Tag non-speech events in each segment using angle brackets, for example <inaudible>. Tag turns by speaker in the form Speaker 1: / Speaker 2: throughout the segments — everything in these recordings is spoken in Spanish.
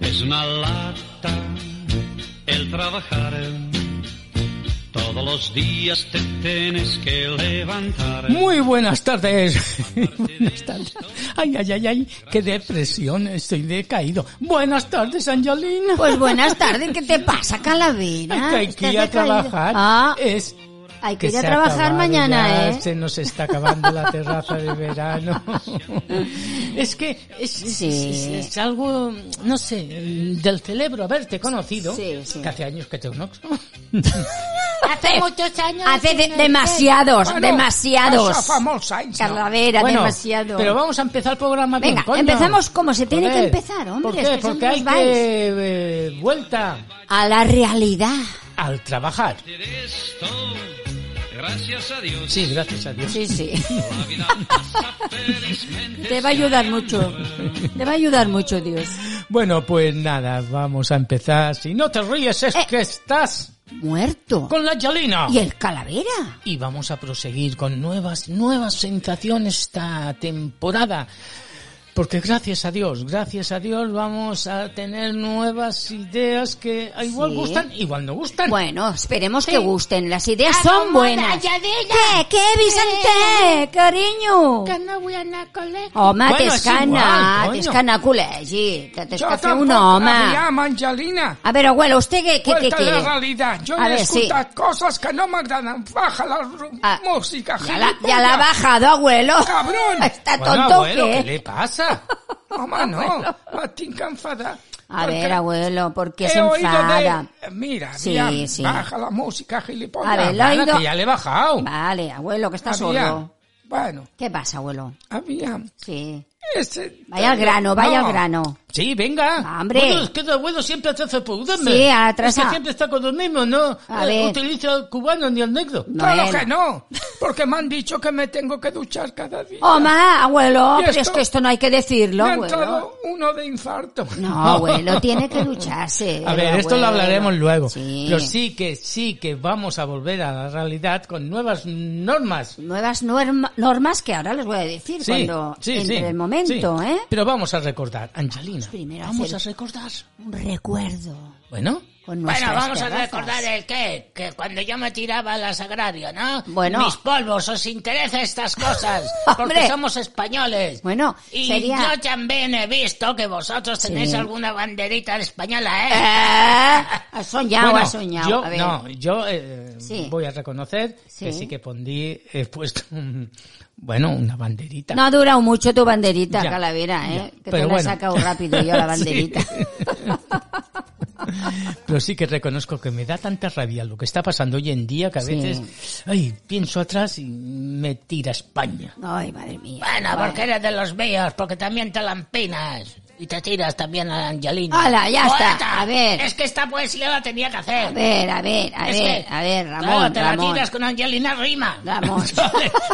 Speaker 1: Es una lata el trabajar. Todos los días te tienes que levantar.
Speaker 2: Muy buenas tardes. <laughs> buenas tardes. Ay, ay, ay, ay, qué depresión, estoy decaído. Buenas tardes, Angelina.
Speaker 3: Pues buenas tardes, ¿qué te pasa, calavera?
Speaker 2: Hay que
Speaker 3: Ah, Estás
Speaker 2: ir a
Speaker 3: decaído.
Speaker 2: trabajar.
Speaker 3: Ah,
Speaker 2: Es
Speaker 3: hay que, ir a
Speaker 2: se ha
Speaker 3: trabajar
Speaker 2: acabado
Speaker 3: mañana,
Speaker 2: ya,
Speaker 3: ¿eh?
Speaker 2: Se nos está acabando la terraza
Speaker 3: <laughs>
Speaker 2: de verano. es que es, es-
Speaker 3: Sí.
Speaker 2: es- es algo, no sé, del cerebro haberte conocido.
Speaker 3: Sí, sí.
Speaker 2: Que hace años que te conozco.
Speaker 3: Hace
Speaker 4: muchos años.
Speaker 3: Eh, Hace de-
Speaker 4: que no-
Speaker 3: demasiados,
Speaker 2: Bueno,
Speaker 3: Pues demasiados.
Speaker 2: Casa famosa, ¿eh? ¿no?
Speaker 3: Calavera,
Speaker 2: Bueno,
Speaker 3: demasiado.
Speaker 2: Pero vamos a empezar el programa bien,
Speaker 3: Venga,
Speaker 2: coño.
Speaker 3: empezamos como se tiene
Speaker 2: Joder.
Speaker 3: que empezar, hombre,
Speaker 2: ¿Por
Speaker 3: es
Speaker 2: qué?
Speaker 3: que son
Speaker 2: Porque
Speaker 3: los
Speaker 2: hay
Speaker 3: vals.
Speaker 2: que... eh, vuelta
Speaker 3: A la realidad.
Speaker 2: al trabajar.
Speaker 1: De esto, gracias a Dios.
Speaker 2: Sí, gracias a Dios.
Speaker 3: Sí, sí.
Speaker 1: La vida pasa felizmente.
Speaker 3: Te va a ayudar mucho. Te va a ayudar mucho, Dios.
Speaker 2: Bueno, pues nada, vamos a empezar. Si no te ríes es
Speaker 3: Eh.
Speaker 2: que estás
Speaker 3: Muerto.
Speaker 2: con la Angelina.
Speaker 3: Y el calavera.
Speaker 2: Y vamos a proseguir con nuevas, nuevas sensaciones esta temporada. Porque gracias a Dios, gracias a Dios vamos a tener nuevas ideas que igual
Speaker 3: Sí. Pues,
Speaker 2: gustan, igual no gustan.
Speaker 3: Bueno, esperemos
Speaker 2: Sí.
Speaker 3: que gusten. Las ideas
Speaker 4: Ah,
Speaker 3: son
Speaker 4: no,
Speaker 3: buenas.
Speaker 4: mola, ya diga.
Speaker 3: ¿Qué? ¿Qué, Vicente? Cariño.
Speaker 4: Que no vull anar al col·le.
Speaker 3: Home,
Speaker 2: Bueno,
Speaker 3: tens
Speaker 2: és
Speaker 3: que
Speaker 2: igual,
Speaker 3: anar,
Speaker 2: coño.
Speaker 3: tens que anar a col·legi, que tens
Speaker 5: Jo
Speaker 3: que fer un
Speaker 5: tampoc,
Speaker 3: home.
Speaker 5: Aviam, Angelina,
Speaker 3: A veure, abuelo, ¿usted qué, qué, qué
Speaker 5: vuelta a la
Speaker 3: quiere?
Speaker 5: realidad. Yo
Speaker 3: A
Speaker 5: he
Speaker 3: ver, sí.
Speaker 5: escuchado cosas que no me agradan. Baja la ru-
Speaker 3: Ah,
Speaker 5: música,
Speaker 3: Ya la,
Speaker 5: gilipollas.
Speaker 3: ya la ha bajado, abuelo.
Speaker 5: Cabrón.
Speaker 3: <laughs> Está
Speaker 2: Bueno,
Speaker 3: tonto,
Speaker 2: abuelo,
Speaker 3: ¿qué?
Speaker 2: ¿qué le
Speaker 3: <laughs>
Speaker 2: pasa?
Speaker 5: Mamá, no, a ti que enfada.
Speaker 3: A
Speaker 5: Porque
Speaker 3: ver, abuelo, ¿por qué
Speaker 5: he
Speaker 3: se
Speaker 5: oído
Speaker 3: enfada?
Speaker 5: de- Mira,
Speaker 3: Sí,
Speaker 5: aviam,
Speaker 3: sí.
Speaker 5: baja la música, gilipollas.
Speaker 3: A ver, la-
Speaker 2: Ana,
Speaker 3: oído-
Speaker 2: que ya le he bajado.
Speaker 3: Vale, abuelo, que está
Speaker 5: Aviam,
Speaker 3: solo.
Speaker 5: Bueno,
Speaker 3: ¿Qué pasa, abuelo?
Speaker 5: aviam.
Speaker 3: Sí.
Speaker 5: Ese,
Speaker 3: Vaya al grano,
Speaker 5: Eh,
Speaker 3: vaya
Speaker 5: No.
Speaker 3: al grano.
Speaker 2: Sí, venga.
Speaker 3: Va, hombre.
Speaker 2: Bueno, es que el abuelo siempre hace zapaudame.
Speaker 3: Sí, atrasa.
Speaker 2: Es que siempre está con los mismos, ¿no?
Speaker 3: A
Speaker 2: Eh,
Speaker 3: ver.
Speaker 2: Utiliza el cubano ni el negro.
Speaker 5: Claro
Speaker 3: Bueno.
Speaker 5: que no, porque me han dicho que me tengo que duchar cada día.
Speaker 3: <laughs> Hombre, abuelo,
Speaker 5: ¿Y
Speaker 3: pero es
Speaker 5: esto?
Speaker 3: que esto no hay que decirlo,
Speaker 5: me ha
Speaker 3: abuelo.
Speaker 5: entrado uno de infarto.
Speaker 2: <laughs>
Speaker 3: No, abuelo, tiene que ducharse.
Speaker 2: A ver,
Speaker 3: abuelo.
Speaker 2: esto lo hablaremos luego.
Speaker 3: Sí.
Speaker 2: Pero sí que, sí que vamos a volver a la realidad con nuevas normas.
Speaker 3: Nuevas norma- normas que ahora les voy a decir
Speaker 2: Sí,
Speaker 3: cuando
Speaker 2: sí,
Speaker 3: entre
Speaker 2: sí,
Speaker 3: el momento,
Speaker 2: sí.
Speaker 3: ¿eh?
Speaker 2: Pero vamos a recordar, Angelina.
Speaker 3: primero
Speaker 2: vamos
Speaker 3: hacer-
Speaker 2: a recordar.
Speaker 3: Un recuerdo.
Speaker 2: Bueno,
Speaker 3: Con
Speaker 4: Bueno,
Speaker 3: nuestras
Speaker 4: vamos a
Speaker 3: terrazas.
Speaker 4: recordar el qué, que cuando yo me tiraba al sagrario, ¿no?
Speaker 3: Bueno.
Speaker 4: Mis polvos, os interesan estas
Speaker 3: <laughs>
Speaker 4: cosas, porque
Speaker 3: Hombre.
Speaker 4: somos españoles.
Speaker 3: Bueno,
Speaker 4: Y
Speaker 3: sería...
Speaker 4: yo también he visto que vosotros tenéis alguna banderita española, ¿eh?
Speaker 3: Eh, Has soñado,
Speaker 2: Bueno,
Speaker 3: has soñado.
Speaker 2: yo,
Speaker 3: a ver.
Speaker 2: no, yo eh,
Speaker 3: Sí.
Speaker 2: voy a reconocer que
Speaker 3: Sí.
Speaker 2: sí que pondí, he puesto, un- bueno, una banderita.
Speaker 3: No ha durado mucho tu banderita,
Speaker 2: Ya,
Speaker 3: Calavera, ¿eh?
Speaker 2: ya,
Speaker 3: que te
Speaker 2: pero
Speaker 3: la he
Speaker 2: bueno.
Speaker 3: sacado rápido yo
Speaker 2: <laughs>
Speaker 3: la
Speaker 2: Sí.
Speaker 3: banderita.
Speaker 2: Pero sí que reconozco que me da tanta rabia lo que está pasando hoy en día que a
Speaker 3: Sí.
Speaker 2: veces, ay, pienso atrás y me tira España.
Speaker 3: Ay, madre mía.
Speaker 4: Bueno, porque eres de los míos, porque también te lampinas. Y te tiras también a Angelina.
Speaker 3: Hala, ya está,
Speaker 4: ¡Poeta!
Speaker 3: a ver.
Speaker 4: Es que esta poesía la tenía que hacer.
Speaker 3: A ver, a ver, a
Speaker 4: Es
Speaker 3: ver,
Speaker 4: que,
Speaker 3: a ver,
Speaker 4: claro,
Speaker 3: Ramón,
Speaker 4: te la
Speaker 3: Ramón.
Speaker 4: tiras con Angelina Rima. <laughs>
Speaker 3: Ramón.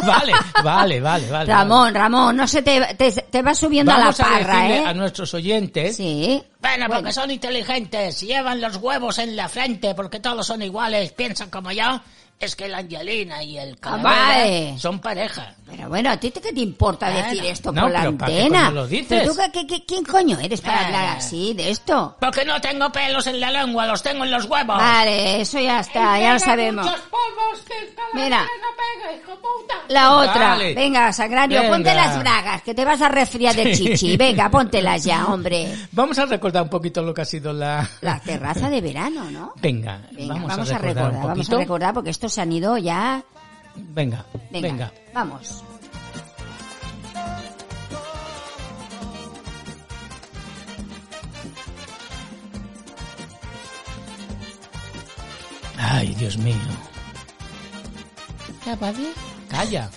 Speaker 2: Vale, vale, vale, vale. vale.
Speaker 3: Ramón, Ramón, no se te, te, te va subiendo
Speaker 2: Vamos
Speaker 3: a la
Speaker 2: a
Speaker 3: parra,
Speaker 2: decirle a
Speaker 3: ¿eh?
Speaker 2: nuestros oyentes,
Speaker 3: Sí.
Speaker 4: Bueno, porque son inteligentes, llevan los huevos en la frente, porque todos son iguales, piensan como yo. Es que la Angelina y el calavera
Speaker 3: vale.
Speaker 4: son pareja.
Speaker 3: Pero bueno, ¿a ti te- qué te importa
Speaker 4: Bueno,
Speaker 3: decir esto
Speaker 2: no,
Speaker 3: por la
Speaker 2: pero ¿para qué
Speaker 3: antena?
Speaker 2: coño lo dices?
Speaker 3: ¿Pero tú qué- qué- qué- quién coño eres para
Speaker 4: Ah.
Speaker 3: hablar así de esto?
Speaker 4: Porque no tengo pelos en la lengua, los tengo en los huevos.
Speaker 3: Vale, eso ya está, ya lo sabemos.
Speaker 5: Muchos polvos que el calavera
Speaker 3: Mira.
Speaker 5: no pega, hijo puta.
Speaker 3: La otra.
Speaker 2: Vale.
Speaker 3: Venga, Sagrario,
Speaker 2: Venga.
Speaker 3: ponte las bragas, que te vas a resfriar de
Speaker 2: Sí.
Speaker 3: chichi. Venga, póntelas
Speaker 2: <laughs>
Speaker 3: ya, hombre.
Speaker 2: vamos a recordar un poquito lo que ha sido la...
Speaker 3: La terraza de verano, ¿no?
Speaker 2: Venga,
Speaker 3: Venga,
Speaker 2: vamos,
Speaker 3: vamos,
Speaker 2: a recordar, un
Speaker 3: vamos
Speaker 2: poquito.
Speaker 3: a recordar, porque estos se han ido ya.
Speaker 2: Venga,
Speaker 3: Venga,
Speaker 2: venga.
Speaker 3: vamos.
Speaker 2: Ay, Dios mío.
Speaker 3: <laughs>
Speaker 2: Calla.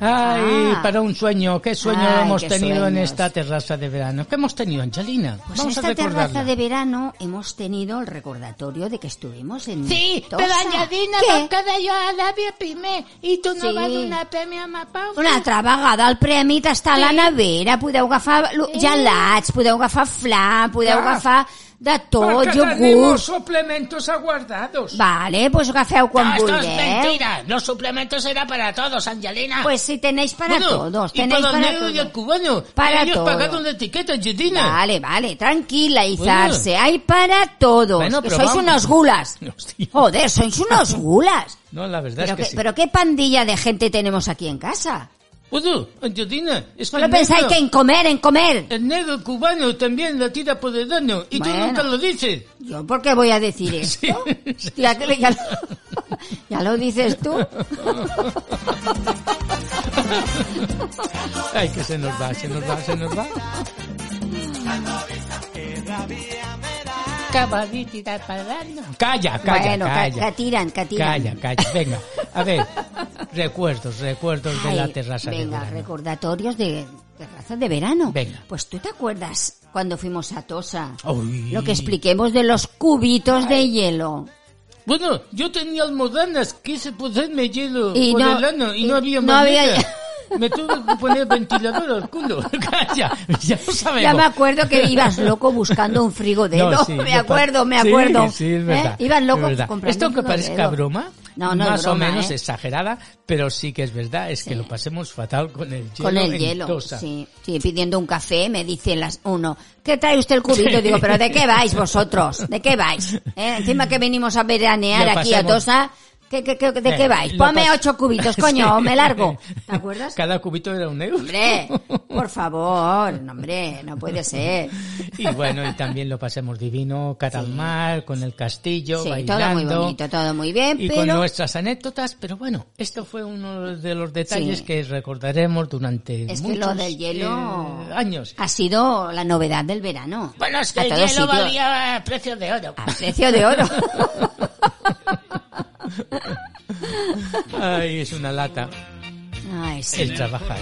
Speaker 2: Ay,
Speaker 3: Ah.
Speaker 2: para un sueño. ¿Qué sueño
Speaker 3: Ay,
Speaker 2: hemos
Speaker 3: qué
Speaker 2: tenido en
Speaker 3: sueños.
Speaker 2: esta terraza de verano? ¿Qué hemos tenido, Angelina?
Speaker 3: Pues
Speaker 2: Vamos
Speaker 3: en
Speaker 2: a
Speaker 3: esta terraza
Speaker 2: recordarla.
Speaker 3: de verano hemos tenido el recordatorio de que estuvimos en.
Speaker 4: Sí,
Speaker 3: Tosa.
Speaker 4: pero
Speaker 3: añadina
Speaker 4: Angelina,
Speaker 3: ¿Qué?
Speaker 4: queda yo a labia primer y tu
Speaker 3: no Sí. vas donar
Speaker 4: premi a ma pau.
Speaker 3: Una altra vegada el premi t'està a la nevera, podeu agafar lo- gelats, podeu agafar flan, podeu
Speaker 5: Clar.
Speaker 3: agafar de
Speaker 2: Pues
Speaker 3: tot,
Speaker 5: perquè tenim els
Speaker 3: iogurt...
Speaker 5: suplementos aguardados.
Speaker 3: Vale, pues agafeu
Speaker 2: ¡Ah,
Speaker 3: quan
Speaker 4: No, esto es
Speaker 3: vulgueu.
Speaker 4: mentira. Los suplementos eran para todos, Angelina.
Speaker 3: Pues si tenéis para
Speaker 2: Bueno,
Speaker 3: todos,
Speaker 2: y
Speaker 3: tenéis
Speaker 2: para, el
Speaker 3: para
Speaker 2: negro y
Speaker 3: todos.
Speaker 2: el cubano.
Speaker 3: Para
Speaker 2: Ellos
Speaker 3: todo.
Speaker 2: pagaron la etiqueta, Angelina.
Speaker 3: Vale, vale, tranquila, Izarse. Hay para todos.
Speaker 2: Bueno,
Speaker 3: que
Speaker 2: pero
Speaker 3: sois
Speaker 2: vamos.
Speaker 3: unos gulas.
Speaker 2: <laughs> Hostia.
Speaker 3: Joder, sois
Speaker 2: <laughs>
Speaker 3: unos gulas.
Speaker 2: No, la verdad
Speaker 3: Pero,
Speaker 2: es que,
Speaker 3: qué-
Speaker 2: sí. Pues
Speaker 3: pero qué pandilla de gente tenemos aquí en casa.
Speaker 2: Bueno, Angelina, es que
Speaker 3: Solo
Speaker 2: el
Speaker 3: pensáis
Speaker 2: negro-
Speaker 3: que en comer, en comer.
Speaker 2: El negro cubano también la tira por el ano y tú
Speaker 3: Bueno.
Speaker 2: nunca lo dices.
Speaker 3: ¿Yo por qué voy a decir eso?
Speaker 2: <laughs> Sí.
Speaker 3: Ya, que- ya lo- <laughs> ya lo dices tú.
Speaker 2: Ay, que se nos va, se nos va, se nos va. Calla, calla,
Speaker 3: bueno, ca-
Speaker 2: calla.
Speaker 3: que tiran, que tiran.
Speaker 2: Calla, calla, venga. A
Speaker 3: <laughs>
Speaker 2: ver, recuerdos, recuerdos de la
Speaker 3: Ay,
Speaker 2: terraza. de
Speaker 3: Venga,
Speaker 2: verano.
Speaker 3: recordatorios de terrazas de verano.
Speaker 2: Venga.
Speaker 3: Pues tú te acuerdas cuando fuimos a Tosa.
Speaker 2: Uy.
Speaker 3: Lo que expliquemos de los cubitos de hielo.
Speaker 2: Bueno, yo tenía almohadas, quise ponerme hielo
Speaker 3: Y
Speaker 2: por
Speaker 3: no-
Speaker 2: el ano y,
Speaker 3: y
Speaker 2: no había
Speaker 3: no había
Speaker 2: manera.
Speaker 3: hielo.
Speaker 2: Me tuve que poner ventilador al culo. <laughs> Calla, ya lo sabemos.
Speaker 3: Ya me acuerdo que ibas loco buscando un frigodero.
Speaker 2: <laughs> No, sí,
Speaker 3: <laughs> me
Speaker 2: yo
Speaker 3: acuerdo, me
Speaker 2: pa- sí,
Speaker 3: acuerdo.
Speaker 2: Sí, es verdad.
Speaker 3: ¿Eh? Ibas
Speaker 2: es
Speaker 3: loco
Speaker 2: verdad.
Speaker 3: comprando
Speaker 2: Esto
Speaker 3: un
Speaker 2: que
Speaker 3: frigodero.
Speaker 2: parezca broma,
Speaker 3: No, no es
Speaker 2: más
Speaker 3: broma,
Speaker 2: o menos
Speaker 3: ¿eh?
Speaker 2: exagerada, pero sí que es verdad, es que
Speaker 3: Sí.
Speaker 2: lo pasemos fatal con el hielo.
Speaker 3: Con el
Speaker 2: en
Speaker 3: hielo,
Speaker 2: Tosa.
Speaker 3: sí, sí. Pidiendo un café, me dice las uno, ¿qué trae usted el cubito? Digo, pero ¿de
Speaker 2: <laughs>
Speaker 3: qué vais vosotros? ¿De qué vais? ¿Eh? Encima que venimos a veranear
Speaker 2: Lo
Speaker 3: aquí a
Speaker 2: pasamos-
Speaker 3: Tosa, ¿qué, qué, qué- de
Speaker 2: Eh,
Speaker 3: qué vais?
Speaker 2: lo
Speaker 3: Ponme
Speaker 2: pas-
Speaker 3: ocho cubitos,
Speaker 2: <laughs>
Speaker 3: coño,
Speaker 2: Sí.
Speaker 3: o
Speaker 2: <laughs>
Speaker 3: me largo. ¿Te acuerdas?
Speaker 2: Cada cubito era un euro. <laughs>
Speaker 3: Hombre, por favor, no, hombre, no puede ser.
Speaker 2: Y bueno, y también lo pasemos divino, cara al mar, con el castillo,
Speaker 3: Sí, todo
Speaker 2: bailando.
Speaker 3: muy bonito, todo muy bien,
Speaker 2: Y con
Speaker 3: pero...
Speaker 2: nuestras anécdotas, pero bueno, esto fue uno de los detalles
Speaker 3: Sí.
Speaker 2: que recordaremos durante
Speaker 3: Es que
Speaker 2: muchos
Speaker 3: lo del hielo
Speaker 2: eh, años.
Speaker 3: ha sido la novedad del verano.
Speaker 4: bueno, es que
Speaker 3: A
Speaker 4: el hielo
Speaker 3: todos sitios. Ah,
Speaker 4: valía a precio de oro.
Speaker 3: A precio de oro.
Speaker 2: <laughs> Ay, es una lata
Speaker 3: Ay, sí.
Speaker 2: el trabajar.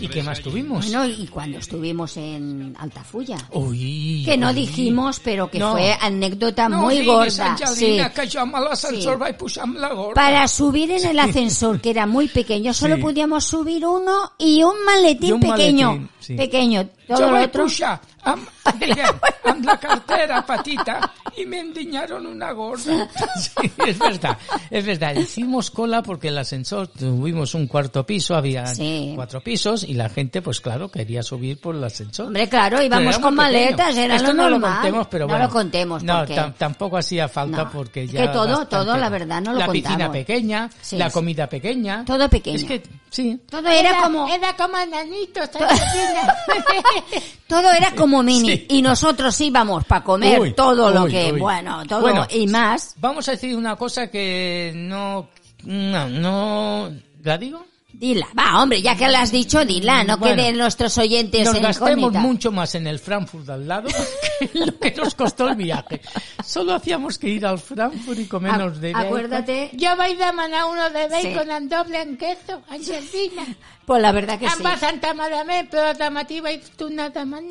Speaker 2: ¿Y qué más tuvimos?
Speaker 3: Bueno, y cuando estuvimos en Altafulla.
Speaker 2: Uy,
Speaker 3: Que no
Speaker 2: uy.
Speaker 3: dijimos, pero que
Speaker 2: No.
Speaker 3: fue anécdota
Speaker 5: No
Speaker 3: muy
Speaker 5: diguis,
Speaker 3: gorda.
Speaker 5: Angelina,
Speaker 3: sí.
Speaker 5: que jo amb l'ascensor
Speaker 3: Sí.
Speaker 5: vaig pujar amb la gorda.
Speaker 3: Para subir en el ascensor, que era muy pequeño, solo
Speaker 2: Sí.
Speaker 3: podíamos subir uno y un maletín
Speaker 2: Y un
Speaker 3: pequeño.
Speaker 2: maletín, sí.
Speaker 3: Pequeño. Todo
Speaker 5: Jo
Speaker 3: lo
Speaker 5: vaig
Speaker 3: otro.
Speaker 5: pujar
Speaker 2: <laughs>
Speaker 5: amb, diguem, amb la cartera petita i m'endinyaron una gorda.
Speaker 2: <laughs> Sí, es verdad, es verdad. Hicimos cola porque el ascensor tuvimos un cuarto piso, había
Speaker 3: Sí.
Speaker 2: cuatro pisos y la gente, pues claro, quería subir por el ascensor.
Speaker 3: Hombre, claro,
Speaker 2: Pero
Speaker 3: íbamos
Speaker 2: era
Speaker 3: con
Speaker 2: muy pequeño.
Speaker 3: maletas, era
Speaker 2: Esto
Speaker 3: lo
Speaker 2: no
Speaker 3: normal.
Speaker 2: lo contemos, pero
Speaker 3: No
Speaker 2: bueno.
Speaker 3: lo contemos,
Speaker 2: No,
Speaker 3: porque-
Speaker 2: tam- tampoco hacía falta
Speaker 3: No,
Speaker 2: porque
Speaker 3: es
Speaker 2: ya.
Speaker 3: que todo,
Speaker 2: bastante
Speaker 3: todo, la
Speaker 2: era.
Speaker 3: verdad, no lo
Speaker 2: La piscina
Speaker 3: contamos.
Speaker 2: pequeña,
Speaker 3: Sí,
Speaker 2: la
Speaker 3: sí.
Speaker 2: comida pequeña.
Speaker 3: Todo pequeño.
Speaker 2: Es que, sí.
Speaker 3: Todo era, como...
Speaker 4: Era como enanitos. <laughs>
Speaker 3: Todo era como mini.
Speaker 2: Sí.
Speaker 3: Y nosotros íbamos para comer
Speaker 2: Uy,
Speaker 3: todo lo
Speaker 2: uy,
Speaker 3: que...
Speaker 2: uy.
Speaker 3: Bueno, todo
Speaker 2: Bueno,
Speaker 3: y más.
Speaker 2: Vamos a decir una cosa que no. No, no. ¿La digo?
Speaker 3: Dila. Va, hombre, ya que la has dicho, dila. No
Speaker 2: Bueno.
Speaker 3: queden nuestros oyentes
Speaker 2: Nos
Speaker 3: en
Speaker 2: gastemos
Speaker 3: incógnita.
Speaker 2: mucho más en el Frankfurt al lado <laughs> que lo que nos costó el viaje. Solo hacíamos que ir al Frankfurt y comernos de
Speaker 3: Ac- Acuérdate.
Speaker 4: Yo voy a manar uno de
Speaker 3: bacon
Speaker 4: and doble en queso, Angelina.
Speaker 3: Pues la verdad <laughs> que sí. <laughs>
Speaker 4: Santa Madame, pero Tamativa y tú nada más.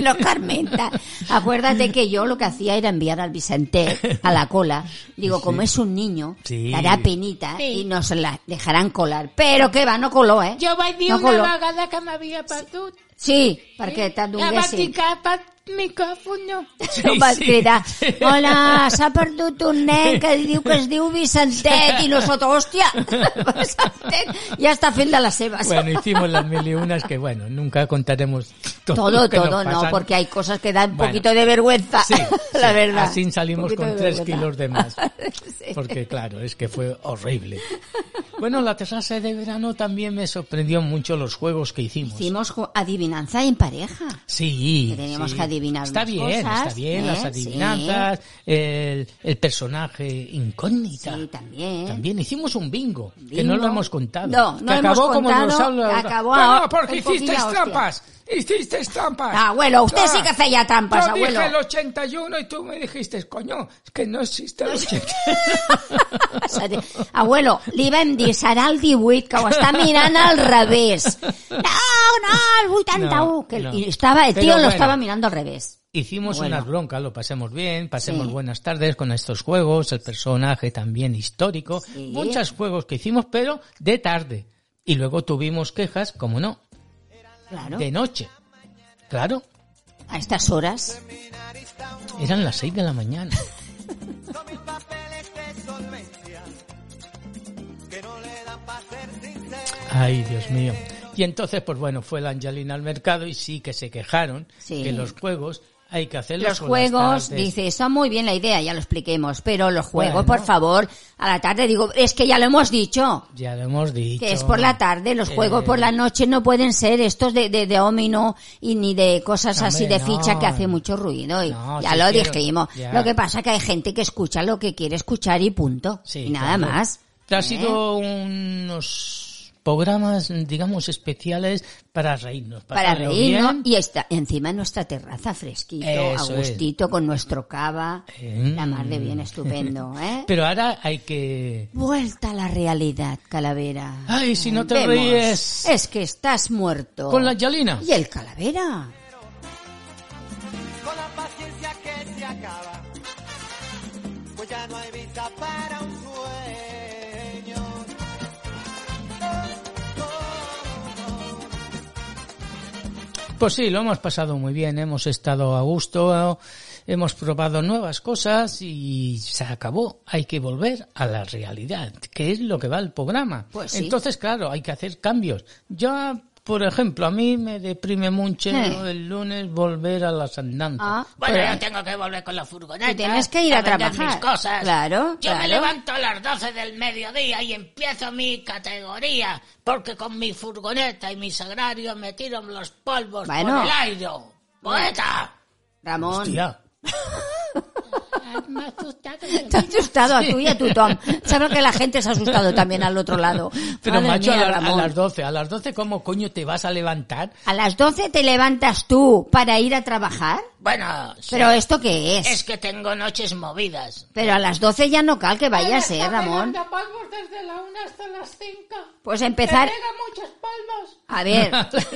Speaker 3: Los Carmenta. Acuérdate que yo lo que hacía era enviar al Vicente a la cola. Digo, como es un niño,
Speaker 2: Sí.
Speaker 3: dará penita
Speaker 4: Sí.
Speaker 3: y nos la dejarán colar. Pero que va, no coló, ¿eh?
Speaker 4: Yo vaig dir
Speaker 3: No
Speaker 4: una
Speaker 3: coló.
Speaker 4: vegada que m'havia perdut.
Speaker 3: Sí, perquè
Speaker 4: vaig
Speaker 3: t'adonguessin.
Speaker 4: ficar pel micòfon.
Speaker 3: No vas cridar,
Speaker 2: <laughs>
Speaker 3: hola, s'ha perdut un nen que diu que es diu Vicentet i nosaltres, hòstia, <laughs> Vicentet ja està fent de les seves.
Speaker 2: Bueno, hicimos las mil y unas que, bueno, nunca contaremos todo.
Speaker 3: todo,
Speaker 2: lo que nos
Speaker 3: todo, no,
Speaker 2: pasan.
Speaker 3: porque hay cosas que dan un
Speaker 2: Bueno.
Speaker 3: poquito de vergüenza,
Speaker 2: Sí,
Speaker 3: <laughs> la
Speaker 2: sí,
Speaker 3: verdad.
Speaker 2: Así salimos
Speaker 3: Un poquito
Speaker 2: con
Speaker 3: de
Speaker 2: tres
Speaker 3: vergüenza.
Speaker 2: kilos de más.
Speaker 3: <laughs> Sí.
Speaker 2: Porque claro, es que fue horrible. Bueno, la terraza de verano también me sorprendió mucho los juegos que hicimos.
Speaker 3: Hicimos ju- adivinanza en pareja.
Speaker 2: Sí.
Speaker 3: Que teníamos
Speaker 2: sí.
Speaker 3: que adivinar
Speaker 2: Está
Speaker 3: unas
Speaker 2: bien,
Speaker 3: cosas,
Speaker 2: está bien, las
Speaker 3: ¿eh?
Speaker 2: adivinanzas, el, el personaje incógnita.
Speaker 3: Sí, también. <laughs>
Speaker 2: También hicimos un bingo, que
Speaker 3: Bingo.
Speaker 2: no lo hemos contado.
Speaker 3: No, no
Speaker 2: que
Speaker 3: hemos
Speaker 2: acabó como
Speaker 3: contado,
Speaker 2: nos habla-
Speaker 3: acabó
Speaker 5: Bueno,
Speaker 3: ahora
Speaker 5: porque
Speaker 3: un poquito
Speaker 5: hicisteis
Speaker 3: hostia. Ah,
Speaker 5: trampas. Hicisteis trampas.
Speaker 3: Abuelo, usted
Speaker 2: Ah,
Speaker 3: sí que hacía trampas,
Speaker 5: yo
Speaker 3: abuelo.
Speaker 5: dije el 81 y tú me dijiste, coño, que no existe el 80.
Speaker 3: <laughs> Seré- Abuelo, li vam dir, serà el 18, que ho està mirant al
Speaker 2: <laughs>
Speaker 3: revés. No, no, el 81.
Speaker 2: No,
Speaker 3: que el-
Speaker 2: no.
Speaker 3: Y estaba, el tío
Speaker 2: Pero
Speaker 3: lo
Speaker 2: bueno.
Speaker 3: estaba mirando al revés.
Speaker 2: Hicimos
Speaker 3: Bueno.
Speaker 2: unas broncas, lo pasemos bien, pasemos
Speaker 3: Sí.
Speaker 2: buenas tardes con estos juegos, el personaje también histórico,
Speaker 3: Sí.
Speaker 2: muchos juegos que hicimos, pero de tarde. Y luego tuvimos quejas, como no,
Speaker 3: Claro.
Speaker 2: de noche. Claro,
Speaker 3: a estas horas.
Speaker 2: Eran las 6 de la mañana. Ay, Dios mío. Y entonces, pues bueno, fue la Angelina al mercado y sí que se quejaron
Speaker 3: Sí.
Speaker 2: que los juegos hay que hacerlos
Speaker 3: Los
Speaker 2: con las
Speaker 3: juegos,
Speaker 2: tardes.
Speaker 3: dice, está muy bien la idea, ya lo expliquemos, pero los
Speaker 2: Bueno.
Speaker 3: juegos, por favor, a la tarde digo, es que ya lo hemos dicho,
Speaker 2: Ya lo hemos dicho.
Speaker 3: que es por la tarde, los
Speaker 2: Eh,
Speaker 3: juegos por la noche no pueden ser estos de, de, de ómino y ni de cosas
Speaker 2: Hombre,
Speaker 3: así de ficha
Speaker 2: no.
Speaker 3: que hace mucho ruido, y
Speaker 2: No,
Speaker 3: ya
Speaker 2: sí
Speaker 3: lo
Speaker 2: quiero,
Speaker 3: dijimos.
Speaker 2: ya.
Speaker 3: Lo que pasa que hay gente que escucha lo que quiere escuchar y punto,
Speaker 2: Sí,
Speaker 3: y nada
Speaker 2: claro.
Speaker 3: más.
Speaker 2: Ha
Speaker 3: ¿eh?
Speaker 2: sido unos programas, digamos, especiales para reírnos.
Speaker 3: para
Speaker 2: pasarlo
Speaker 3: reírnos
Speaker 2: bien.
Speaker 3: y está encima en nuestra terraza fresquito,
Speaker 2: Eso
Speaker 3: a
Speaker 2: es.
Speaker 3: gustito con nuestro cava,
Speaker 2: Eh.
Speaker 3: la mar de bien estupendo,
Speaker 2: <laughs>
Speaker 3: ¿eh?
Speaker 2: Pero ahora hay que...
Speaker 3: Vuelta a la realidad, calavera.
Speaker 2: Ay, si no te
Speaker 3: Vemos.
Speaker 2: ríes.
Speaker 3: Es que estás muerto.
Speaker 2: Con la Angelina.
Speaker 3: Y el calavera.
Speaker 6: con la paciencia que se acaba, pues ya no hay vista para un sueño.
Speaker 2: Pues sí, lo hemos pasado muy bien, hemos estado a gusto, hemos probado nuevas cosas y se acabó. Hay que volver a la realidad, que es lo que va el programa.
Speaker 3: Pues sí.
Speaker 2: Entonces, claro, hay que hacer cambios. Ya, por ejemplo, a mí me deprime mucho
Speaker 3: Eh.
Speaker 2: el lunes volver a las andanzas.
Speaker 3: Ah,
Speaker 4: Bueno,
Speaker 3: pero-
Speaker 4: yo tengo que volver con la furgoneta.
Speaker 3: Tú tienes que ir a
Speaker 4: vender
Speaker 3: trabajar.
Speaker 4: mis cosas.
Speaker 3: Claro,
Speaker 4: Yo
Speaker 3: claro.
Speaker 4: me levanto a las 12 del mediodía y empiezo mi categoría, porque con mi furgoneta y mi sagrario me tiro los polvos
Speaker 3: Bueno.
Speaker 4: por el aire. ¡Poeta!
Speaker 3: Ramón.
Speaker 2: Hostia.
Speaker 3: <laughs> Te has asustado a tú y a tu Tom. Sabes que la gente se ha asustado también al
Speaker 2: <laughs>
Speaker 3: otro lado.
Speaker 2: Pero
Speaker 3: Madre
Speaker 2: macho,
Speaker 3: mía,
Speaker 2: a, la- a
Speaker 3: Ramón.
Speaker 2: las 12, a las 12, ¿cómo coño te vas a levantar?
Speaker 3: ¿A las 12 te levantas tú para ir a trabajar?
Speaker 4: Bueno, sí,
Speaker 3: ¿Pero esto qué es?
Speaker 4: es que tengo noches movidas.
Speaker 3: Pero a las 12 ya no cal que vayas, ¿eh, Ramón?
Speaker 5: Anda, palmos desde la 1 hasta las 5.
Speaker 3: Pues empezar...
Speaker 5: Pega muchos palmos.
Speaker 4: <laughs>
Speaker 3: A ver,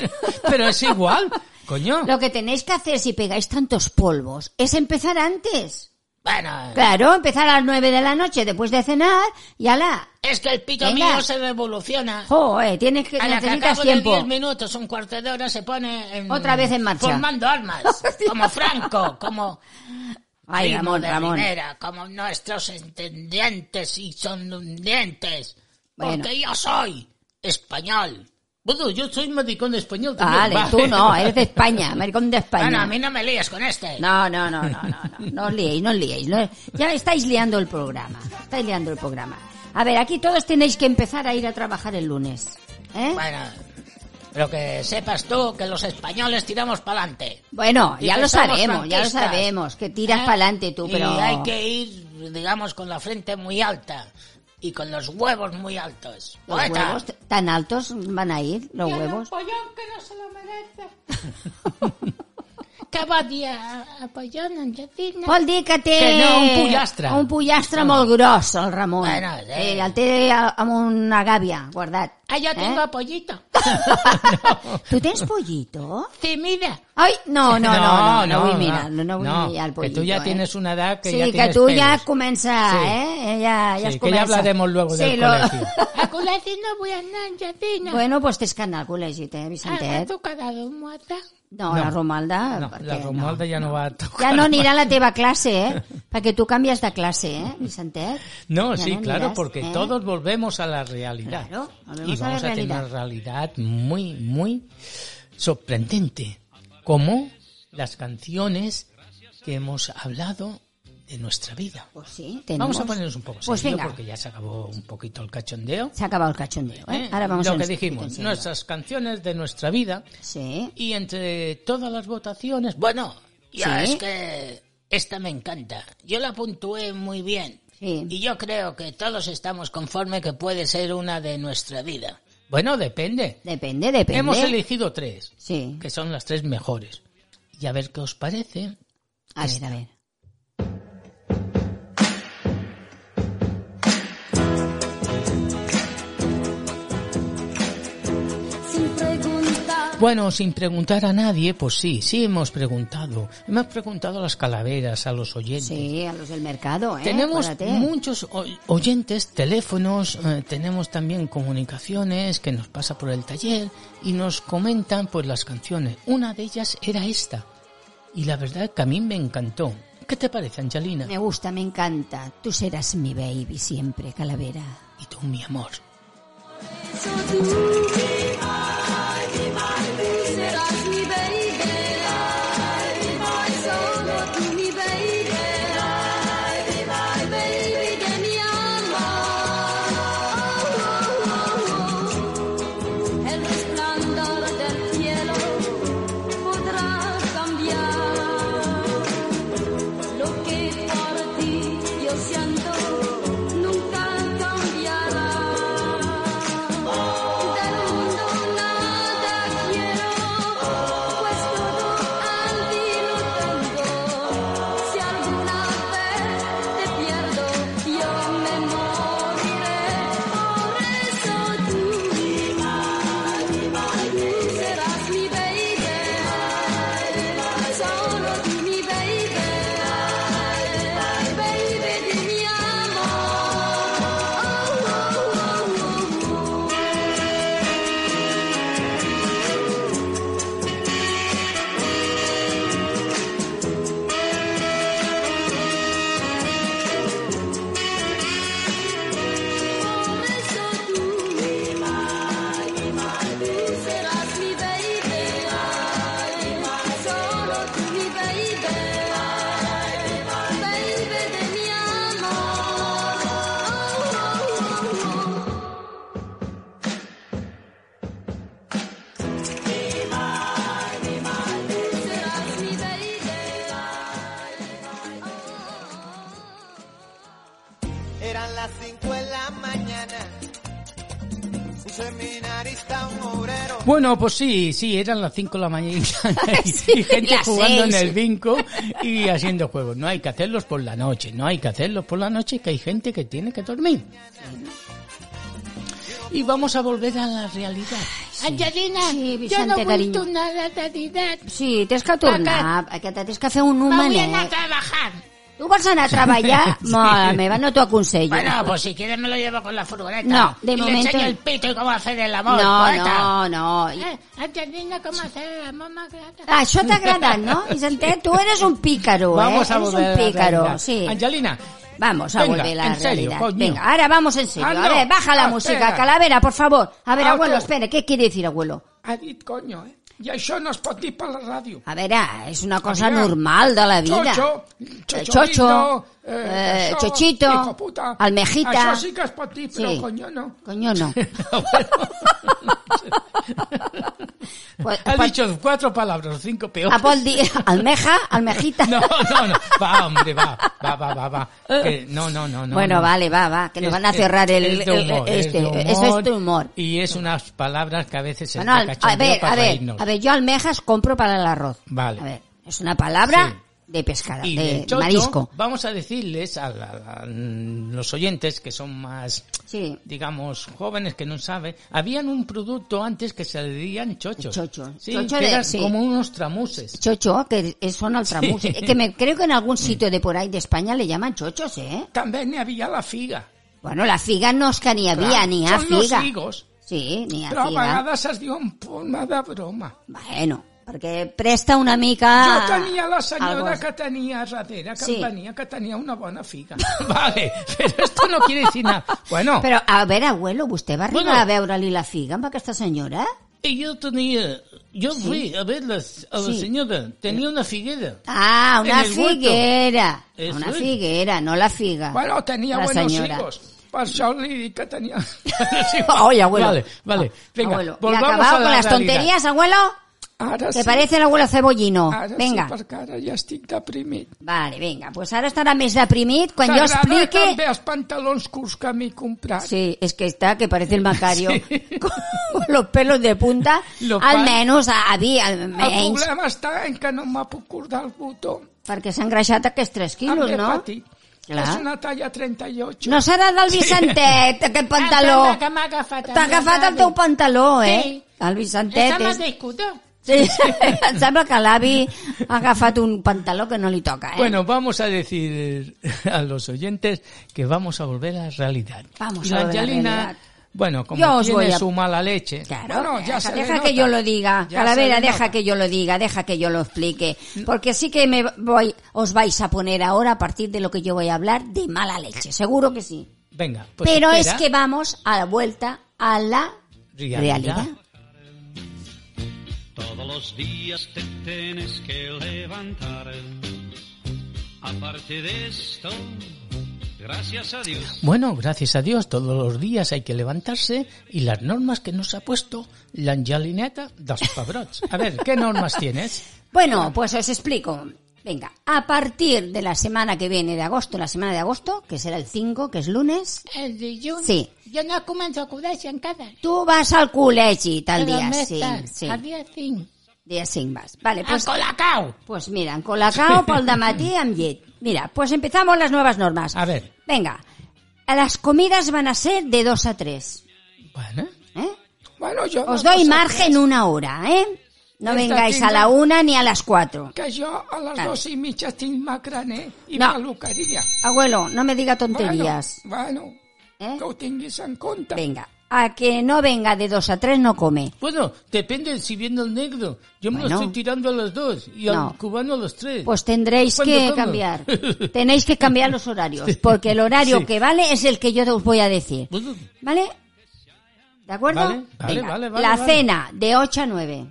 Speaker 2: <laughs> Pero es igual, coño.
Speaker 3: lo que tenéis que hacer si pegáis tantos polvos es empezar antes.
Speaker 4: Bueno,
Speaker 3: Claro, empezar a las 9 de la noche después de cenar y ala.
Speaker 4: es que el pito
Speaker 3: Venga.
Speaker 4: mío se revoluciona.
Speaker 3: Joder, tienes que,
Speaker 4: A la que
Speaker 3: necesitas
Speaker 4: acabo de
Speaker 3: tiempo.
Speaker 4: 10 minutos, un cuarto de hora se pone en-
Speaker 3: Otra vez en marcha.
Speaker 4: Formando
Speaker 3: <laughs>
Speaker 4: armas. como Franco, como
Speaker 3: Ay,
Speaker 4: Primo
Speaker 3: Ramón,
Speaker 4: de
Speaker 3: Ramón.
Speaker 4: Rivera, como nuestros entendientes y sonundientes.
Speaker 3: Bueno.
Speaker 4: Porque yo soy español. Bueno, yo soy maricón español
Speaker 3: Vale,
Speaker 4: también.
Speaker 3: tú
Speaker 4: <laughs>
Speaker 3: no, eres de España, maricón de
Speaker 4: Bueno,
Speaker 3: España.
Speaker 4: a mí no me líes con este.
Speaker 3: No, no, no, no, no, no, no os liéis, no os liéis. no- ya estáis liando el programa, estáis liando el programa. A ver, aquí todos tenéis que empezar a ir a trabajar el lunes, ¿eh?
Speaker 4: Bueno, pero que sepas tú que los españoles tiramos para adelante.
Speaker 3: Bueno,
Speaker 4: Y
Speaker 3: ya
Speaker 4: que
Speaker 3: lo
Speaker 4: somos
Speaker 3: sabemos, ya lo
Speaker 4: franquistas.
Speaker 3: sabemos, que
Speaker 2: Eh,
Speaker 3: tiras para adelante tú, pero...
Speaker 4: Y hay que ir, digamos, con la frente muy alta y con los huevos muy altos.
Speaker 3: Los
Speaker 4: Poeta.
Speaker 3: huevos t- tan altos van a ir, los
Speaker 5: Tiene un
Speaker 3: huevos.
Speaker 5: pollón que no se lo
Speaker 3: <laughs>
Speaker 5: merece.
Speaker 4: Cada día
Speaker 5: ah,
Speaker 4: apoyant Angelina.
Speaker 3: Vol dir que té...
Speaker 2: Que no, un pollastre.
Speaker 3: Un pollastre molt gros, el Ramon.
Speaker 4: Bueno, sí.
Speaker 3: eh, el té a- amb una gàbia guardat.
Speaker 4: Ah, yo tengo
Speaker 3: Eh?
Speaker 4: apoyito.
Speaker 3: <laughs> Tu tens pollito?
Speaker 4: Sí, mira.
Speaker 3: Ai, no, no, no, no, no, vull mirar, no, no vull
Speaker 2: no,
Speaker 3: mirar el pollito.
Speaker 2: Que tú ya
Speaker 3: eh?
Speaker 2: tienes una edad que
Speaker 3: sí,
Speaker 2: ya
Speaker 3: que
Speaker 2: tienes
Speaker 3: tu ja
Speaker 2: pelos.
Speaker 3: comença,
Speaker 2: Sí.
Speaker 3: eh? Ja, ja
Speaker 2: Sí,
Speaker 3: es
Speaker 2: que ja
Speaker 3: comença.
Speaker 2: hablaremos luego del colegio.
Speaker 4: A col·legi no vull anar, Angelina.
Speaker 3: <laughs>
Speaker 4: Ah,
Speaker 3: Bueno, doncs tens que anar al col·legi, eh,
Speaker 2: Ah,
Speaker 4: Ara
Speaker 3: Vicentet?
Speaker 4: tu quedaràs morta.
Speaker 3: No, la Romalda...
Speaker 2: No,
Speaker 3: perquè
Speaker 2: la Romualda ja no va a tocar.
Speaker 3: Ja no anirà a la teva classe, eh? Perquè tu canvies de clase, eh, Vicentet?
Speaker 2: No,
Speaker 3: Ya
Speaker 2: sí,
Speaker 3: no
Speaker 2: claro,
Speaker 3: miras,
Speaker 2: porque
Speaker 3: ¿eh?
Speaker 2: todos volvemos a la realidad.
Speaker 3: Claro, volvemos
Speaker 2: y
Speaker 3: a la
Speaker 2: vamos a, tener
Speaker 3: realidad.
Speaker 2: una realidad muy, muy sorprendente. Como las canciones que hemos hablado de nuestra vida.
Speaker 3: Pues sí, tenemos.
Speaker 2: Vamos a ponernos un poco
Speaker 3: Pues
Speaker 2: serio
Speaker 3: venga,
Speaker 2: porque ya se acabó un poquito el cachondeo.
Speaker 3: se ha acabado el cachondeo, ¿eh?
Speaker 2: ¿eh?
Speaker 3: Ahora vamos a
Speaker 2: Lo que
Speaker 3: ver si-
Speaker 2: dijimos,
Speaker 3: sí.
Speaker 2: nuestras canciones de nuestra vida
Speaker 3: Sí.
Speaker 2: y entre todas las votaciones,
Speaker 4: Bueno, ya
Speaker 3: Sí.
Speaker 4: es que esta me encanta. Yo la puntué muy bien.
Speaker 3: Sí.
Speaker 4: Y yo creo que todos estamos conforme que puede ser una de nuestra vida.
Speaker 2: bueno, depende.
Speaker 3: Depende, depende.
Speaker 2: Hemos elegido tres,
Speaker 3: Sí.
Speaker 2: que son las tres mejores. Y a ver qué os parece.
Speaker 3: A ver, a ver.
Speaker 2: Bueno, sin preguntar a nadie, pues sí, sí hemos preguntado. Hemos preguntado a las calaveras, a los oyentes.
Speaker 3: Sí, a los del mercado, ¿eh?
Speaker 2: Tenemos
Speaker 3: Acuérdate.
Speaker 2: muchos o- oyentes, teléfonos, eh, tenemos también comunicaciones que nos pasa por el taller y nos comentan pues las canciones. Una de ellas era esta, Y la verdad que a mí me encantó. ¿Qué te parece, Angelina?
Speaker 3: Me gusta, me encanta. Tú serás mi baby siempre, calavera.
Speaker 2: Y tú, mi amor.
Speaker 6: Eran las 5 de la mañana. Un seminarista, un obrero.
Speaker 2: Bueno, pues sí, sí, eran las 5 de la
Speaker 4: <laughs>
Speaker 2: mañana y,
Speaker 3: Sí,
Speaker 2: gente
Speaker 3: las
Speaker 2: jugando en
Speaker 3: seis.
Speaker 2: el bingo y haciendo juegos. No hay que hacerlos por la noche, no hay que hacerlos por la noche, que hay gente que tiene que dormir. Y vamos a volver a la realidad.
Speaker 4: Angelina,
Speaker 3: Sí,
Speaker 4: jo no
Speaker 3: Vicente,
Speaker 4: vull
Speaker 3: cariño.
Speaker 4: tornar a la dinat.
Speaker 3: Sí, tens que tornar, que te tens que fer un
Speaker 4: M'avui anar a
Speaker 3: humanet.
Speaker 4: treballar.
Speaker 3: Tu vols anar a treballar?
Speaker 2: <laughs>
Speaker 3: Mare meva, no t'ho aconsello.
Speaker 4: Bueno, pues si quieres me lo llevo con la furgoneta.
Speaker 3: No, de
Speaker 4: y
Speaker 3: momento-
Speaker 4: Le enseño el pito y cómo hacer el amor,
Speaker 3: no,
Speaker 4: poeta.
Speaker 3: no, no.
Speaker 4: Eh, Angelina, ¿cómo hacer el amor más grande?
Speaker 3: Ah, això t'ha agradat, no? Vicentet, tu eres un pícaro,
Speaker 2: Vamos
Speaker 3: eh?
Speaker 2: a
Speaker 3: eres
Speaker 2: volver
Speaker 3: un
Speaker 2: a la
Speaker 3: pícaro,
Speaker 2: realidad.
Speaker 3: sí.
Speaker 2: Angelina,
Speaker 3: Vamos a
Speaker 2: Venga,
Speaker 3: volver a la
Speaker 2: en serio,
Speaker 3: realidad.
Speaker 2: coño.
Speaker 3: Venga, ahora vamos en serio.
Speaker 5: Ah,
Speaker 3: a
Speaker 5: no.
Speaker 3: ver, baja la
Speaker 5: Ah,
Speaker 3: música,
Speaker 5: espera.
Speaker 3: Calavera, por favor. A ver,
Speaker 5: Ah,
Speaker 3: abuelo,
Speaker 5: tu.
Speaker 3: espera, què quiere decir, abuelo?
Speaker 5: Ha dit coño, eh? I això no es pot dir per la ràdio.
Speaker 3: A veure, és una cosa
Speaker 5: Mira.
Speaker 3: normal de la vida.
Speaker 5: Chocho,
Speaker 3: Eh,
Speaker 5: chochorito,
Speaker 3: Chocho,
Speaker 5: això,
Speaker 3: eh,
Speaker 5: hijo
Speaker 3: Chochito,
Speaker 5: puta.
Speaker 3: Almejita.
Speaker 5: Això sí que es pot dir, però
Speaker 3: Sí.
Speaker 5: coño no.
Speaker 2: <laughs>
Speaker 3: Coño, no. <laughs> pues,
Speaker 2: has
Speaker 3: pot-
Speaker 2: dicho cuatro palabras, cinco peores.
Speaker 3: Ah, pot dir <laughs> almeja, almejita.
Speaker 2: No, no, no. Va, hombre, va, va, va, va, va. Que no, no, no, no.
Speaker 3: bueno,
Speaker 2: no.
Speaker 3: vale, va, va, que nos
Speaker 2: Es-
Speaker 3: van a
Speaker 2: es-
Speaker 3: cerrar el,
Speaker 2: es de humor,
Speaker 3: el-
Speaker 2: es
Speaker 3: este,
Speaker 2: de humor,
Speaker 3: eso es tu humor.
Speaker 2: Y es unas palabras que a veces
Speaker 3: Bueno,
Speaker 2: es
Speaker 3: al-
Speaker 2: de
Speaker 3: a
Speaker 2: cachondeo
Speaker 3: ver,
Speaker 2: para
Speaker 3: a ver,
Speaker 2: reírnos.
Speaker 3: a ver, yo almejas compro para el arroz.
Speaker 2: Vale.
Speaker 3: A ver, es una palabra
Speaker 2: Sí.
Speaker 3: de pescada,
Speaker 2: y
Speaker 3: de
Speaker 2: del chocho,
Speaker 3: marisco.
Speaker 2: Vamos a decirles a, la- a los oyentes que son más,
Speaker 3: Sí.
Speaker 2: digamos, jóvenes que no saben, habían un producto antes que se le decían chochos.
Speaker 3: Chocho.
Speaker 2: Sí,
Speaker 3: Chocho
Speaker 2: que
Speaker 3: de-
Speaker 2: eran
Speaker 3: sí.
Speaker 2: como unos tramuses.
Speaker 3: Chocho, que es- son altramus. Es Que me, creo que en algún sitio de por ahí de España le llaman chochos, ¿eh?
Speaker 5: També n'hi havia la figa.
Speaker 3: Bueno, la figa no es que ni había, ni a
Speaker 5: Són los
Speaker 3: figa.
Speaker 5: figos.
Speaker 3: Sí, ni a
Speaker 5: Però a
Speaker 3: figa.
Speaker 5: vegades es diu en forma de broma.
Speaker 3: Bueno, perquè presta una
Speaker 5: Jo
Speaker 3: mica...
Speaker 5: tenia la senyora
Speaker 3: Ah, algo.
Speaker 5: que tenia a darrere, que
Speaker 3: Sí.
Speaker 5: em venia, que tenia una bona figa.
Speaker 2: <laughs> vale, pero esto no quiere decir nada. Bueno,
Speaker 3: Però, a veure, abuelo, vostè va arribar
Speaker 2: Bueno.
Speaker 3: a veure-li la figa amb aquesta senyora?
Speaker 2: y yo tenía, yo fui a ver las- a la
Speaker 3: Sí.
Speaker 2: señora, tenía una figuera.
Speaker 3: Ah, una
Speaker 2: En el huerto.
Speaker 3: figuera.
Speaker 2: Eso
Speaker 3: Una
Speaker 2: es.
Speaker 3: figuera, no la figa.
Speaker 5: Bueno, tenia
Speaker 3: Ah. la
Speaker 5: buenos
Speaker 3: senyora.
Speaker 5: higos. Per això li dic que tenia... <laughs>
Speaker 3: Oye, abuelo. Ah.
Speaker 2: Vale, vale. Venga,
Speaker 3: abuelo. ¿Y
Speaker 2: volvamos
Speaker 3: acabado
Speaker 2: a la
Speaker 3: con las
Speaker 2: realidad.
Speaker 3: tonterías, abuelo?
Speaker 5: Ara
Speaker 3: ¿Te parece el abuelo cebollino?
Speaker 5: Ara
Speaker 3: venga.
Speaker 5: sí, perquè ara ja estic deprimit.
Speaker 3: Vale, venga. Pues ahora estará més deprimit quan jo
Speaker 5: T'agrada també
Speaker 3: explique...
Speaker 5: els pantalons curts que m'he comprat.
Speaker 3: Sí, es que está, que parece el Macario, <laughs> con los pelos de punta,
Speaker 2: Lo
Speaker 3: al
Speaker 2: fa-
Speaker 3: menys, havia,
Speaker 5: El
Speaker 3: almenys,
Speaker 5: problema està en que no me puc cordar el botó.
Speaker 3: perquè s'ha engreixat aquests 3 quilos,
Speaker 5: Em ve
Speaker 3: no?
Speaker 5: petit.
Speaker 3: Clar.
Speaker 5: És una talla 38.
Speaker 3: No serà del Vicentet, aquest pantaló.
Speaker 4: Em sembla que m'ha agafat
Speaker 3: T'ha
Speaker 4: amb la
Speaker 3: agafat el
Speaker 4: ràdio.
Speaker 3: teu pantaló, eh?
Speaker 4: Sí.
Speaker 3: El
Speaker 4: Esa
Speaker 3: Vicentet
Speaker 4: más
Speaker 3: és...
Speaker 4: discuto.
Speaker 3: Sí, <laughs> em sembla que l'avi ha agafat un pantaló que no li toca, eh?
Speaker 2: Bueno, vamos a <laughs> decir a los oyentes que vamos a volver a la realidad.
Speaker 3: Vamos
Speaker 2: Y
Speaker 3: a volver a la
Speaker 2: Angelina
Speaker 3: realidad.
Speaker 2: Bueno, como
Speaker 3: Yo os
Speaker 2: tiene
Speaker 3: voy a-
Speaker 2: su mala leche.
Speaker 3: Claro,
Speaker 5: Bueno, ya
Speaker 3: deja,
Speaker 5: se le
Speaker 3: deja
Speaker 5: nota.
Speaker 3: que yo lo diga.
Speaker 5: Ya
Speaker 3: Calavera,
Speaker 5: se le
Speaker 3: deja
Speaker 5: nota. Mm.
Speaker 3: que yo lo diga, deja que yo lo explique. Porque sí que me voy, os vais a poner ahora a partir de lo que yo voy a hablar de mala leche, seguro que sí.
Speaker 2: Venga, pues
Speaker 3: Pero
Speaker 2: espera.
Speaker 3: es que vamos a la vuelta a la
Speaker 2: Realidad.
Speaker 3: realidad.
Speaker 1: Todos los días te tienes que levantar. Aparte de esto, gracias a Dios.
Speaker 2: Bueno, gracias a Dios, todos los días hay que levantarse y las normas que nos ha puesto l'Angelineta dels Pebrots. A ver, ¿qué normas
Speaker 3: <laughs>
Speaker 2: tienes?
Speaker 3: Bueno, pues os explico. Venga, a partir de la semana que viene de agosto, la semana de agosto, que será el 5, que es lunes,
Speaker 4: El dilluns
Speaker 3: Sí.
Speaker 4: jo no començo a cobrar encara.
Speaker 3: tú vas al col·legi tal dia
Speaker 4: més
Speaker 3: 5.
Speaker 4: tard,
Speaker 3: Sí,
Speaker 4: El dia 5.
Speaker 3: dia 5 vas.
Speaker 5: Ah,
Speaker 3: Vale,
Speaker 4: A
Speaker 3: pues
Speaker 4: Colacau!
Speaker 3: Pues mira, en
Speaker 5: <laughs>
Speaker 3: Colacao, Pol de Matí, amb llet. Mira, pues empezamos las nuevas normas.
Speaker 2: A ver.
Speaker 3: Venga, las comidas van a ser de 2 a 3.
Speaker 2: Bueno,
Speaker 3: ¿eh?
Speaker 5: Bueno, yo...
Speaker 3: Os
Speaker 5: no
Speaker 3: doy
Speaker 5: sé
Speaker 3: margen una hora, ¿eh? No
Speaker 5: Esta
Speaker 3: vengáis a
Speaker 5: tinga.
Speaker 3: la una ni a las cuatro.
Speaker 5: Que yo a las
Speaker 3: Claro.
Speaker 5: dos y media tengo macrané y
Speaker 3: No.
Speaker 5: malucaría.
Speaker 3: Abuelo, no me diga tonterías.
Speaker 5: Bueno, bueno
Speaker 3: ¿eh?
Speaker 5: que ho tinguis en compte.
Speaker 3: Venga, a que no venga de 2 a 3 no come.
Speaker 2: bueno, depende si viene el negro. Yo me lo
Speaker 3: Bueno.
Speaker 2: estoy tirando a los dos y
Speaker 3: No.
Speaker 2: al cubano a los tres.
Speaker 3: Pues tendréis
Speaker 2: ¿Cuándo
Speaker 3: que
Speaker 2: como? <laughs>
Speaker 3: cambiar. Tenéis que cambiar los horarios, porque el horario
Speaker 2: Sí.
Speaker 3: que vale es el que yo os voy a decir.
Speaker 2: Bueno,
Speaker 3: ¿Vale? ¿De acuerdo?
Speaker 2: Vale, vale,
Speaker 3: Venga,
Speaker 2: vale, vale,
Speaker 3: La
Speaker 2: vale.
Speaker 3: cena de 8 a 9.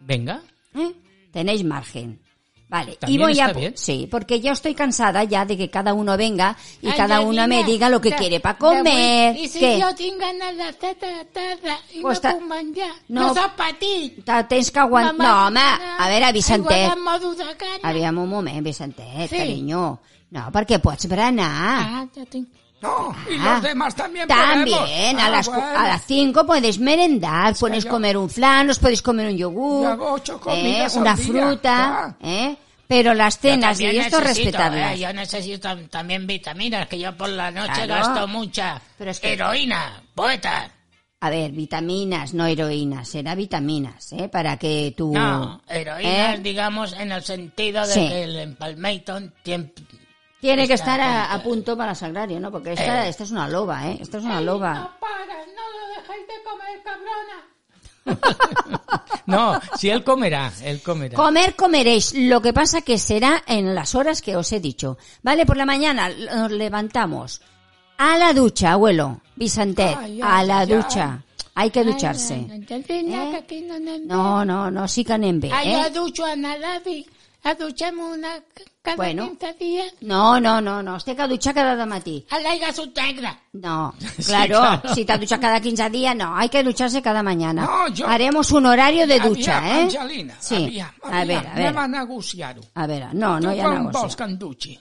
Speaker 2: venga.
Speaker 3: ¿eh? Tenéis margen. Vale, y
Speaker 2: También
Speaker 3: voy
Speaker 2: está
Speaker 3: a...
Speaker 2: bien.
Speaker 3: Sí, porque yo estoy cansada ya de que cada uno venga y
Speaker 4: Ai,
Speaker 3: cada uno me
Speaker 4: Janina,
Speaker 3: diga lo que
Speaker 4: de-
Speaker 3: quiere para
Speaker 4: d'avui.
Speaker 3: comer.
Speaker 4: I si
Speaker 3: que
Speaker 4: jo tinc ganes de fer de la tarda i
Speaker 3: Pues ta-
Speaker 4: no puc menjar?
Speaker 3: no.
Speaker 4: No, sóc petit.
Speaker 3: te- tens que aguantar... No, home, a veure, Vicentet.
Speaker 4: Igual modo de gana.
Speaker 3: Aviam un eh, moment, Vicentet,
Speaker 4: Sí.
Speaker 3: carinyo. No, perquè pots berenar.
Speaker 4: Ah, ja tinc.
Speaker 5: No, y
Speaker 3: Ah,
Speaker 5: los demás también
Speaker 3: También,
Speaker 5: podemos.
Speaker 3: a
Speaker 5: Ah,
Speaker 3: las, cu-
Speaker 5: bueno.
Speaker 3: a las 5 podéis merendar, podéis
Speaker 5: yo-
Speaker 3: comer un flan, os podéis comer un
Speaker 5: Yo
Speaker 3: yogur,
Speaker 5: hago ocho
Speaker 3: eh,
Speaker 5: comidas al
Speaker 3: una
Speaker 5: día,
Speaker 3: fruta, ¿eh? pero las cenas y
Speaker 4: También
Speaker 3: esto
Speaker 4: necesito,
Speaker 3: respetarlas.
Speaker 4: eh, yo necesito también vitaminas, que yo por la noche
Speaker 3: Claro.
Speaker 4: gasto mucha.
Speaker 3: Pero es que-
Speaker 4: Heroína, poeta.
Speaker 3: A ver, vitaminas, no heroínas, será vitaminas, ¿eh? Para que tú...
Speaker 4: No, heroínas,
Speaker 3: ¿eh?
Speaker 4: digamos, en el sentido de
Speaker 3: Sí.
Speaker 4: que el empalmeiton tiemp-
Speaker 3: Tiene que
Speaker 4: Está
Speaker 3: estar a, a punto para sagrario, ¿no? Porque esta,
Speaker 4: Eh.
Speaker 3: esta es una loba, ¿eh? Esta es una loba.
Speaker 4: para, no lo dejáis de comer, cabrona.
Speaker 2: <laughs> No, si él comerá, él comerá.
Speaker 3: Comer comeréis, lo que pasa que será en las horas que os he dicho. Vale, por la mañana nos levantamos. A la ducha, abuelo, Vicente,
Speaker 5: Ay,
Speaker 3: a
Speaker 5: ay,
Speaker 3: la
Speaker 5: ay.
Speaker 3: ducha. Hay que ducharse. Eh?
Speaker 4: Janina, que aquí no nos-
Speaker 3: No, no, no, sí que anem bé,
Speaker 4: Ai,
Speaker 3: eh?
Speaker 4: jo dutxo a Nadavi. A dutxem una c- cada
Speaker 3: Bueno.
Speaker 4: 15 dies.
Speaker 3: No, no, no, no, es té que dutxar cada matí.
Speaker 4: A l'aigua sud negra.
Speaker 5: <laughs>
Speaker 3: No, claro,
Speaker 2: claro.
Speaker 3: si te duchas cada 15 días, no, hay que ducharse cada mañana.
Speaker 5: No, yo-
Speaker 3: Haremos un horario de ducha,
Speaker 5: Aviam,
Speaker 3: ¿eh?
Speaker 5: Angelina,
Speaker 3: sí.
Speaker 5: aviam,
Speaker 3: a ver, a
Speaker 5: anem a
Speaker 3: ver.
Speaker 5: negociar-ho.
Speaker 3: A veure, no, no
Speaker 5: tu
Speaker 3: hi ha
Speaker 5: quan vols
Speaker 3: negoci.
Speaker 5: que em dutxi?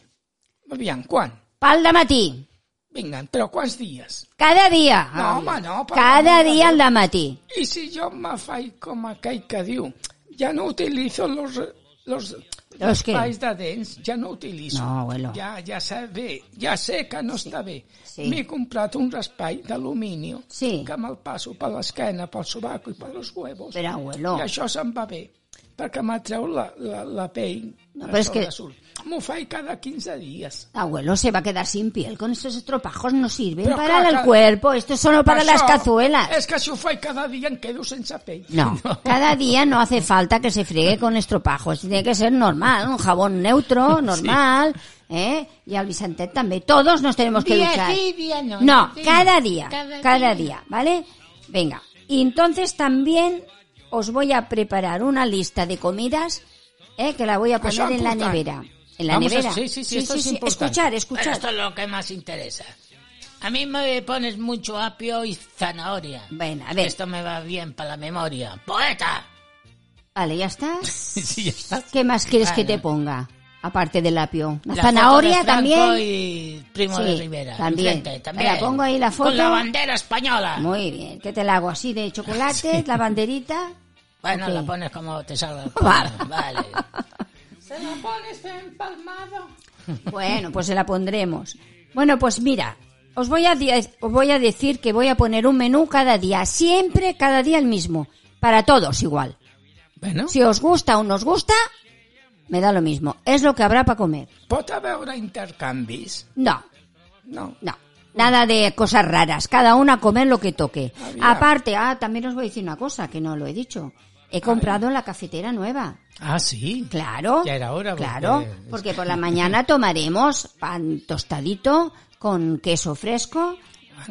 Speaker 5: Aviam, quan?
Speaker 3: Pal de matí,
Speaker 5: Vinga, però quants dies?
Speaker 3: cada dia.
Speaker 5: No,
Speaker 3: Aviam.
Speaker 5: home, no, per
Speaker 3: Cada
Speaker 5: l'amor de
Speaker 3: dia al
Speaker 5: Déu.
Speaker 3: de matí.
Speaker 5: I si jo me faig com aquell que diu, ja no utilizo los, los,
Speaker 3: Los què?
Speaker 5: pais de dents, ja no utilizo.
Speaker 3: No, abuelo.
Speaker 5: Ja, ja sé bé, ja sé que no està bé.
Speaker 3: Sí.
Speaker 5: M'he comprat un raspall d'alumini
Speaker 3: Sí.
Speaker 5: que me'l passo per l'esquena, pel sobaco i per los huevos.
Speaker 3: Però, abuelo.
Speaker 5: I això se'm va bé, perquè m'atreu la, la, la pell.
Speaker 3: No, però és que-
Speaker 5: que... M'ho faig cada 15 dies.
Speaker 3: Abuelo se va a quedar sin piel con estos estropajos, no sirven
Speaker 5: Pero
Speaker 3: para
Speaker 5: claro,
Speaker 3: el cuerpo, esto es solo para las
Speaker 5: Això
Speaker 3: cazuelas.
Speaker 5: És que si ho faig cada dia em quedo sense pell.
Speaker 4: <laughs>
Speaker 3: No, cada día no hace falta que se friegue con estropajos, tiene que ser normal, un
Speaker 4: <laughs>
Speaker 3: jabón neutro, normal, ¿eh? Y al Vicente también, todos nos tenemos que
Speaker 4: Día
Speaker 3: luchar.
Speaker 4: sí, día no.
Speaker 3: No,
Speaker 4: Sí.
Speaker 3: cada día, cada,
Speaker 4: Cada
Speaker 3: día.
Speaker 4: día.
Speaker 3: ¿vale? Venga, y entonces también os voy a preparar una lista de comidas, ¿eh? Que la
Speaker 4: Ah,
Speaker 3: voy a poner
Speaker 5: Eso es
Speaker 3: en la
Speaker 5: importante.
Speaker 3: nevera. En la
Speaker 2: Vamos a-
Speaker 3: nevera.
Speaker 2: sí, sí, sí, esto es importante.
Speaker 3: Escuchar,
Speaker 4: Pero
Speaker 3: escuchar.
Speaker 4: esto es lo que más interesa. A mí me pones mucho apio y zanahoria.
Speaker 3: Bueno, a ver.
Speaker 4: Esto me va bien para la memoria. ¡Poeta!
Speaker 3: Vale, ya
Speaker 4: <laughs>
Speaker 3: está.
Speaker 2: <laughs> Sí, ya está.
Speaker 3: ¿Qué más quieres que
Speaker 4: Bueno.
Speaker 3: te ponga? Aparte del apio. ¿La,
Speaker 4: La
Speaker 3: zanahoria
Speaker 4: foto de Franco
Speaker 3: también?
Speaker 4: y Primo
Speaker 3: Sí,
Speaker 4: de Rivera.
Speaker 3: también.
Speaker 4: Enfrente, también.
Speaker 3: La pongo ahí la foto.
Speaker 4: Con la bandera española.
Speaker 3: Muy bien, ¿qué te la hago así de <laughs> chocolate, la banderita?
Speaker 4: Bueno,
Speaker 3: Ok.
Speaker 4: la pones como te salga. el
Speaker 3: <laughs> Vale.
Speaker 4: coño. Vale.
Speaker 3: Bueno, pues se la pondremos. Bueno, pues mira, os voy a di- eh, os voy a decir que voy a poner un menú cada día, siempre cada día el mismo, para todos igual.
Speaker 2: Bueno,
Speaker 3: Si os gusta o no os gusta, me da lo mismo, es lo que habrá para comer.
Speaker 5: Pot haver intercanvis?
Speaker 3: No,
Speaker 5: No.
Speaker 3: no. Nada de cosas raras, cada una a comer lo que toque. Aparte, ah, también os voy a decir una cosa que no lo he dicho. He comprado la cafetera nueva.
Speaker 2: Ah, sí.
Speaker 3: Claro.
Speaker 2: Ya era hora, porque-
Speaker 3: Claro, porque por la mañana tomaremos pan tostadito con queso fresco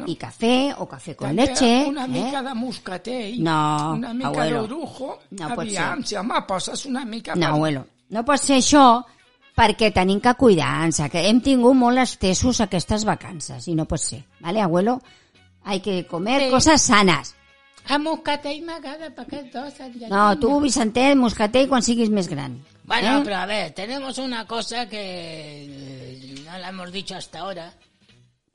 Speaker 3: y cafè o cafè con
Speaker 5: També
Speaker 3: leche.
Speaker 5: Una
Speaker 3: eh?
Speaker 5: mica de moscatell.
Speaker 3: No,
Speaker 5: Una mica
Speaker 3: abuelo.
Speaker 5: d'orujo.
Speaker 3: No pot
Speaker 5: Aviam, si home, poses una mica...
Speaker 3: No,
Speaker 5: per-
Speaker 3: abuelo, no pot ser això perquè tenim que cuidar-nos, que hem tingut molt estesos aquestes vacances i no pot ser, ¿vale, abuelo? Hay que comer
Speaker 4: Sí.
Speaker 3: cosas sanas.
Speaker 4: A Moscatell m'agrada per aquests dos enllaçats.
Speaker 3: No, tu, Vicentet, moscatell quan siguis més gran.
Speaker 4: Bueno,
Speaker 3: ¿eh?
Speaker 4: pero a ver, tenemos una cosa que eh, no la hemos dicho hasta ahora.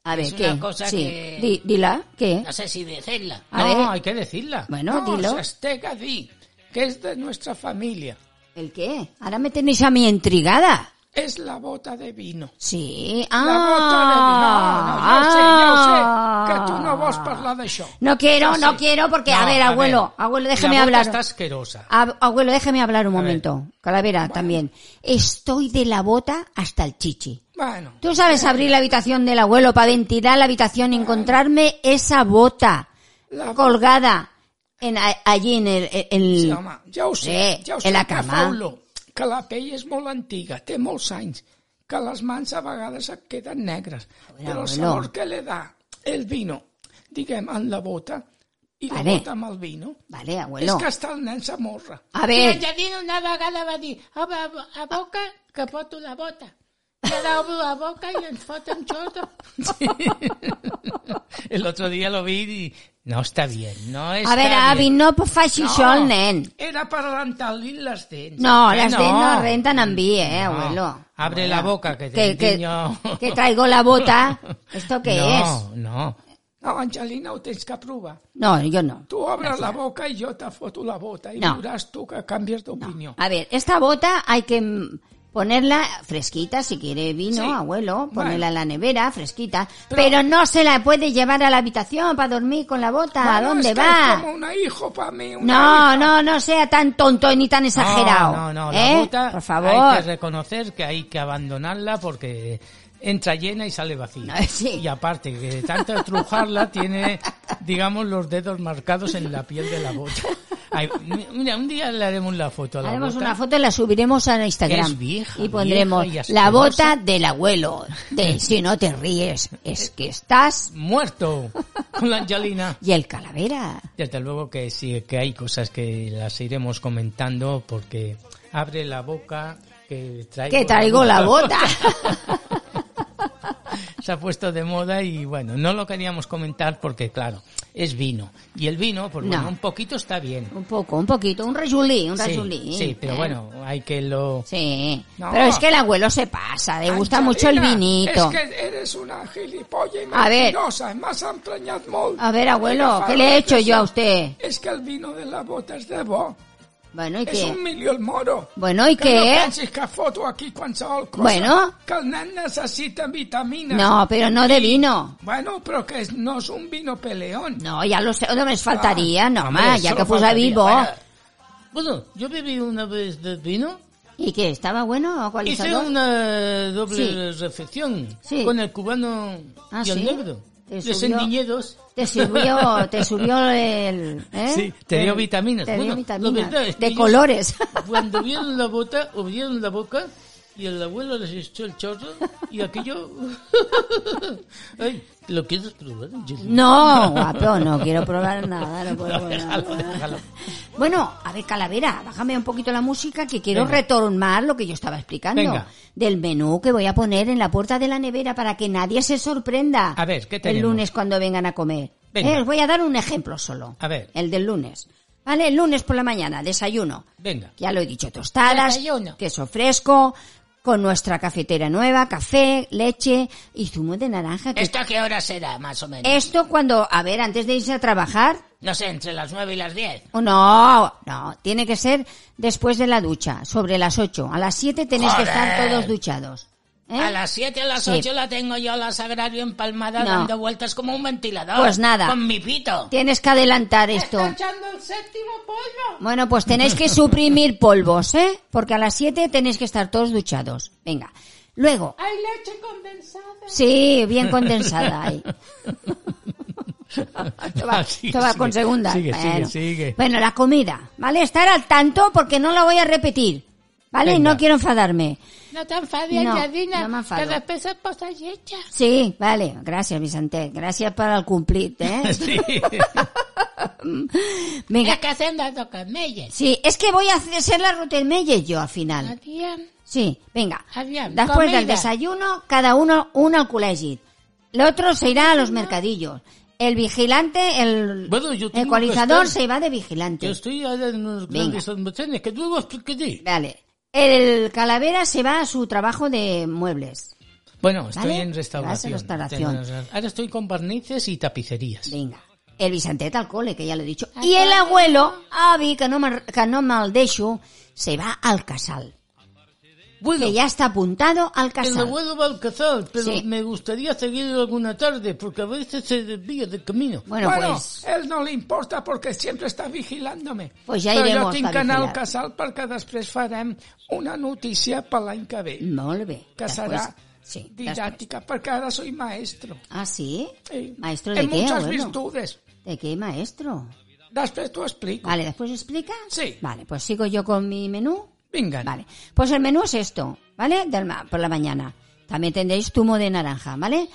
Speaker 3: A ver,
Speaker 4: es
Speaker 3: ¿qué?
Speaker 4: una cosa
Speaker 3: sí.
Speaker 4: que-
Speaker 3: Di- dila, ¿qué?
Speaker 4: No sé si decirla.
Speaker 3: A
Speaker 2: no,
Speaker 3: ver,
Speaker 2: hay que decirla.
Speaker 3: bueno,
Speaker 5: no,
Speaker 3: dilo.
Speaker 5: s'estega a dir que és de nuestra família.
Speaker 3: ¿El qué? Ahora me tenéis a mí intrigada.
Speaker 5: És la bota de vino.
Speaker 3: Sí, ah.
Speaker 5: La bota de vino. No, no, ja ho sé, ja ho sé, que tu no vols parlar d'això.
Speaker 3: No quiero,
Speaker 5: Ah,
Speaker 3: no quiero, porque, a
Speaker 2: No,
Speaker 3: ver, abuelo, abuelo, déjame
Speaker 2: la boca
Speaker 3: hablar.
Speaker 2: está asquerosa.
Speaker 3: Ab- Abuelo, déjeme hablar un momento. Calavera, también. Estoy de la bota hasta el chichi.
Speaker 5: Bueno,
Speaker 3: Tú sabes abrir la habitación del abuelo para ventilar la habitación y encontrarme esa bota
Speaker 5: La-
Speaker 3: colgada en, a- allí en el... en el-
Speaker 5: sí, home, ja ho sé,
Speaker 3: Eh,
Speaker 5: ja ho
Speaker 3: en
Speaker 5: sé,
Speaker 3: la
Speaker 5: que
Speaker 3: cama.
Speaker 5: fa olor, que la pell és molt antiga, té molts anys, que les mans a vegades et queden negres, però el
Speaker 3: abuelo.
Speaker 5: sabor que le da el vino, diguem, en la bota, i la
Speaker 3: Vale.
Speaker 5: bota amb el vino,
Speaker 3: Vale,
Speaker 5: és
Speaker 3: abuelo.
Speaker 5: que està el nen
Speaker 3: <laughs>
Speaker 5: s'amorra.
Speaker 3: A
Speaker 4: La
Speaker 3: ver,
Speaker 4: Janina una vegada va dir, obre la bo- la boca que foto la bota. I ara obro la boca i ens foten xorta.
Speaker 2: El otro día lo vi y no está bien. No está
Speaker 3: a ver,
Speaker 2: bien.
Speaker 3: Avi, no facis això al nen.
Speaker 5: Era per rentar-li les dents.
Speaker 3: No,
Speaker 2: que
Speaker 3: las
Speaker 2: Ah, no.
Speaker 3: de no rentan en vi, eh,
Speaker 2: No,
Speaker 3: abuelo.
Speaker 2: Abre
Speaker 3: Abuela.
Speaker 2: la boca, que,
Speaker 3: que,
Speaker 2: te
Speaker 3: que, <laughs> que traigo la
Speaker 2: <laughs>
Speaker 3: bota. ¿Esto qué es?
Speaker 2: No, no.
Speaker 5: No, Angelina, ho tens que provar.
Speaker 3: No, yo no.
Speaker 5: Tu obres la boca i jo te foto la bota i
Speaker 3: No.
Speaker 5: veuràs tu que canvies d'opinió.
Speaker 3: A ver, esta bota hay que mm, ponerla fresquita, si quiere vino,
Speaker 5: Sí.
Speaker 3: abuelo,
Speaker 5: Bueno.
Speaker 3: ponerla en la nevera, fresquita, pero,
Speaker 5: Pero-
Speaker 3: no se la puede llevar a la habitación para dormir con la bota, ¿a
Speaker 5: Bueno,
Speaker 3: dónde
Speaker 5: es que Es como
Speaker 3: va?
Speaker 5: una hijo para mí, una
Speaker 3: No, no, no sea tan tonto ni tan exagerado.
Speaker 2: Ah, No, no, no,
Speaker 3: ¿eh?
Speaker 2: La bota
Speaker 3: Por
Speaker 2: hay que
Speaker 3: favor.
Speaker 2: reconocer que hay que abandonarla porque entra llena y sale vacía.
Speaker 3: Ah, <laughs> sí.
Speaker 2: Y aparte, que de tanto
Speaker 3: <laughs>
Speaker 2: trujarla tiene, digamos, los dedos marcados en la piel de la bota. Ay, mi- mira, un día le haremos la foto a la
Speaker 3: Haremos
Speaker 2: bota.
Speaker 3: una foto y la subiremos a Instagram.
Speaker 2: Es vieja,
Speaker 3: y pondremos
Speaker 2: vieja y
Speaker 3: la
Speaker 2: asquerosa.
Speaker 3: bota del abuelo. De, si no te
Speaker 2: <laughs>
Speaker 3: ríes, es que estás.
Speaker 2: Muerto con la Angelina.
Speaker 3: Y el calavera.
Speaker 2: Desde luego que sí, que hay cosas que las iremos comentando porque abre la boca que traigo,
Speaker 3: Que traigo la bota.
Speaker 2: Se ha puesto de moda y bueno, no lo queríamos comentar porque claro, es vino. Y el vino, pues bueno,
Speaker 3: No.
Speaker 2: un poquito está bien.
Speaker 3: Un poco, un poquito, un rejulí, un
Speaker 2: Sí,
Speaker 3: rejulí.
Speaker 2: sí, pero
Speaker 3: ¿eh?
Speaker 2: bueno, hay que lo...
Speaker 3: Sí,
Speaker 5: No.
Speaker 3: pero es que el abuelo se pasa, le
Speaker 5: Me
Speaker 3: gusta mucho el
Speaker 5: Es
Speaker 3: vinito.
Speaker 5: que eres una gilipolla y
Speaker 3: A ver.
Speaker 5: mentirosa, más empreñat molt.
Speaker 3: A ver, abuelo,
Speaker 5: Agafa
Speaker 3: ¿qué le he hecho yo a
Speaker 5: l'habitació.
Speaker 3: usted?
Speaker 5: Es que el vino de la bota es de bo.
Speaker 3: Bueno, ¿y
Speaker 5: Es un
Speaker 3: qué?
Speaker 5: milio el moro.
Speaker 3: Bueno, ¿y
Speaker 5: que no
Speaker 3: qué?
Speaker 5: pensis que foto aquí qualsevol cosa.
Speaker 3: Bueno.
Speaker 5: Que el nen necessita vitamina.
Speaker 3: No, pero no de vino.
Speaker 5: Bueno, pero que es- no es un vino peleón.
Speaker 3: No, ya lo sé, no me
Speaker 5: Ah,
Speaker 3: faltaría, no,
Speaker 2: Hombre,
Speaker 3: ma, ya
Speaker 2: solo
Speaker 3: que puse
Speaker 2: faltaría.
Speaker 3: vivo.
Speaker 2: Bueno, Bueno, yo bebí una vez de vino,
Speaker 3: ¿Y qué? ¿Estaba bueno o cuál
Speaker 2: hice una doble refección
Speaker 3: Sí.
Speaker 2: con el cubano
Speaker 3: Ah,
Speaker 2: y el
Speaker 3: ¿sí?
Speaker 2: negro.
Speaker 3: Te
Speaker 2: Les
Speaker 3: subió-
Speaker 2: endiñé dos.
Speaker 3: Te subió, te subió el... ¿eh?
Speaker 2: Sí, te dio vitaminas.
Speaker 3: Te dio
Speaker 2: Bueno, lo
Speaker 3: vitaminas.
Speaker 2: verdad es que
Speaker 3: de
Speaker 2: yo-
Speaker 3: colores.
Speaker 2: Cuando vieron la bota, abrieron la boca y el abuelo les echó el chorro
Speaker 4: <laughs>
Speaker 2: y aquello... Ay, ¿Lo quieres probar? Yo-
Speaker 3: No, guapo, no quiero probar nada. No puedo
Speaker 2: No,
Speaker 3: probar
Speaker 2: déjalo,
Speaker 3: nada.
Speaker 2: déjalo.
Speaker 3: Bueno, a ver, Calavera, bájame un poquito la música que quiero
Speaker 2: Venga.
Speaker 3: retomar lo que yo estaba explicando.
Speaker 2: Venga.
Speaker 3: Del menú que voy a poner en la puerta de la nevera para que nadie se sorprenda.
Speaker 2: A ver, ¿qué
Speaker 3: El
Speaker 2: tenemos?
Speaker 3: lunes cuando vengan a comer.
Speaker 2: Venga.
Speaker 3: Eh, os voy a dar un ejemplo solo.
Speaker 2: A ver.
Speaker 3: El del lunes. Vale, el lunes por la mañana, desayuno.
Speaker 2: Venga.
Speaker 3: Ya lo he dicho, tostadas,
Speaker 4: Desayuno.
Speaker 3: queso fresco, con nuestra cafetera nueva, café, leche y zumo de naranja. que
Speaker 4: ¿Esto a qué hora será, más o menos?
Speaker 3: esto cuando, a ver, antes de irse a trabajar,
Speaker 4: No sé, entre las nueve y las diez.
Speaker 3: o no, no, tiene que ser después de la ducha, sobre las 8. A las 7 tenéis que estar
Speaker 4: Joder.
Speaker 3: todos duchados. ¿eh?
Speaker 4: A las 7, a las
Speaker 3: Sí.
Speaker 4: 8 la tengo yo la Sagrario empalmada
Speaker 3: No.
Speaker 4: dando vueltas como un ventilador.
Speaker 3: Pues nada.
Speaker 4: Con mi pito.
Speaker 3: Tienes que
Speaker 4: <laughs>
Speaker 3: adelantar esto.
Speaker 4: echando el séptimo polvo.
Speaker 3: Bueno, pues tenéis que suprimir polvos, ¿eh? Porque a las 7 tenéis que estar todos duchados. Venga. Luego.
Speaker 5: Hay leche condensada.
Speaker 3: Sí, bien
Speaker 4: <laughs>
Speaker 3: condensada ahí. Esto
Speaker 2: <laughs>
Speaker 3: va,
Speaker 2: Ah, sigue,
Speaker 3: esto va
Speaker 2: sigue.
Speaker 3: con segunda.
Speaker 2: Sigue, sigue,
Speaker 3: bueno.
Speaker 2: sigue.
Speaker 3: Bueno, la comida, ¿vale? Estar al tanto porque no la voy a repetir, ¿vale?
Speaker 2: Venga.
Speaker 3: No quiero enfadarme.
Speaker 5: No t'enfadis,
Speaker 3: No,
Speaker 5: Jadina,
Speaker 3: no m'enfado.
Speaker 5: que després et posa lletja.
Speaker 3: Sí, vale, gracias, Vicente. Gracias para el cumplir,
Speaker 2: <laughs>
Speaker 3: <laughs> ¿eh?
Speaker 2: Sí.
Speaker 5: Es
Speaker 3: Venga,
Speaker 5: que hacen las dos camellas.
Speaker 3: sí, es que voy a hacer la ruta en Melle yo al final.
Speaker 5: Adiós.
Speaker 3: Sí, venga.
Speaker 5: Aviam,
Speaker 3: Después
Speaker 5: Ah,
Speaker 3: del
Speaker 5: comida.
Speaker 3: desayuno, cada uno uno al col·legi. El otro se irá a
Speaker 5: Ah.
Speaker 3: los mercadillos. El vigilante, el
Speaker 2: Bueno, yo tengo
Speaker 3: ecualizador
Speaker 2: bastante-
Speaker 3: se va de vigilante.
Speaker 2: Yo estoy ahora en unos
Speaker 3: Venga.
Speaker 2: grandes almacenes que luego explicaré.
Speaker 3: Vale. El calavera se va a su trabajo de muebles.
Speaker 2: Bueno, estoy
Speaker 3: Vale,
Speaker 2: en restauración.
Speaker 3: vas a restauración.
Speaker 2: Tengo- Ahora estoy con barnices y tapicerías.
Speaker 3: Vinga. El Vicentet al cole, que ya lo he dicho. I el abuelo, avi, que no, me- que no me'l deixo, se va al casal.
Speaker 2: Bueno,
Speaker 3: Que ya está apuntado al
Speaker 2: el
Speaker 3: casal.
Speaker 2: abuelo va al cazar, pero
Speaker 3: Sí.
Speaker 2: me gustaría seguirlo alguna tarde, porque a veces se desvía del camino.
Speaker 3: Bueno,
Speaker 5: bueno,
Speaker 3: pues...
Speaker 5: él no le importa perquè sempre està vigilándome.
Speaker 3: Pues ja
Speaker 5: Però
Speaker 3: iremos
Speaker 5: jo tinc
Speaker 3: a
Speaker 5: que anar al
Speaker 3: vigilar.
Speaker 5: casal perquè després farem una notícia per l'any que ve,
Speaker 3: Molt bé.
Speaker 5: que serà
Speaker 3: Mm, Sí, després.
Speaker 5: didàctica, perquè ara soy maestro.
Speaker 3: Ah, sí?
Speaker 5: Sí.
Speaker 3: Maestro de
Speaker 5: en
Speaker 3: qué,
Speaker 5: muchas
Speaker 3: abuelo?
Speaker 5: virtudes.
Speaker 3: ¿De qué, maestro?
Speaker 5: Després t'ho explico.
Speaker 3: Vale, ¿después explica?
Speaker 5: Sí.
Speaker 3: Vale, pues sigo yo con mi menú.
Speaker 5: Vinga.
Speaker 3: Vale, pues el menú es esto, ¿vale? Del ma- por la mañana. También tendréis zumo de naranja, ¿vale?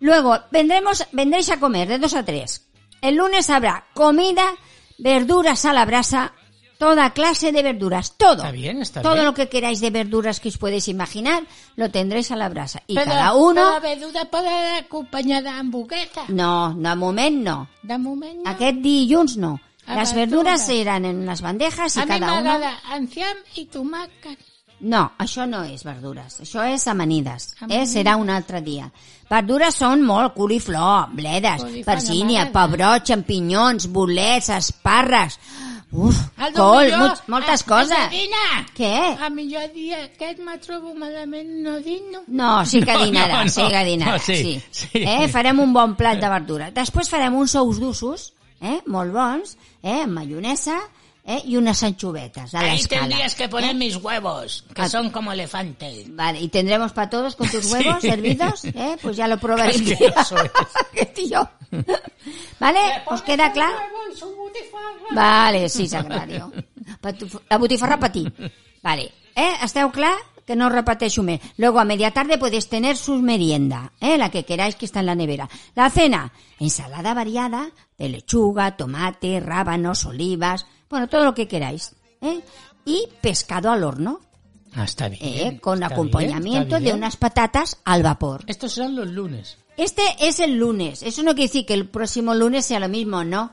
Speaker 3: Luego vendremos, vendréis a comer de 2 a 3. El lunes habrá comida, verduras a la brasa, toda clase de verduras, todo.
Speaker 2: Está bien, está
Speaker 3: Todo
Speaker 2: bien.
Speaker 3: lo que queráis de verduras que os podéis imaginar, lo tendréis a la brasa. Y cada uno...
Speaker 5: La verdura pot anar acompanyada d'hamburguesa.
Speaker 3: No, no, al momento no.
Speaker 5: De moment no.
Speaker 3: Aquest dilluns no.
Speaker 5: A
Speaker 3: Las
Speaker 5: la
Speaker 3: verduras
Speaker 5: torre.
Speaker 3: seran en unas bandejas y
Speaker 5: a mi
Speaker 3: cada uno...
Speaker 5: m'agrada enciam i tomàquet.
Speaker 3: No, això no és verdures, això és amanides. amanides. Eh?
Speaker 5: Amanides.
Speaker 3: Serà un altre dia. Verdures són molt coliflor, bledes,
Speaker 5: Coliflor
Speaker 3: persínia,
Speaker 5: amanada.
Speaker 3: pebrots, xampinyons, bolets, esparres... Uf,
Speaker 5: El
Speaker 3: col,
Speaker 5: millor-
Speaker 3: much, moltes
Speaker 4: Eh,
Speaker 5: Ah,
Speaker 3: coses.
Speaker 5: Josefina!
Speaker 3: Què?
Speaker 5: El millor dia aquest me trobo malament no dino.
Speaker 3: No, sí que
Speaker 2: No,
Speaker 3: dinarà,
Speaker 2: no, no.
Speaker 3: sí que dinarà,
Speaker 2: No, sí,
Speaker 3: sí.
Speaker 2: sí.
Speaker 3: Eh? Farem un bon plat de verdura. Després farem uns ous d'ussos, eh? molt bons, eh? amb maionesa eh? i unes anxovetes a
Speaker 4: Ahí
Speaker 3: l'escala.
Speaker 4: tendrías que poner mis huevos, que
Speaker 3: Ah.
Speaker 4: son como elefantes.
Speaker 3: Vale, y tendremos para todos con tus huevos hervidos, ¿eh? Pues ya lo probaré. <laughs>
Speaker 2: Qué asqueroso
Speaker 3: Qué tío. ¿Vale? ¿Os queda claro? Vale, sí, secretari. Per tu- La botifarra per ti. Vale. Eh? Esteu clar? Que no repeteixo més. Luego, a media tarde podéis tener sus merienda, eh? la que queráis que está en la nevera. La cena, ensalada variada de lechuga, tomate, rábanos, olivas, bueno, todo lo que queráis. ¿eh? Y pescado al horno,
Speaker 2: Ah, está bien.
Speaker 3: eh, con
Speaker 2: está
Speaker 3: acompañamiento
Speaker 2: bien, está
Speaker 3: de
Speaker 2: bien.
Speaker 3: unas patatas al vapor.
Speaker 2: Estos serán los lunes.
Speaker 3: Este es el lunes. Eso no quiere decir que el próximo lunes sea lo mismo, ¿no?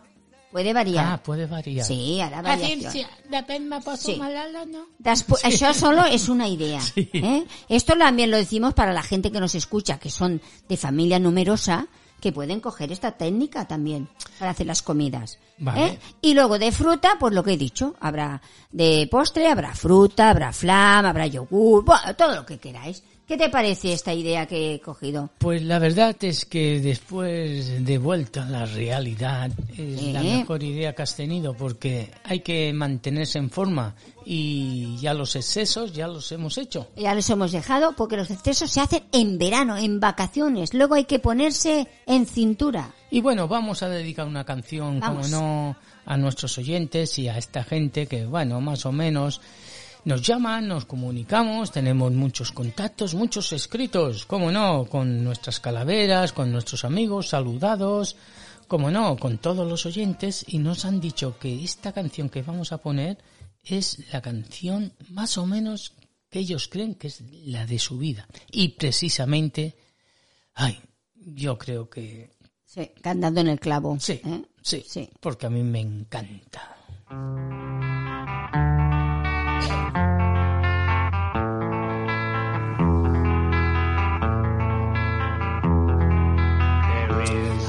Speaker 3: Puede variar.
Speaker 2: Ah, puede variar.
Speaker 3: sí, hará
Speaker 5: Així,
Speaker 3: variación.
Speaker 5: si, depèn, me poso
Speaker 3: Sí.
Speaker 5: sí. malalt o no.
Speaker 3: Despu- Eso solo es una
Speaker 2: <laughs>
Speaker 3: idea.
Speaker 2: Sí.
Speaker 3: ¿eh? Esto también lo decimos para la gente que nos escucha, que son de familia numerosa, que pueden coger esta técnica también para hacer las comidas.
Speaker 2: Vale.
Speaker 3: ¿eh? Y luego de fruta, pues lo que he dicho, habrá de postre, habrá fruta, habrá flam, habrá yogur, bueno, todo lo que queráis. ¿Qué te parece esta idea que he cogido?
Speaker 2: Pues la verdad es que después de vuelta a la realidad es la
Speaker 3: Sí.
Speaker 2: mejor idea que has tenido porque hay que mantenerse en forma y ya los excesos ya los hemos hecho.
Speaker 3: Ya los hemos dejado porque los excesos se hacen en verano, en vacaciones. Luego hay que ponerse en cintura.
Speaker 2: Y bueno, vamos a dedicar una canción,
Speaker 3: Vamos.
Speaker 2: como no, a nuestros oyentes y a esta gente que, bueno, más o menos nos llaman, nos comunicamos, tenemos muchos contactos, muchos escritos, como no, con nuestras calaveras, con nuestros amigos saludados, como no, con todos los oyentes y nos han dicho que esta canción que vamos a poner es la canción más o menos que ellos creen que es la de su vida. Y precisamente, ay, yo creo que
Speaker 3: Sí, cantando en el clavo.
Speaker 2: Sí,
Speaker 3: ¿eh?
Speaker 2: sí,
Speaker 3: Sí.
Speaker 2: porque a mí me encanta.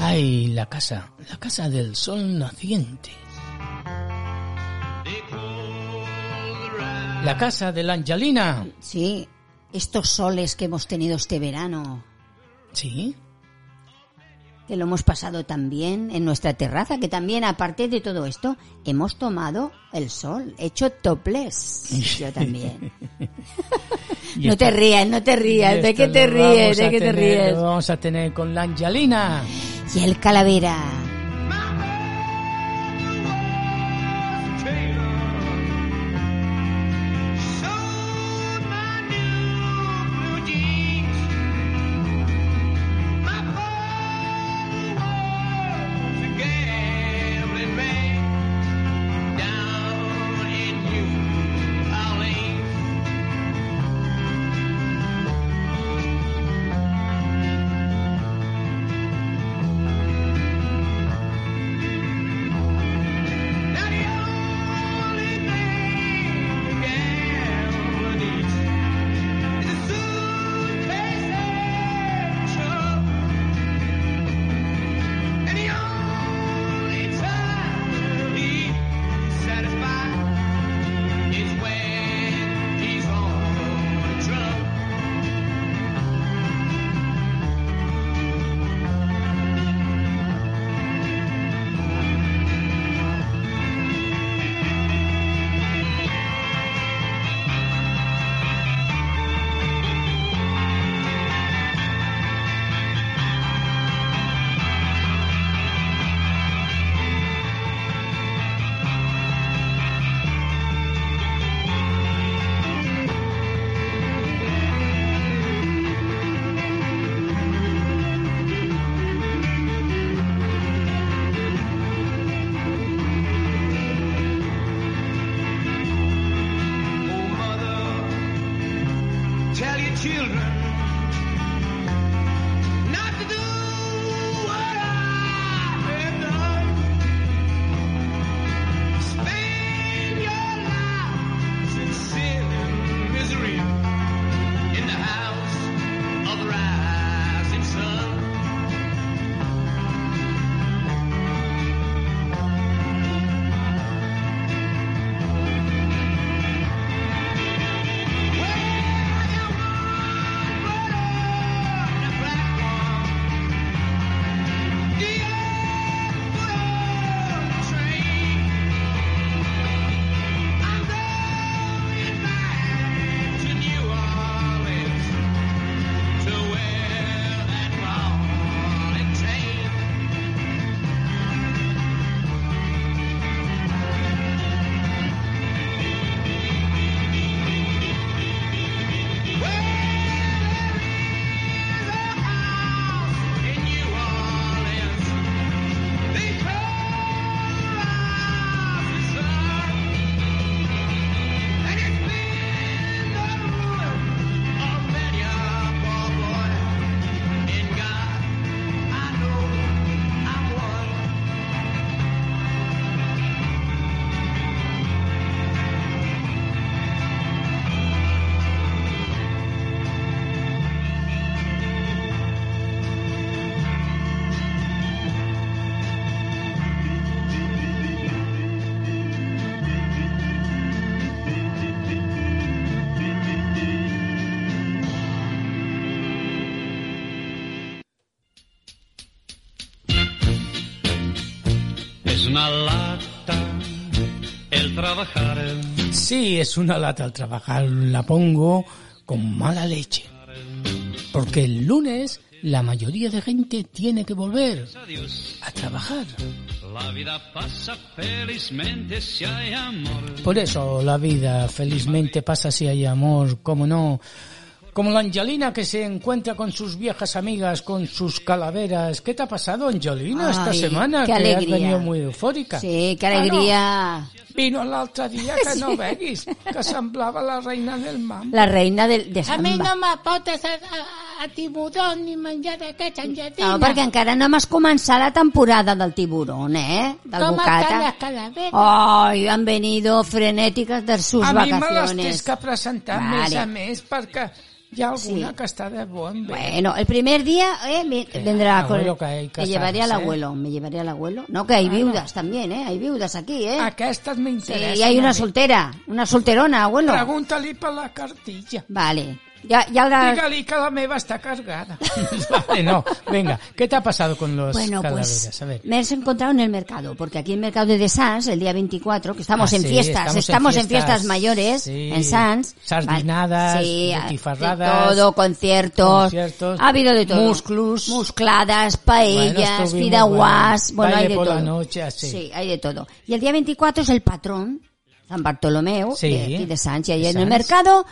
Speaker 2: Ay, la casa, la casa del sol naciente. La casa de la Angelina.
Speaker 3: Sí, estos soles que hemos tenido este verano.
Speaker 2: Sí.
Speaker 3: que lo hemos pasado también en nuestra terraza, que también, aparte de todo esto, hemos tomado el sol, hecho toples.
Speaker 2: <laughs>
Speaker 3: Yo también.
Speaker 2: Y
Speaker 3: no te
Speaker 2: esto-
Speaker 3: rías, no te rías, de
Speaker 2: Esto
Speaker 3: que te
Speaker 2: lo
Speaker 3: ríes,
Speaker 2: vamos
Speaker 3: de
Speaker 2: a
Speaker 3: que te
Speaker 2: tener-
Speaker 3: ríes.
Speaker 2: lo vamos a tener con la Angelina.
Speaker 3: Y el calavera.
Speaker 6: Tell your children not to do what I have done. Spend your lives in sin and misery in the house of the rising sun.
Speaker 1: Es una lata el trabajar.
Speaker 2: Sí, es una lata al trabajar, la pongo con mala leche. Porque el lunes la mayoría de gente tiene que volver
Speaker 1: Adiós.
Speaker 2: a trabajar.
Speaker 1: La vida pasa felizmente si hay amor.
Speaker 2: Por eso la vida felizmente pasa si hay amor, como no. Como la Angelina que se encuentra con sus viejas amigas, con sus calaveras. ¿Qué te ha pasado, Angelina, esta
Speaker 3: Ay,
Speaker 2: semana?
Speaker 3: qué
Speaker 2: que has
Speaker 3: alegría.
Speaker 2: venido muy eufórica. Ah,
Speaker 3: Sí,
Speaker 7: Ah,
Speaker 3: qué alegría.
Speaker 5: Vino l'altre dia
Speaker 3: <laughs>
Speaker 5: que no veguis, que semblava la reina del mambo.
Speaker 3: La reina del, de
Speaker 7: A
Speaker 3: samba.
Speaker 7: mi no me potes a, a, a tiburón ni menjar aquesta angelina.
Speaker 3: No, perquè encara no m'has començat la temporada del tiburón, eh? Del
Speaker 7: Com estan les
Speaker 3: bocata.
Speaker 7: calaveres?
Speaker 3: Ay, han venido frenéticas de sus
Speaker 5: A mi me les tens
Speaker 3: vacaciones.
Speaker 5: que presentar
Speaker 3: Vale.
Speaker 5: més a més perquè hi ha alguna
Speaker 3: Sí.
Speaker 5: que està de bon bé.
Speaker 3: Bueno, el primer día eh, me- vendrá con...
Speaker 2: Ah, abuelo, que hay
Speaker 3: me
Speaker 2: casados,
Speaker 3: llevaré al
Speaker 2: ¿eh?
Speaker 3: abuelo, me llevaré al abuelo. No, que hay viudas también, ¿eh? Hay viudas aquí, ¿eh?
Speaker 2: Ah,
Speaker 5: Aquestes
Speaker 3: Sí,
Speaker 5: m'interessen.
Speaker 3: y hay
Speaker 5: a
Speaker 3: una
Speaker 5: mi.
Speaker 3: soltera, una solterona, abuelo.
Speaker 5: Pregunta-li per la cartilla.
Speaker 3: Vale. Ya, ya la...
Speaker 5: Diga-li que la meva està
Speaker 3: <laughs>
Speaker 5: cargada.
Speaker 2: Vale, no, venga, ¿qué te ha pasado con los
Speaker 3: Bueno,
Speaker 2: calaveras?
Speaker 3: pues
Speaker 2: A ver.
Speaker 3: me has encontrado en el mercado, porque aquí en Mercado de Sans, el día 24, que estamos
Speaker 2: Ah,
Speaker 3: en
Speaker 2: sí,
Speaker 3: fiestas, estamos, en, fiestas, mayores,
Speaker 2: sí.
Speaker 3: en Sans.
Speaker 2: Sardinadas,
Speaker 3: vale, sí, ah,
Speaker 2: botifarradas,
Speaker 3: de todo, conciertos,
Speaker 2: conciertos,
Speaker 3: ha habido de todo.
Speaker 2: musclus.
Speaker 3: Muscladas,
Speaker 2: Bueno,
Speaker 3: paellas,
Speaker 2: estuvimos,
Speaker 3: piraguas,
Speaker 2: bueno,
Speaker 3: bueno, hay
Speaker 2: baile
Speaker 3: de
Speaker 2: por
Speaker 3: todo.
Speaker 2: la noche, así.
Speaker 3: Sí, hay de todo. Y el día 24 es el patrón, San Bartolomeo,
Speaker 2: Sí,
Speaker 3: de aquí de Sans, y ahí
Speaker 2: de
Speaker 3: en
Speaker 2: Sans.
Speaker 3: el mercado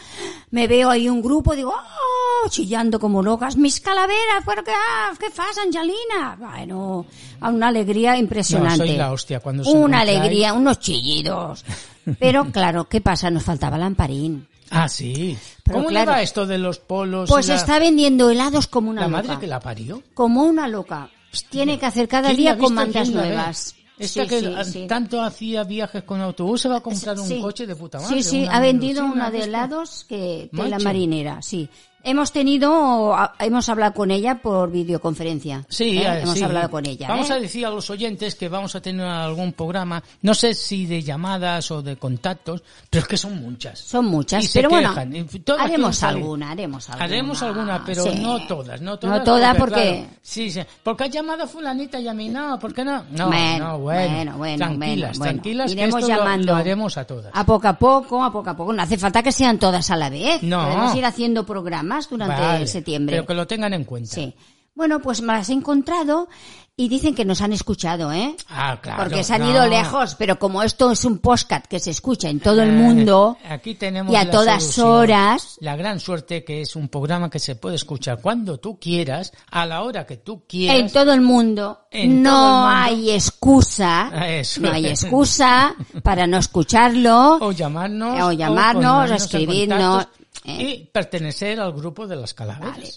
Speaker 3: me veo ahí un grupo, digo, ¡oh! chillando como locas, mis calaveras, ¿por qué, ah, ¿qué pasa, Angelina? Bueno, a una alegría impresionante.
Speaker 2: No, soy la hostia cuando os
Speaker 3: Una
Speaker 2: encontráis.
Speaker 3: alegría, unos chillidos.
Speaker 2: <laughs>
Speaker 3: Pero claro, ¿qué pasa? Nos faltaba lamparín.
Speaker 2: Ah, sí.
Speaker 3: Pero
Speaker 2: ¿Cómo le
Speaker 3: claro.
Speaker 2: va esto de los polos? y
Speaker 3: Pues
Speaker 2: la-
Speaker 3: está vendiendo helados como una
Speaker 2: la
Speaker 3: loca.
Speaker 2: madre que la parió.
Speaker 3: Como una loca. Pues Tiene que hacer cada
Speaker 2: ¿Quién la
Speaker 3: día
Speaker 2: ha visto?
Speaker 3: con mantas
Speaker 2: ¿Quién la ve?
Speaker 3: nuevas.
Speaker 2: Esta
Speaker 3: Sí,
Speaker 2: que
Speaker 3: sí,
Speaker 2: ah,
Speaker 3: sí.
Speaker 2: tanto hacía viajes con autobús se va a comprar un
Speaker 3: Sí.
Speaker 2: coche de puta madre.
Speaker 3: Sí, sí,
Speaker 2: una
Speaker 3: ha vendido
Speaker 2: limusina,
Speaker 3: una de
Speaker 2: ¿viste?
Speaker 3: helados que de la
Speaker 2: Macho.
Speaker 3: marinera, sí. Hemos tenido, a- hemos hablado con ella por videoconferencia.
Speaker 2: Sí,
Speaker 3: ¿eh?
Speaker 2: ah,
Speaker 3: hemos
Speaker 2: sí.
Speaker 3: hablado con ella.
Speaker 2: Vamos
Speaker 3: ¿eh?
Speaker 2: a decir a los oyentes que vamos a tener algún programa, no sé si de llamadas o de contactos, pero es que son muchas.
Speaker 3: Son muchas,
Speaker 2: Y se
Speaker 3: pero bueno,
Speaker 2: quejan, y todas quieren
Speaker 3: haremos
Speaker 2: salir.
Speaker 3: alguna, haremos alguna.
Speaker 2: Haremos alguna, pero
Speaker 3: Sí.
Speaker 2: no todas, no todas.
Speaker 3: No todas porque...
Speaker 2: claro, sí, sí. Porque has llamado a fulanita y a mí no, ¿por qué no? No,
Speaker 3: Bueno,
Speaker 2: no, bueno.
Speaker 3: bueno, bueno,
Speaker 2: tranquilas,
Speaker 3: bueno, bueno.
Speaker 2: tranquilas, que
Speaker 3: Iremos
Speaker 2: esto lo-
Speaker 3: llamando.
Speaker 2: Lo, haremos a todas.
Speaker 3: A poco a poco, a poco a poco. No hace falta que sean todas a la vez.
Speaker 2: No.
Speaker 3: Podemos ir haciendo programas durante
Speaker 2: Vale,
Speaker 3: septiembre.
Speaker 2: Pero que lo tengan en cuenta.
Speaker 3: Sí. Bueno, pues me las he encontrado y dicen que nos han escuchado, ¿eh?
Speaker 2: Ah, claro.
Speaker 3: Porque se han ido
Speaker 2: no.
Speaker 3: lejos, pero como esto es un podcast que se escucha en todo el mundo,
Speaker 2: Eh, Aquí tenemos
Speaker 3: y a
Speaker 2: la
Speaker 3: todas
Speaker 2: solución.
Speaker 3: horas.
Speaker 2: La gran suerte que es un programa que se puede escuchar cuando tú quieras, a la hora que tú quieras.
Speaker 3: en todo el mundo,
Speaker 2: En
Speaker 3: no
Speaker 2: todo el mundo.
Speaker 3: hay excusa,
Speaker 2: Eso
Speaker 3: no hay
Speaker 2: es.
Speaker 3: excusa para no escucharlo.
Speaker 2: o llamarnos.
Speaker 3: O llamarnos,
Speaker 2: ponernos en
Speaker 3: escribirnos,
Speaker 2: contactos
Speaker 3: eh.
Speaker 2: Y pertenecer al grupo de las calaveras.
Speaker 3: Vale.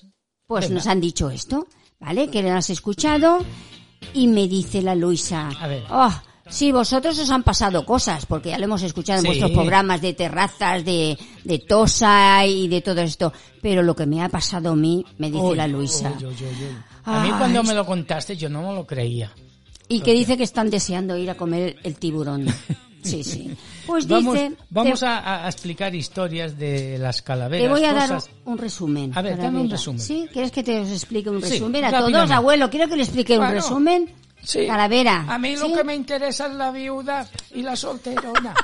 Speaker 3: Pues
Speaker 2: Venga.
Speaker 3: nos han dicho esto, ¿vale? Que lo has escuchado y me dice la Luisa.
Speaker 2: A ver.
Speaker 3: Oh, sí, vosotros os han pasado cosas, porque ya lo hemos escuchado
Speaker 2: Sí.
Speaker 3: en vuestros programas de terrazas, de, de tosa y de todo esto. Pero lo que me ha pasado a mí, me dice
Speaker 2: Uy,
Speaker 3: la Luisa.
Speaker 2: uy, uy, uy, uy. A mí
Speaker 3: Ay,
Speaker 2: cuando me lo contaste yo no me lo creía.
Speaker 3: Y que dice que están deseando ir a comer el
Speaker 2: <laughs>
Speaker 3: tiburón. Sí, sí. Pues
Speaker 2: Vamos,
Speaker 3: dice...
Speaker 2: vamos
Speaker 3: te,
Speaker 2: a- a, a explicar historias de las calaveras.
Speaker 3: te voy a dar
Speaker 2: cosas-
Speaker 3: un resumen.
Speaker 2: A ver,
Speaker 3: para
Speaker 2: dame un
Speaker 3: verla.
Speaker 2: resumen.
Speaker 3: ¿Sí? ¿Quieres que te os explique un
Speaker 2: Sí,
Speaker 3: resumen a todos?
Speaker 2: rápidamente.
Speaker 3: Abuelo, quiero que le explique un
Speaker 5: Bueno,
Speaker 3: resumen.
Speaker 5: Sí.
Speaker 3: Calavera.
Speaker 5: A mí lo
Speaker 3: ¿sí?
Speaker 5: que me interesa es la viuda y la solterona.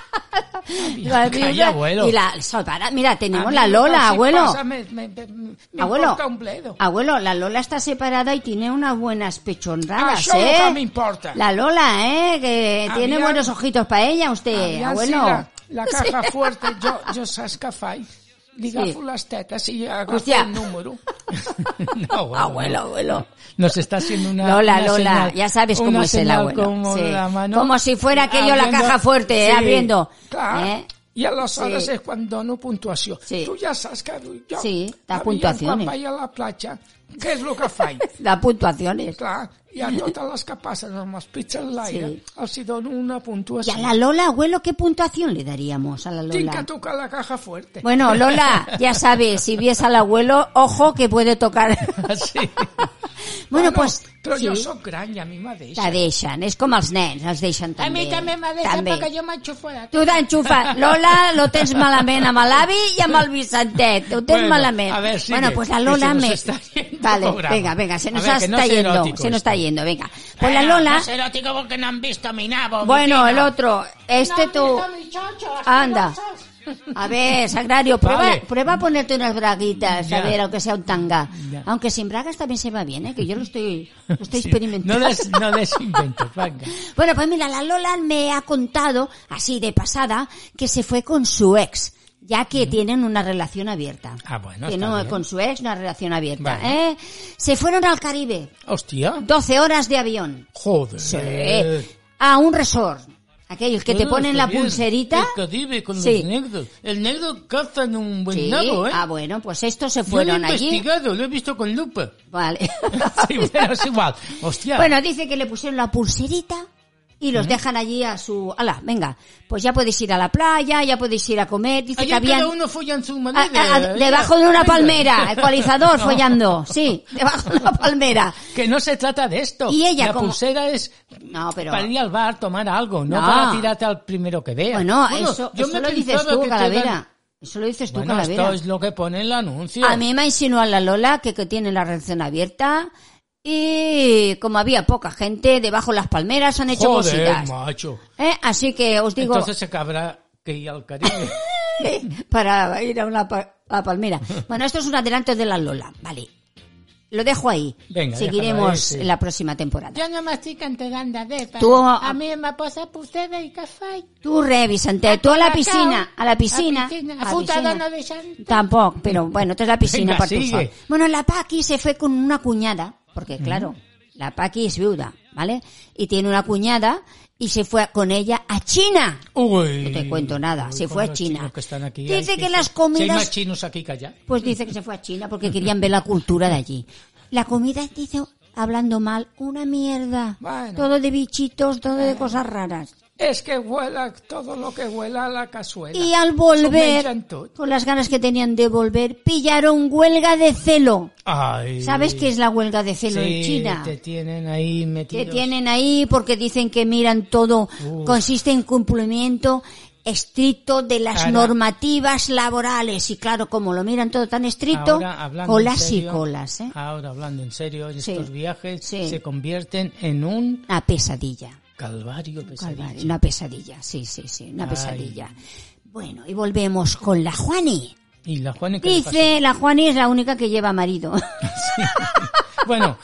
Speaker 3: <laughs> La
Speaker 2: Calla,
Speaker 3: viuda
Speaker 2: abuelo.
Speaker 3: Y la soltera. Mira,
Speaker 5: A
Speaker 3: tenemos
Speaker 5: mí
Speaker 3: la
Speaker 5: así
Speaker 3: Lola, abuelo.
Speaker 5: pasa, me, me- me- me
Speaker 3: abuelo. Ah,
Speaker 5: importa un bledo.
Speaker 3: Abuelo, la Lola está separada y tiene unas buenas
Speaker 2: Ah,
Speaker 3: pechonradas,
Speaker 5: Això
Speaker 3: ¿eh?
Speaker 5: no me importa.
Speaker 3: La Lola, ¿eh? Que
Speaker 5: Aviam-
Speaker 3: tiene buenos ojitos para ella, usted,
Speaker 5: Aviam si
Speaker 3: eh, abuelo.
Speaker 5: la, la caja fuerte, jo, jo saps què faig? Li
Speaker 3: Sí.
Speaker 5: agafo les tetes i agafo
Speaker 3: Hòstia.
Speaker 5: el número.
Speaker 2: <laughs> No, bueno,
Speaker 3: Abuelo, abuelo.
Speaker 2: Nos está haciendo una.
Speaker 3: Lola,
Speaker 2: una
Speaker 3: Lola,
Speaker 2: señal-
Speaker 3: ya sabes cómo
Speaker 2: una
Speaker 3: es el
Speaker 2: señal
Speaker 3: abuelo.
Speaker 2: Como,
Speaker 3: Sí.
Speaker 2: la mano
Speaker 3: Como si fuera aquello la
Speaker 2: abriendo-
Speaker 3: caja fuerte, ¿eh?
Speaker 2: Sí.
Speaker 3: abriendo.
Speaker 5: Clar,
Speaker 3: ¿Eh?
Speaker 5: i aleshores
Speaker 3: Sí.
Speaker 5: sí. és quan dono puntuació.
Speaker 3: Sí.
Speaker 5: Tu ja saps que jo,
Speaker 3: Sí, de
Speaker 5: aviam
Speaker 3: puntuaciones.
Speaker 5: quan vaig a la platja, què és el que faig?
Speaker 3: <laughs> Da puntuaciones.
Speaker 5: Clar, i a totes les que passen amb els pits en l'aire,
Speaker 3: Sí.
Speaker 5: sí. els hi dono una
Speaker 3: Y
Speaker 5: puntuació.
Speaker 3: a la Lola, abuelo, ¿qué puntuación le daríamos a la Lola?
Speaker 5: Tinc que tocar la caja fuerte.
Speaker 3: Bueno, Lola, ya sabes, si vies al abuelo, ojo que
Speaker 5: <laughs>
Speaker 3: puede tocar.
Speaker 2: Sí.
Speaker 3: <laughs> Bueno,
Speaker 5: no,
Speaker 3: pues...
Speaker 5: Però
Speaker 3: sí,
Speaker 5: jo sóc gran i a mi me deixa.
Speaker 3: la deixen, és com els nens, els deixen
Speaker 4: A
Speaker 3: també.
Speaker 4: mi també m'ha deixat
Speaker 3: També.
Speaker 4: perquè jo m'enxufo de
Speaker 3: Tu t'enxufes. Lola, lo tens malament amb l'avi i amb el Vicentet. Ho tens
Speaker 2: Bueno,
Speaker 3: malament.
Speaker 2: a ver, sigue,
Speaker 3: bueno, pues la
Speaker 2: que
Speaker 3: Lola
Speaker 2: se nos
Speaker 3: me...
Speaker 2: está yendo el
Speaker 3: Vale,
Speaker 2: programa.
Speaker 3: venga, venga, se
Speaker 2: A
Speaker 3: nos
Speaker 2: ver, que
Speaker 3: está
Speaker 2: no sea
Speaker 3: yendo.
Speaker 2: erótico
Speaker 3: Se nos está
Speaker 2: esto.
Speaker 3: yendo, venga. Pues la Lola...
Speaker 4: Es erótico porque no han visto mi nabo.
Speaker 3: Bueno,
Speaker 4: mi
Speaker 3: el
Speaker 4: pino.
Speaker 3: otro, este tú...
Speaker 4: No han visto mi chocho, asquerosos.
Speaker 3: Anda. A ver, Sagrario, prueba,
Speaker 2: Vale.
Speaker 3: prueba a ponerte unas braguitas, a
Speaker 2: Ya.
Speaker 3: ver, aunque sea un tanga.
Speaker 2: Ya.
Speaker 3: Aunque sin bragas también se va bien, ¿eh? que yo lo estoy, lo
Speaker 2: <laughs>
Speaker 3: estoy
Speaker 2: Sí.
Speaker 3: experimentando.
Speaker 2: No des, no des inventos, venga.
Speaker 3: Bueno, pues mira, la Lola me ha contado, así de pasada, que se fue con su ex, ya que tienen una relación abierta.
Speaker 2: Ah, bueno,
Speaker 3: Que
Speaker 2: está
Speaker 3: no,
Speaker 2: bien.
Speaker 3: con su ex una relación abierta.
Speaker 2: Vale.
Speaker 3: ¿eh? Se fueron al Caribe,
Speaker 2: Hostia.
Speaker 3: 12 horas de avión.
Speaker 2: Joder.
Speaker 3: Sí. A un resort. Aquellos que te
Speaker 2: Todo Ah,
Speaker 3: ponen
Speaker 2: está
Speaker 3: la
Speaker 2: bien.
Speaker 3: pulserita.
Speaker 2: El Caribe con
Speaker 3: Sí.
Speaker 2: los negros. El negro caza en un buen
Speaker 3: Sí.
Speaker 2: nabo, ¿eh?
Speaker 3: Ah, bueno, pues estos se
Speaker 2: Yo lo he
Speaker 3: fueron allí.
Speaker 2: investigado, lo he visto con lupa.
Speaker 3: Vale.
Speaker 2: <laughs> Sí, pero es igual. Hostia.
Speaker 3: bueno, dice que le pusieron la pulserita y los dejan allí a su... Ala, venga, pues ya podéis ir a la playa, ya podéis ir a comer. Dice
Speaker 2: Allí
Speaker 3: que habían...
Speaker 2: cada uno folla en su
Speaker 3: Ah,
Speaker 2: manera.
Speaker 3: ah, ah, debajo de una
Speaker 2: Venga. <laughs>
Speaker 3: palmera, ecualizador follando, sí, debajo de una palmera.
Speaker 2: Que no se trata de esto.
Speaker 3: Y ella
Speaker 2: La
Speaker 3: como-
Speaker 2: pulsera es
Speaker 3: No, pero
Speaker 2: para ir al bar, tomar algo, no,
Speaker 3: No.
Speaker 2: para tirarte al primero que vea.
Speaker 3: bueno, eso,
Speaker 2: yo
Speaker 3: eso
Speaker 2: me
Speaker 3: lo dices
Speaker 2: pensaba
Speaker 3: tú,
Speaker 2: que te
Speaker 3: calavera.
Speaker 2: dan-
Speaker 3: Eso lo dices tú,
Speaker 2: Bueno,
Speaker 3: Calavera.
Speaker 2: esto es lo que pone el anuncio.
Speaker 3: A mí me insinuó la Lola que, que tiene la reacción abierta y como había poca gente, debajo las palmeras han hecho
Speaker 2: Joder,
Speaker 3: cositas.
Speaker 2: macho.
Speaker 3: ¿Eh? Así que os digo,
Speaker 2: Entonces se cabrá que ir al
Speaker 3: <laughs>
Speaker 2: Caribe.
Speaker 3: para ir a una pa- a palmera. Bueno, esto es un adelanto de la Lola, vale. Lo dejo ahí.
Speaker 2: Venga, déjalo ahí,
Speaker 3: Seguiremos
Speaker 2: sí.
Speaker 3: en la próxima temporada.
Speaker 5: Jo no m'estic enterant de res,
Speaker 3: Tu-
Speaker 5: però a mi em va posar vostè i què faig?
Speaker 3: Tú, re, Vicente, tú a la piscina, a la piscina.
Speaker 5: A, piscina.
Speaker 3: a
Speaker 5: a fotada
Speaker 3: piscina.
Speaker 5: no deixant...
Speaker 3: Tampoco, pero bueno, entonces la piscina
Speaker 2: Venga,
Speaker 3: parte un
Speaker 2: sigue.
Speaker 3: sol. Bueno, la Paqui se fue con una cuñada, porque claro, la Paqui es viuda, ¿vale? Y tiene una cuñada y se fue con ella a China.
Speaker 2: Uy.
Speaker 3: No te cuento nada, se
Speaker 2: con
Speaker 3: fue a
Speaker 2: los
Speaker 3: China.
Speaker 2: chinos que están aquí,
Speaker 3: Dice
Speaker 2: ay,
Speaker 3: que las
Speaker 2: si
Speaker 3: comidas-
Speaker 2: hay más chinos aquí que allá.
Speaker 3: Pues dice que se fue a China porque querían ver la cultura de allí. La comida, dice, hablando mal, una mierda.
Speaker 5: Bueno.
Speaker 3: Todo de bichitos, todo de cosas raras.
Speaker 5: Es que huela todo lo que huela a la cazuela.
Speaker 3: Y al
Speaker 5: S'ho
Speaker 3: volver,
Speaker 5: mengen tot.
Speaker 3: con las ganas que tenían de volver, pillaron huelga de celo.
Speaker 2: Ay.
Speaker 3: ¿Sabes qué es la huelga de celo
Speaker 2: Sí,
Speaker 3: en China?
Speaker 2: te tienen ahí
Speaker 3: que
Speaker 2: metidos.
Speaker 3: tienen ahí porque dicen que miran todo, consiste en cumplimiento estricto de las
Speaker 2: Ahora-
Speaker 3: normativas laborales y claro, como lo miran todo tan estricto,
Speaker 2: Ahora, hablando
Speaker 3: colas
Speaker 2: en serio,
Speaker 3: y colas, ¿eh?
Speaker 2: Ahora hablando en serio, en
Speaker 3: Sí.
Speaker 2: estos viajes
Speaker 3: Sí.
Speaker 2: se convierten en un
Speaker 3: Una pesadilla,
Speaker 2: calvario pesadilla.
Speaker 3: Calvario, una pesadilla, sí, sí, sí, una pesadilla. Bueno, y volvemos con la Juani.
Speaker 2: Y la Juani ¿qué le
Speaker 3: Dice, la Juani es la única que lleva marido.
Speaker 2: pasó? Bueno,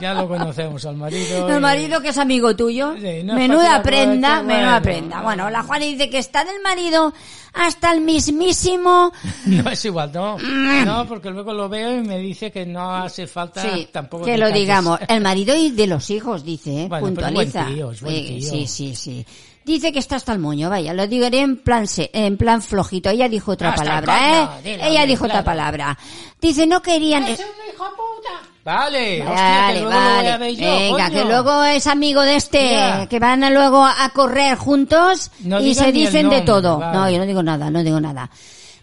Speaker 2: ya lo conocemos al
Speaker 3: <laughs>
Speaker 2: marido.
Speaker 3: El
Speaker 2: y-
Speaker 3: marido que es amigo tuyo.
Speaker 2: Sí, no es
Speaker 3: menuda
Speaker 2: fácil
Speaker 3: prenda,
Speaker 2: aprovechar,
Speaker 3: menuda
Speaker 2: bueno.
Speaker 3: prenda. Bueno, la Juana dice que está del marido hasta el mismísimo.
Speaker 2: <laughs> No es igual, no.
Speaker 3: Mm.
Speaker 2: No, porque luego lo veo y me dice que no hace falta
Speaker 3: Sí,
Speaker 2: tampoco
Speaker 3: que lo
Speaker 2: detalles.
Speaker 3: digamos. El marido y de los hijos, dice, ¿eh?
Speaker 2: Bueno, pero
Speaker 3: puntualiza.
Speaker 2: buen tío, es buen
Speaker 3: Eh,
Speaker 2: tío.
Speaker 3: Sí, sí, sí. Dice que está hasta el moño, vaya, lo diré en plan, se- en plan flojito. Ella dijo otra
Speaker 4: Hasta el
Speaker 3: palabra,
Speaker 4: coño,
Speaker 3: ¿eh?
Speaker 4: dilo,
Speaker 3: Ella
Speaker 4: hombre,
Speaker 3: dijo otra palabra. Dice, no querían...
Speaker 5: Es un hijo puta.
Speaker 2: Vale, hostia, que
Speaker 3: Vale,
Speaker 2: luego lo voy a
Speaker 3: vale.
Speaker 2: ver yo,
Speaker 3: Venga,
Speaker 2: coño.
Speaker 3: que luego es amigo de este,
Speaker 2: Ya.
Speaker 3: que van a luego a correr juntos
Speaker 2: No
Speaker 3: y
Speaker 2: digas
Speaker 3: se
Speaker 2: ni el
Speaker 3: dicen de
Speaker 2: nombre,
Speaker 3: todo.
Speaker 2: vale.
Speaker 3: No, yo no digo nada, no digo nada.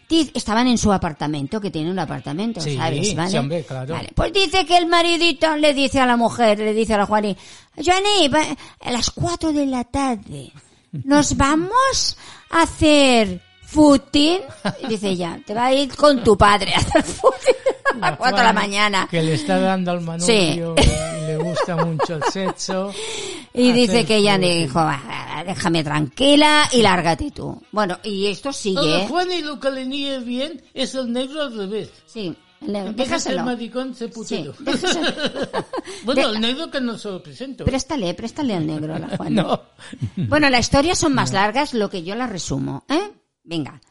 Speaker 3: Diz- Estaban en su apartamento, que tiene un apartamento,
Speaker 2: Sí,
Speaker 3: ¿sabes?
Speaker 2: sí,
Speaker 3: ¿Vale?
Speaker 2: hombre, claro.
Speaker 3: Vale, Pues dice que el maridito le dice a la mujer, le dice a la Juani, Joani, va- a las cuatro de la tarde nos vamos a hacer footing. Y dice ella, te va a ir con tu padre a hacer footing a las cuatro de la
Speaker 2: Juani,
Speaker 3: mañana.
Speaker 2: Que le está dando al manubrio,
Speaker 3: Sí.
Speaker 2: y le gusta mucho el
Speaker 3: <laughs>
Speaker 2: sexo.
Speaker 3: Y
Speaker 7: Ah,
Speaker 2: Hacer
Speaker 3: dice que ella
Speaker 2: footing.
Speaker 3: le dijo, "Ah, déjame tranquila y lárgate tú. Bueno, y esto sigue,
Speaker 7: Don
Speaker 3: ¿eh?
Speaker 7: Juan y lo que le niegue bien es el negro al revés.
Speaker 3: Sí, le-
Speaker 7: Entonces el
Speaker 3: déjaselo.
Speaker 7: maricón se putero.
Speaker 3: Sí, <laughs> déjaselo.
Speaker 7: <laughs> bueno,
Speaker 3: De-
Speaker 7: el negro que no se lo presento.
Speaker 3: Préstale, préstale al
Speaker 7: <laughs>
Speaker 3: negro a la Juana.
Speaker 2: No. <laughs>
Speaker 3: Bueno, las historias son más largas, lo que yo las resumo, ¿eh? Venga,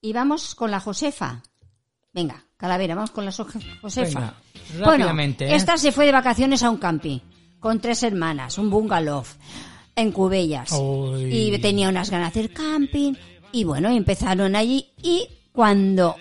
Speaker 3: y vamos con la Josefa. Venga, Calavera, vamos con la so- Josefa.
Speaker 2: Venga, rápidamente,
Speaker 3: Bueno,
Speaker 2: ¿eh?
Speaker 3: esta se fue de vacaciones a un camping con tres hermanas, un bungalow en Cubellas.
Speaker 2: Uy.
Speaker 3: Y tenía unas ganas de hacer camping y bueno, empezaron allí y cuando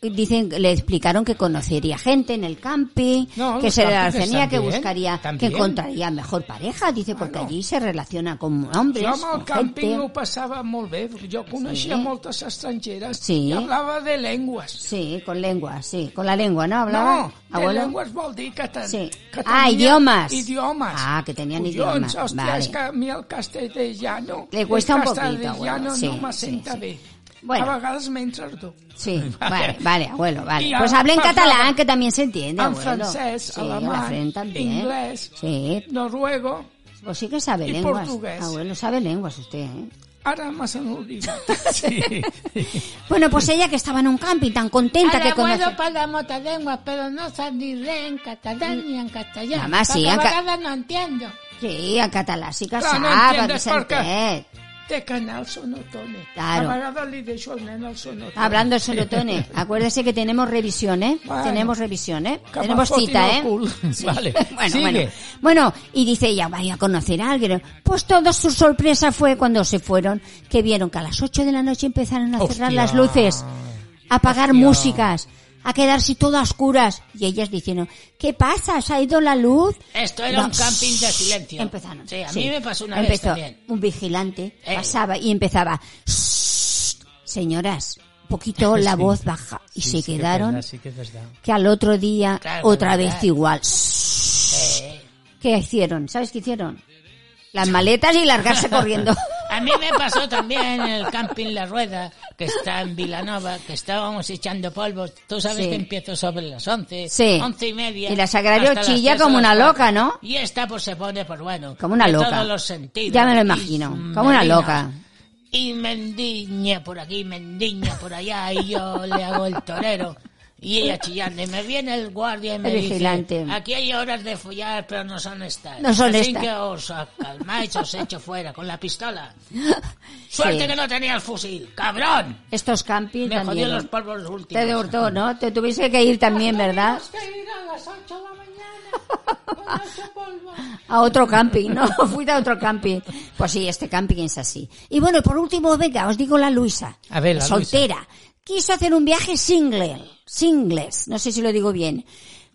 Speaker 3: dicen le explicaron que conocería gente en el camping,
Speaker 2: No,
Speaker 3: que
Speaker 2: los
Speaker 3: se relacionaría,
Speaker 2: campings
Speaker 3: que
Speaker 2: están bien,
Speaker 3: buscaría,
Speaker 2: también.
Speaker 3: que encontraría mejor pareja, dice, porque allí se relaciona con hombres.
Speaker 5: Jo amb el
Speaker 3: con
Speaker 5: càmping
Speaker 3: gente.
Speaker 5: ho passava molt bé, perquè jo coneixia
Speaker 3: Sí.
Speaker 5: moltes estrangeres
Speaker 3: Sí.
Speaker 5: i hablava de llengües.
Speaker 3: Sí, con lengua, sí, con la lengua, ¿no? Hablaba.
Speaker 5: No, de llengües vol dir que, ten,
Speaker 3: Sí.
Speaker 5: que
Speaker 3: Ah,
Speaker 5: tenia
Speaker 3: idiomes.
Speaker 5: idiomes.
Speaker 3: Ah, que tenien
Speaker 5: Collons,
Speaker 3: idiomes,
Speaker 5: Hòstia,
Speaker 3: vale.
Speaker 5: és que a mi el castellano...
Speaker 3: Le cuesta un
Speaker 5: el
Speaker 3: poquito,
Speaker 5: castellano
Speaker 3: bueno, sí,
Speaker 5: no me
Speaker 3: sí,
Speaker 5: senta
Speaker 3: sí.
Speaker 5: bé.
Speaker 3: Bueno.
Speaker 5: A vegades m'encerto. <laughs>
Speaker 3: Sí, vale, vale, abuelo, vale.
Speaker 5: Y
Speaker 3: Pues
Speaker 5: ahora
Speaker 3: habla en
Speaker 5: pasaba
Speaker 3: catalán, que también se entiende,
Speaker 5: En
Speaker 3: abuelo.
Speaker 5: francès,
Speaker 3: sí,
Speaker 5: alemán,
Speaker 3: Fran también.
Speaker 5: inglés,
Speaker 3: Sí,
Speaker 5: noruego...
Speaker 3: pues sí que sabe
Speaker 5: Y
Speaker 3: lenguas.
Speaker 5: portugués.
Speaker 3: Abuelo, sabe lenguas usted, ¿eh?
Speaker 5: Ara me se
Speaker 3: <laughs>
Speaker 5: n'oblida.
Speaker 3: Bueno, pues ella que estaba en un camping tan contenta
Speaker 5: Ara
Speaker 3: que conoce...
Speaker 5: guardo per la mota llengua, però no sap ni res en català ni en castellà.
Speaker 3: Mamà, sí,
Speaker 5: perquè
Speaker 3: en
Speaker 5: a
Speaker 3: ca-
Speaker 5: vegades no entiendo.
Speaker 3: Sí, en català sí que
Speaker 5: Clar,
Speaker 3: sabe,
Speaker 5: no entiendes
Speaker 3: Vicente.
Speaker 5: por qué. Té canal sonotone.
Speaker 3: Claro.
Speaker 5: A vegades li deixo el nen al sonotone.
Speaker 3: Hablando de serotonin, acuérdese que tenemos revisión, ¿eh?
Speaker 5: Bueno.
Speaker 3: tenemos revisión, ¿eh?
Speaker 5: Que
Speaker 3: tenemos
Speaker 5: m'ha
Speaker 3: cita, ¿eh?
Speaker 5: fotit el cul.
Speaker 3: <laughs> Sí.
Speaker 2: Vale,
Speaker 3: bueno,
Speaker 2: sigue.
Speaker 3: bueno. Bueno, y dice ella, vaya a conocer a alguien. Pues toda su sorpresa fue cuando se fueron, que vieron que a las 8 de la noche empezaron a cerrar
Speaker 2: Hostia.
Speaker 3: las luces, a apagar músicas, a quedarse todo a oscuras. Y ellas diciendo, ¿qué pasa? ¿Se ha ido la luz?
Speaker 4: Esto era
Speaker 3: No,
Speaker 4: un camping de silencio.
Speaker 3: Empezaron.
Speaker 4: Sí, a mí me pasó una vez
Speaker 3: Empezó
Speaker 4: también.
Speaker 3: un vigilante,
Speaker 4: Eh.
Speaker 3: pasaba y empezaba. "Shh, Señoras,
Speaker 4: <laughs>
Speaker 3: un poquito la voz baja. Y se quedaron
Speaker 2: Así que es verdad.
Speaker 3: que al otro día
Speaker 4: Claro,
Speaker 3: otra
Speaker 4: claro. Eh.
Speaker 3: vez igual. Eh,
Speaker 4: <laughs>
Speaker 3: ¿Qué hicieron? ¿Sabes qué hicieron? Las maletas y largarse corriendo.
Speaker 4: A mí me pasó también en el camping La Rueda, que está en Vilanova, que estábamos echando polvos. Tú sabes
Speaker 3: Sí.
Speaker 4: que empiezo sobre las 11,
Speaker 3: Sí.
Speaker 4: 11 y media.
Speaker 3: Y la Sagrario
Speaker 4: hasta las
Speaker 3: chilla
Speaker 4: tres o
Speaker 3: como
Speaker 4: las
Speaker 3: una
Speaker 4: cuatro.
Speaker 3: loca, ¿no?
Speaker 4: Y esta pues se pone, pues bueno,
Speaker 3: <laughs> Como una
Speaker 4: de
Speaker 3: loca.
Speaker 4: todos los sentidos.
Speaker 3: Ya me lo
Speaker 4: Y
Speaker 3: imagino, como una
Speaker 4: Medina.
Speaker 3: loca.
Speaker 4: Y mendiña por aquí, mendiña por allá, y yo le hago el torero. Y ella chillando, y me viene el guardia y me
Speaker 3: El
Speaker 4: dice,
Speaker 3: vigilante.
Speaker 4: aquí hay horas de follar, pero no son estas.
Speaker 3: No son
Speaker 4: Así
Speaker 3: estas.
Speaker 4: que os calmáis, os echo fuera con la pistola. Suerte
Speaker 3: Sí.
Speaker 4: que no tenía el fusil, cabrón.
Speaker 3: Estos campings
Speaker 4: Me jodió
Speaker 3: también.
Speaker 4: los polvos los
Speaker 3: Te
Speaker 4: últimos.
Speaker 3: hurtó, ¿no? Te tuviste que ir también, ¿verdad? A otro camping, ¿no? <laughs> Fui a otro camping. Pues sí, este camping es así. Y bueno, por último, venga, os digo la Luisa.
Speaker 2: A ver, la
Speaker 3: Soltera. Quiso hacer un viaje single. Singles. No sé si lo digo bien.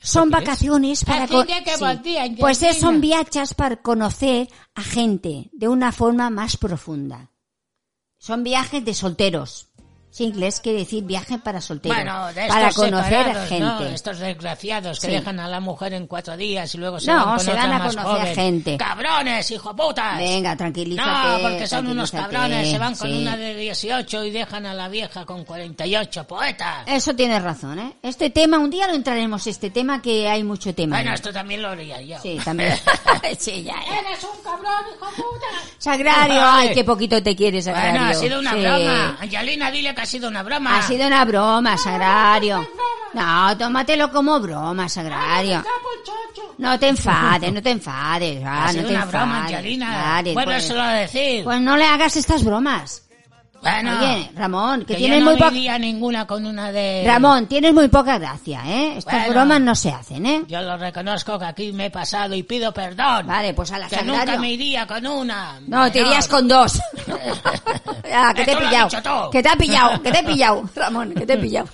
Speaker 3: Son vacaciones para...
Speaker 4: Así
Speaker 3: co-
Speaker 4: que que volvía,
Speaker 3: Pues es-
Speaker 4: Argentina.
Speaker 3: son viajes para conocer a gente de una forma más profunda. Son viajes de solteros. Singles quiere decir viaje para solteros.
Speaker 4: Bueno, de estos
Speaker 3: para conocer a
Speaker 4: separados,
Speaker 3: gente.
Speaker 4: ¿no? Estos desgraciados que
Speaker 3: Sí.
Speaker 4: dejan a la mujer en cuatro días y luego se
Speaker 3: No,
Speaker 4: van con
Speaker 3: se
Speaker 4: otra
Speaker 3: dan a
Speaker 4: más
Speaker 3: conocer
Speaker 4: joven.
Speaker 3: gente.
Speaker 4: ¡Cabrones, hijo putas!
Speaker 3: Venga, tranquilízate.
Speaker 4: No, porque son unos
Speaker 3: tranquilízate,
Speaker 4: cabrones, se van con
Speaker 3: sí.
Speaker 4: una de 18 y dejan a la vieja con 48, poeta.
Speaker 3: Eso tienes razón, ¿eh? Este tema, un día lo entraremos, este tema que hay mucho tema. ¿eh?
Speaker 4: Bueno, esto también lo haría yo.
Speaker 3: Sí,
Speaker 4: <laughs>
Speaker 3: también. <laughs> sí, ya, ya.
Speaker 4: ¡Eres un cabrón, hijo puta!
Speaker 3: Sagrario,
Speaker 4: Vale.
Speaker 3: ay, qué poquito te quieres, Sagrario.
Speaker 4: Bueno, ha sido una
Speaker 3: Sí.
Speaker 4: broma. Angelina, dile que ha sido una broma.
Speaker 3: Ha sido una broma, Sagrario. No, tómatelo como broma, Sagrario. No te enfades, no te enfades. ah,
Speaker 4: Ha
Speaker 3: no
Speaker 4: sido
Speaker 3: te
Speaker 4: una
Speaker 3: enfades.
Speaker 4: broma, Angelina.
Speaker 3: Vale, pues,
Speaker 4: Vuélveselo a decir.
Speaker 3: pues no le hagas estas bromas.
Speaker 4: bueno,
Speaker 3: Oye, Ramón, que,
Speaker 4: que
Speaker 3: tienes
Speaker 4: yo no
Speaker 3: muy
Speaker 4: me
Speaker 3: poca...
Speaker 4: iría ninguna con una de...
Speaker 3: Ramón, tienes muy poca gracia, ¿eh? Estas
Speaker 4: Bueno.
Speaker 3: bromas no se hacen, ¿eh?
Speaker 4: Yo lo reconozco que aquí me he pasado y pido perdón.
Speaker 3: Vale, pues a la
Speaker 4: que
Speaker 3: Sagrario.
Speaker 4: nunca me iría con una.
Speaker 3: No, te
Speaker 4: Mayor.
Speaker 3: irías con
Speaker 4: <laughs>
Speaker 3: dos. ah, que te he
Speaker 4: Esto lo has
Speaker 3: pillado.
Speaker 4: dicho tú.
Speaker 3: Que te ha pillado, que te he pillado, Ramón, que te
Speaker 4: <laughs>
Speaker 3: he pillado.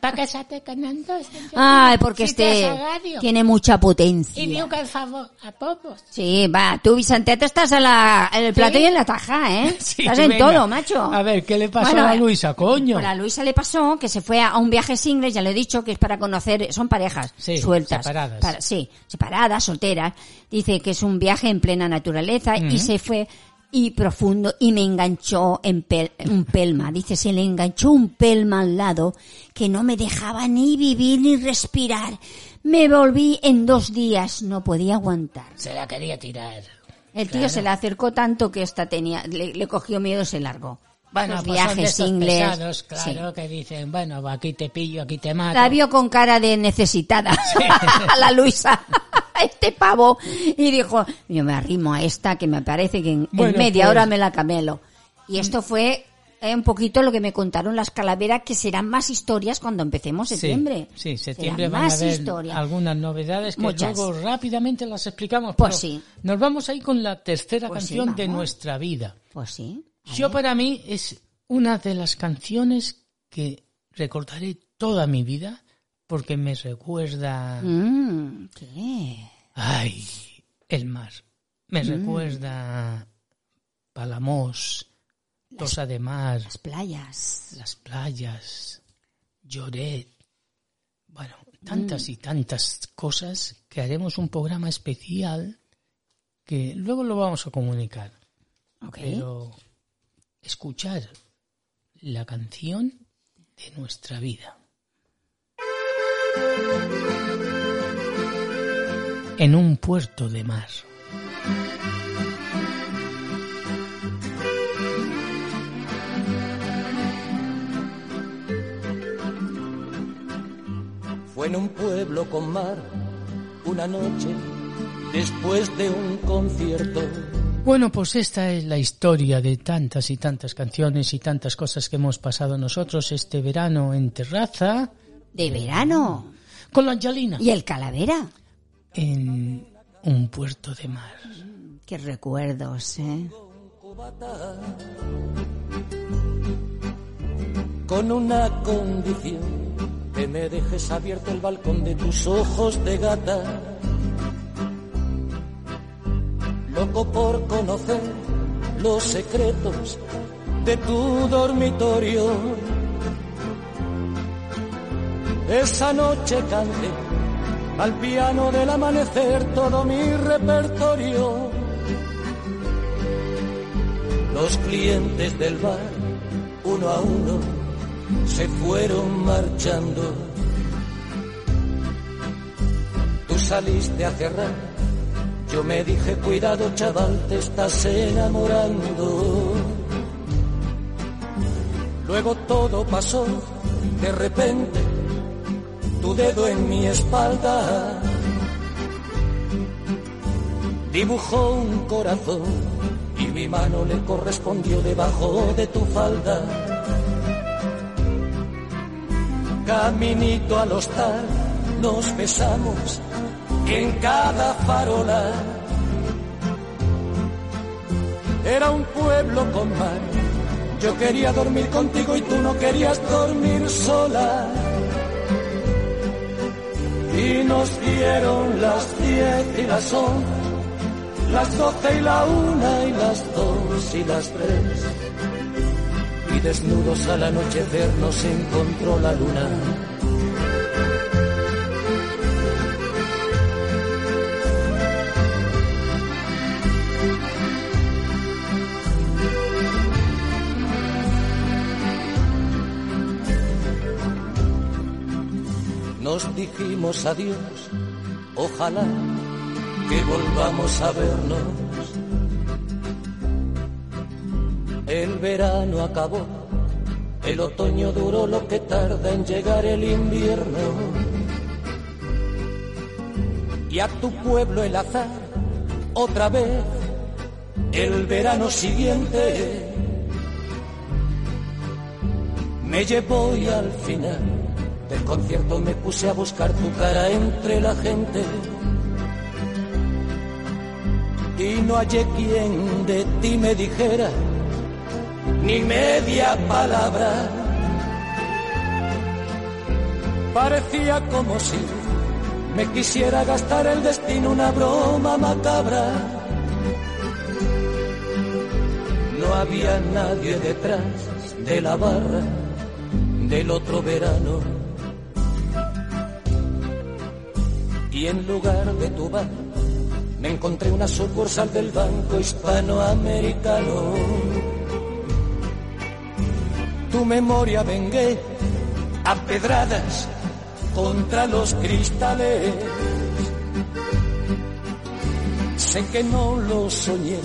Speaker 4: Pa' casarte con Andos.
Speaker 3: Ay, porque
Speaker 4: Si te
Speaker 3: este
Speaker 4: has agadido.
Speaker 3: tiene mucha
Speaker 4: Y
Speaker 3: potencia.
Speaker 4: diu que el favor a popos.
Speaker 3: Sí, va, tú Vicente, estás en, la, en el plato y en la taja, ¿eh?
Speaker 2: <laughs> Sí,
Speaker 3: estás en
Speaker 2: venga.
Speaker 3: todo, macho.
Speaker 2: A ver, ¿qué le pasó
Speaker 3: Bueno,
Speaker 2: a Luisa, coño?
Speaker 3: Pues a Luisa le pasó que se fue a a un viaje single, ya lo he dicho, que es para conocer, son parejas
Speaker 2: Sí,
Speaker 3: sueltas.
Speaker 2: separadas.
Speaker 3: Para- sí, separadas, solteras. Dice que es un viaje en plena naturaleza y se fue y profundo y me enganchó en pel- un pelma. Dice, se le enganchó un pelma al lado que no me dejaba ni vivir ni respirar. Me volví en dos días, no podía aguantar.
Speaker 4: Se la quería tirar.
Speaker 3: El tío se le acercó tanto que esta tenía, le, le cogió miedo y se largó.
Speaker 4: Bueno,
Speaker 3: Los
Speaker 4: pues son de
Speaker 3: viajes
Speaker 4: estos
Speaker 3: singles.
Speaker 4: pesados,
Speaker 3: sí.
Speaker 4: claro, que dicen, bueno, aquí te pillo, aquí te mato.
Speaker 3: La vio con cara de necesitada a <laughs> la Luisa, <laughs> a este pavo, y dijo, yo me arrimo a esta que me parece que en, en
Speaker 2: Bueno,
Speaker 3: media
Speaker 2: pues. Mm.
Speaker 3: hora me la camelo. Y esto fue eh, un poquito lo que me contaron las calaveras, que serán más historias cuando empecemos
Speaker 2: Sí,
Speaker 3: septiembre.
Speaker 2: Sí, septiembre
Speaker 3: Serán
Speaker 2: van a
Speaker 3: más
Speaker 2: haber
Speaker 3: historias.
Speaker 2: algunas novedades que
Speaker 3: Muchas.
Speaker 2: luego rápidamente las explicamos.
Speaker 3: Pues
Speaker 2: pero
Speaker 3: sí.
Speaker 2: Nos vamos ahí con la tercera
Speaker 3: Pues sí,
Speaker 2: canción de
Speaker 3: vamos.
Speaker 2: nuestra vida.
Speaker 3: Pues sí. a
Speaker 2: Yo
Speaker 3: ver.
Speaker 2: para mí es una de las canciones que recordaré toda mi vida porque me recuerda...
Speaker 3: Mm, ¿Qué?
Speaker 2: Ay, el mar. Me recuerda Palamós, Tosa de Mar,
Speaker 3: Las playas.
Speaker 2: las playas, Lloret. Bueno, tantas y tantas cosas que haremos un programa especial que luego lo vamos a comunicar.
Speaker 3: Ok.
Speaker 2: Pero escuchar la canción de nuestra vida. En un puerto de mar.
Speaker 8: Fue en un pueblo con mar una noche después de un concierto.
Speaker 2: Bueno, pues esta es la historia de tantas y tantas canciones y tantas cosas que hemos pasado nosotros este verano en terraza
Speaker 3: De verano.
Speaker 2: con la Angelina
Speaker 3: Y el calavera.
Speaker 2: en un puerto de mar.
Speaker 3: Qué recuerdos, ¿eh?
Speaker 8: Con una condición, que me dejes abierto el balcón de tus ojos de gata. Loco por conocer los secretos de tu dormitorio. Esa noche canté al piano del amanecer todo mi repertorio. Los clientes del bar, uno a uno, se fueron marchando. Tú saliste a cerrar, yo me dije, cuidado chaval, te estás enamorando. Luego todo pasó, de repente, tu dedo en mi espalda dibujó un corazón y mi mano le correspondió debajo de tu falda. Caminito al hostal nos besamos en cada farola. Era un pueblo con mar, yo quería dormir contigo y tú no querías dormir sola. Y nos dieron las diez y las once las doce y la una y las dos y las tres. Y desnudos al anochecer nos encontró la luna. Nos dijimos adiós, ojalá que volvamos a vernos. El verano acabó, el otoño duró lo que tarda en llegar el invierno. Y a tu pueblo el azar, otra vez, el verano siguiente. Me llevó y al final del concierto me puse a buscar tu cara entre la gente y no hallé quien de ti me dijera ni media palabra. Parecía como si me quisiera gastar el destino una broma macabra. No había nadie detrás de la barra del otro verano. Y en lugar de tu bar, me encontré una sucursal del Banco Hispanoamericano. Tu memoria vengué a pedradas contra los cristales. Sé que no lo soñé,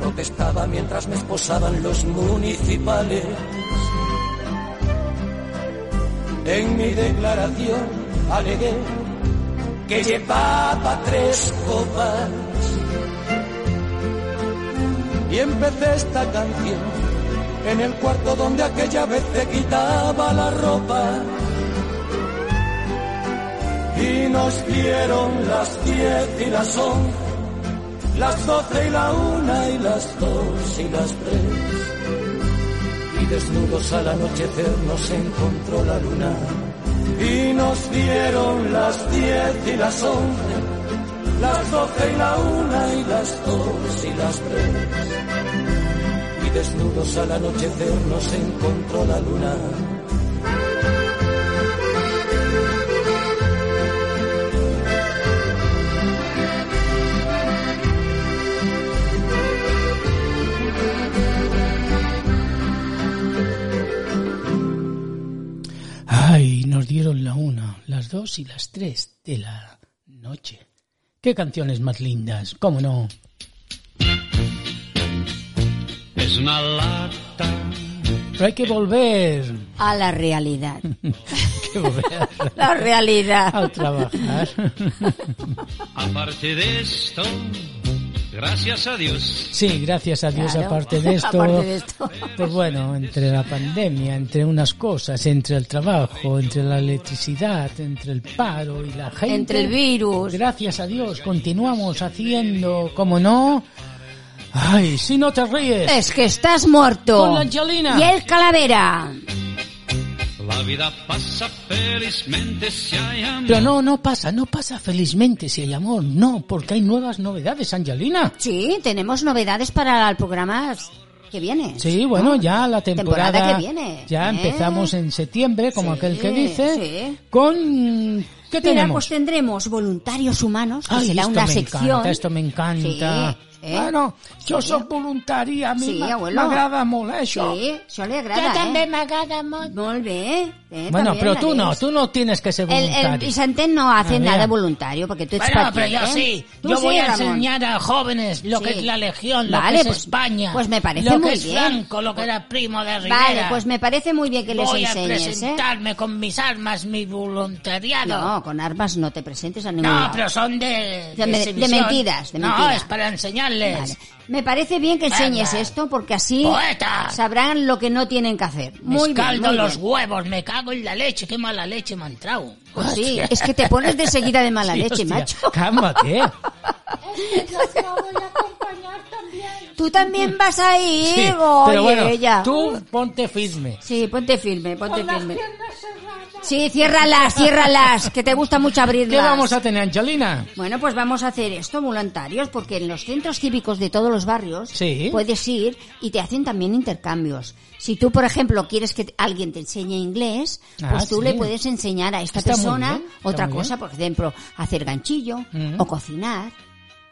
Speaker 8: protestaba mientras me esposaban los municipales. En mi declaración alegué que llevaba tres copas. Y empecé esta canción en el cuarto donde aquella vez te quitaba la ropa. Y nos dieron las diez y las once, las doce y la una y las dos y las tres. Y desnudos al anochecer nos encontró la luna y nos dieron las diez y las once, las doce y la una y las dos y las tres. Y desnudos al anochecer nos encontró la luna.
Speaker 2: Ay, nos dieron la una, las dos y las tres de la noche. Qué canciones más lindas, cómo no.
Speaker 1: Es una lata.
Speaker 2: Pero hay que volver,
Speaker 3: A la realidad.
Speaker 2: hay que volver
Speaker 3: La
Speaker 2: <laughs>
Speaker 3: realidad.
Speaker 2: a trabajar.
Speaker 1: Aparte de esto, gracias a Dios,
Speaker 2: Sí, gracias a Dios,
Speaker 3: Claro,
Speaker 2: aparte de esto.
Speaker 3: <laughs> aparte de esto.
Speaker 2: Pues bueno, entre la pandemia, entre unas cosas, entre el trabajo, entre la electricidad, entre el paro y la gente.
Speaker 3: Entre el virus.
Speaker 2: Gracias a Dios, continuamos haciendo, como no. Ay, si no te ríes.
Speaker 3: Es que estás muerto.
Speaker 2: Con la Angelina.
Speaker 3: Y el calavera.
Speaker 1: la vida pasa felizmente si hay amor.
Speaker 2: Pero no, no pasa, no pasa felizmente si hay amor, no, porque hay nuevas novedades, Angelina.
Speaker 3: Sí, tenemos novedades para el programa que viene.
Speaker 2: Sí, bueno, ya la temporada,
Speaker 3: Ah, temporada que viene,
Speaker 2: Ya
Speaker 3: ¿eh?
Speaker 2: empezamos en septiembre, como
Speaker 3: Sí,
Speaker 2: aquel que dice,
Speaker 3: sí.
Speaker 2: con ¿qué
Speaker 3: Mira, pues
Speaker 2: tenemos?
Speaker 3: tendremos voluntarios humanos, que
Speaker 2: Ay,
Speaker 3: será
Speaker 2: esto
Speaker 3: una
Speaker 2: me
Speaker 3: sección.
Speaker 2: encanta, esto me encanta.
Speaker 3: Sí, Eh?
Speaker 5: Bueno, jo sóc voluntari, a mi
Speaker 3: Sí,
Speaker 5: m'a-
Speaker 3: abuelo.
Speaker 5: m'agrada molt, eh, això.
Speaker 3: Sí, això li
Speaker 4: Jo
Speaker 3: agrada,
Speaker 4: també
Speaker 3: eh?
Speaker 4: m'agrada molt.
Speaker 3: Molt bé. Eh,
Speaker 2: Bueno,
Speaker 3: també
Speaker 2: pero tú
Speaker 3: la
Speaker 2: no,
Speaker 3: ves.
Speaker 2: tú no tienes que ser
Speaker 3: El, el
Speaker 2: voluntario.
Speaker 3: Vicente no hace
Speaker 2: Ah, mira.
Speaker 3: nada voluntario porque tú estás
Speaker 4: Bueno, pero yo sí. Yo voy a
Speaker 3: enseñar
Speaker 4: enseñar a jóvenes lo
Speaker 3: Sí.
Speaker 4: que es la Legión, lo
Speaker 3: Vale,
Speaker 4: que es
Speaker 3: pues-
Speaker 4: España.
Speaker 3: pues me parece
Speaker 4: lo
Speaker 3: muy
Speaker 4: que es
Speaker 3: bien.
Speaker 4: Franco, lo que era primo de Rivera.
Speaker 3: Vale, pues me parece muy bien que les
Speaker 4: Voy a
Speaker 3: enseñes, ¿eh?
Speaker 4: presentarme con mis armas, mi voluntariado.
Speaker 3: No, con armas no te presentes a ningún
Speaker 4: No,
Speaker 3: lado.
Speaker 4: pero son de...
Speaker 3: De me- de
Speaker 4: exhibición.
Speaker 3: mentiras, de
Speaker 4: No,
Speaker 3: mentiras.
Speaker 4: es para enseñarles.
Speaker 3: Vale. Me parece bien que enseñes
Speaker 4: Venga.
Speaker 3: esto porque así
Speaker 4: Poeta.
Speaker 3: sabrán lo que no tienen que hacer.
Speaker 4: Me
Speaker 3: Muy bien,
Speaker 4: escaldo
Speaker 3: muy
Speaker 4: los
Speaker 3: bien.
Speaker 4: huevos, me cago en la leche, qué mala leche me ha entrado.
Speaker 3: Pues sí, es que te
Speaker 4: <laughs>
Speaker 3: pones de seguida de mala leche, macho. <laughs>
Speaker 2: Cálmate.
Speaker 3: Tú también vas a ir,
Speaker 2: Sí,
Speaker 3: oye,
Speaker 2: pero bueno,
Speaker 3: ella.
Speaker 2: tú ponte firme.
Speaker 3: Sí, ponte firme, ponte firme. Sí, ciérralas, ciérralas, que te gusta mucho abrirlas.
Speaker 2: ¿Qué vamos a tener, Angelina?
Speaker 3: Bueno, pues vamos a hacer esto voluntarios porque en los centros cívicos de todos los barrios
Speaker 2: Sí.
Speaker 3: puedes ir y te hacen también intercambios. Si tú, por ejemplo, quieres que alguien te enseñe inglés,
Speaker 2: Ah,
Speaker 3: pues tú
Speaker 2: sí.
Speaker 3: le puedes enseñar a esta
Speaker 2: Está muy
Speaker 3: persona
Speaker 2: bien, está
Speaker 3: otra
Speaker 2: muy
Speaker 3: cosa, por ejemplo, hacer ganchillo
Speaker 2: Mm.
Speaker 3: o cocinar.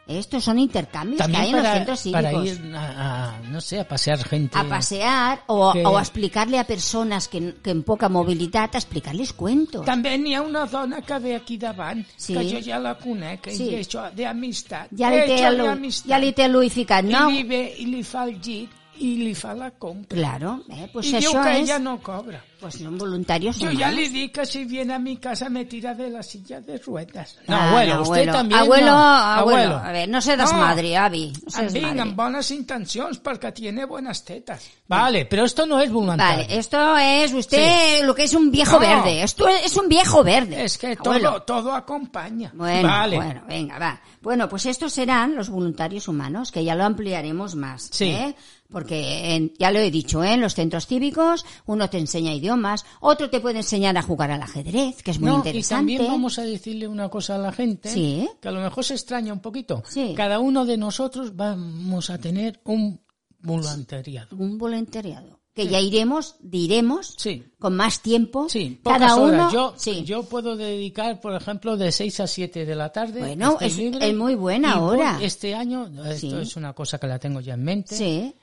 Speaker 3: Estos son intercambios que hay en los
Speaker 2: para,
Speaker 3: centros
Speaker 2: para
Speaker 3: cívicos.
Speaker 2: ir a, a, no sé, a pasear gente.
Speaker 3: a pasear o,
Speaker 2: que-
Speaker 3: o a explicarle a personas que, que en poca movilidad, a explicarles cuentos.
Speaker 5: També n'hi ha una dona que ve aquí davant,
Speaker 3: Sí.
Speaker 5: que jo ja la conec,
Speaker 3: Sí.
Speaker 5: i això d'amistat.
Speaker 3: Ja li, té
Speaker 5: Hecho
Speaker 3: el,
Speaker 5: de
Speaker 3: ull-
Speaker 5: amistat.
Speaker 3: ja li té l'ull ficat, no?
Speaker 5: I li ve i li fa el llit i li fa la compra.
Speaker 3: Claro, eh, pues
Speaker 5: I diu
Speaker 3: això
Speaker 5: que
Speaker 3: es...
Speaker 5: ella no cobra.
Speaker 3: Pues son voluntarios ¿eh?
Speaker 5: Yo ya
Speaker 3: normales.
Speaker 5: le di que si viene a mi casa me tira de la silla de ruedas.
Speaker 2: No,
Speaker 3: Ah,
Speaker 2: abuelo, usted también
Speaker 3: Abuelo,
Speaker 2: no.
Speaker 3: abuelo,
Speaker 2: Abuelo.
Speaker 3: A ver, no se das
Speaker 5: No.
Speaker 3: madre, Avi. No
Speaker 5: En
Speaker 3: seas
Speaker 5: fin,
Speaker 3: madre.
Speaker 5: amb bones intencions, perquè tiene buenas tetas.
Speaker 2: Vale, pero esto no es voluntario.
Speaker 3: Vale, esto es usted lo que es un viejo
Speaker 5: No.
Speaker 3: verde. Esto es un viejo verde.
Speaker 5: Es que todo,
Speaker 3: abuelo.
Speaker 5: todo acompaña.
Speaker 3: Bueno,
Speaker 2: Vale.
Speaker 3: bueno, venga, va. Bueno, pues estos serán los voluntarios humanos, que ya lo ampliaremos más.
Speaker 2: Sí.
Speaker 3: ¿eh? Porque en- ya lo he dicho, ¿eh? en los centros cívicos uno te enseña idiomas, otro te puede enseñar a jugar al ajedrez, que es muy
Speaker 2: No, y
Speaker 3: interesante.
Speaker 2: también vamos a decirle una cosa a la gente
Speaker 3: Sí.
Speaker 2: que a lo mejor se extraña un poquito.
Speaker 3: Sí.
Speaker 2: Cada uno de nosotros vamos a tener un voluntariado.
Speaker 3: un voluntariado. Que ya iremos, diremos,
Speaker 2: Sí.
Speaker 3: con más tiempo.
Speaker 2: Sí, pocas
Speaker 3: cada uno.
Speaker 2: horas. Yo,
Speaker 3: sí.
Speaker 2: yo puedo dedicar, por ejemplo, de 6 a 7 de la tarde.
Speaker 3: Bueno,
Speaker 2: estoy
Speaker 3: es-
Speaker 2: libre.
Speaker 3: es muy buena
Speaker 2: Y voy
Speaker 3: hora.
Speaker 2: Este año, esto
Speaker 3: Sí.
Speaker 2: es una cosa que la tengo ya en mente,
Speaker 3: sí.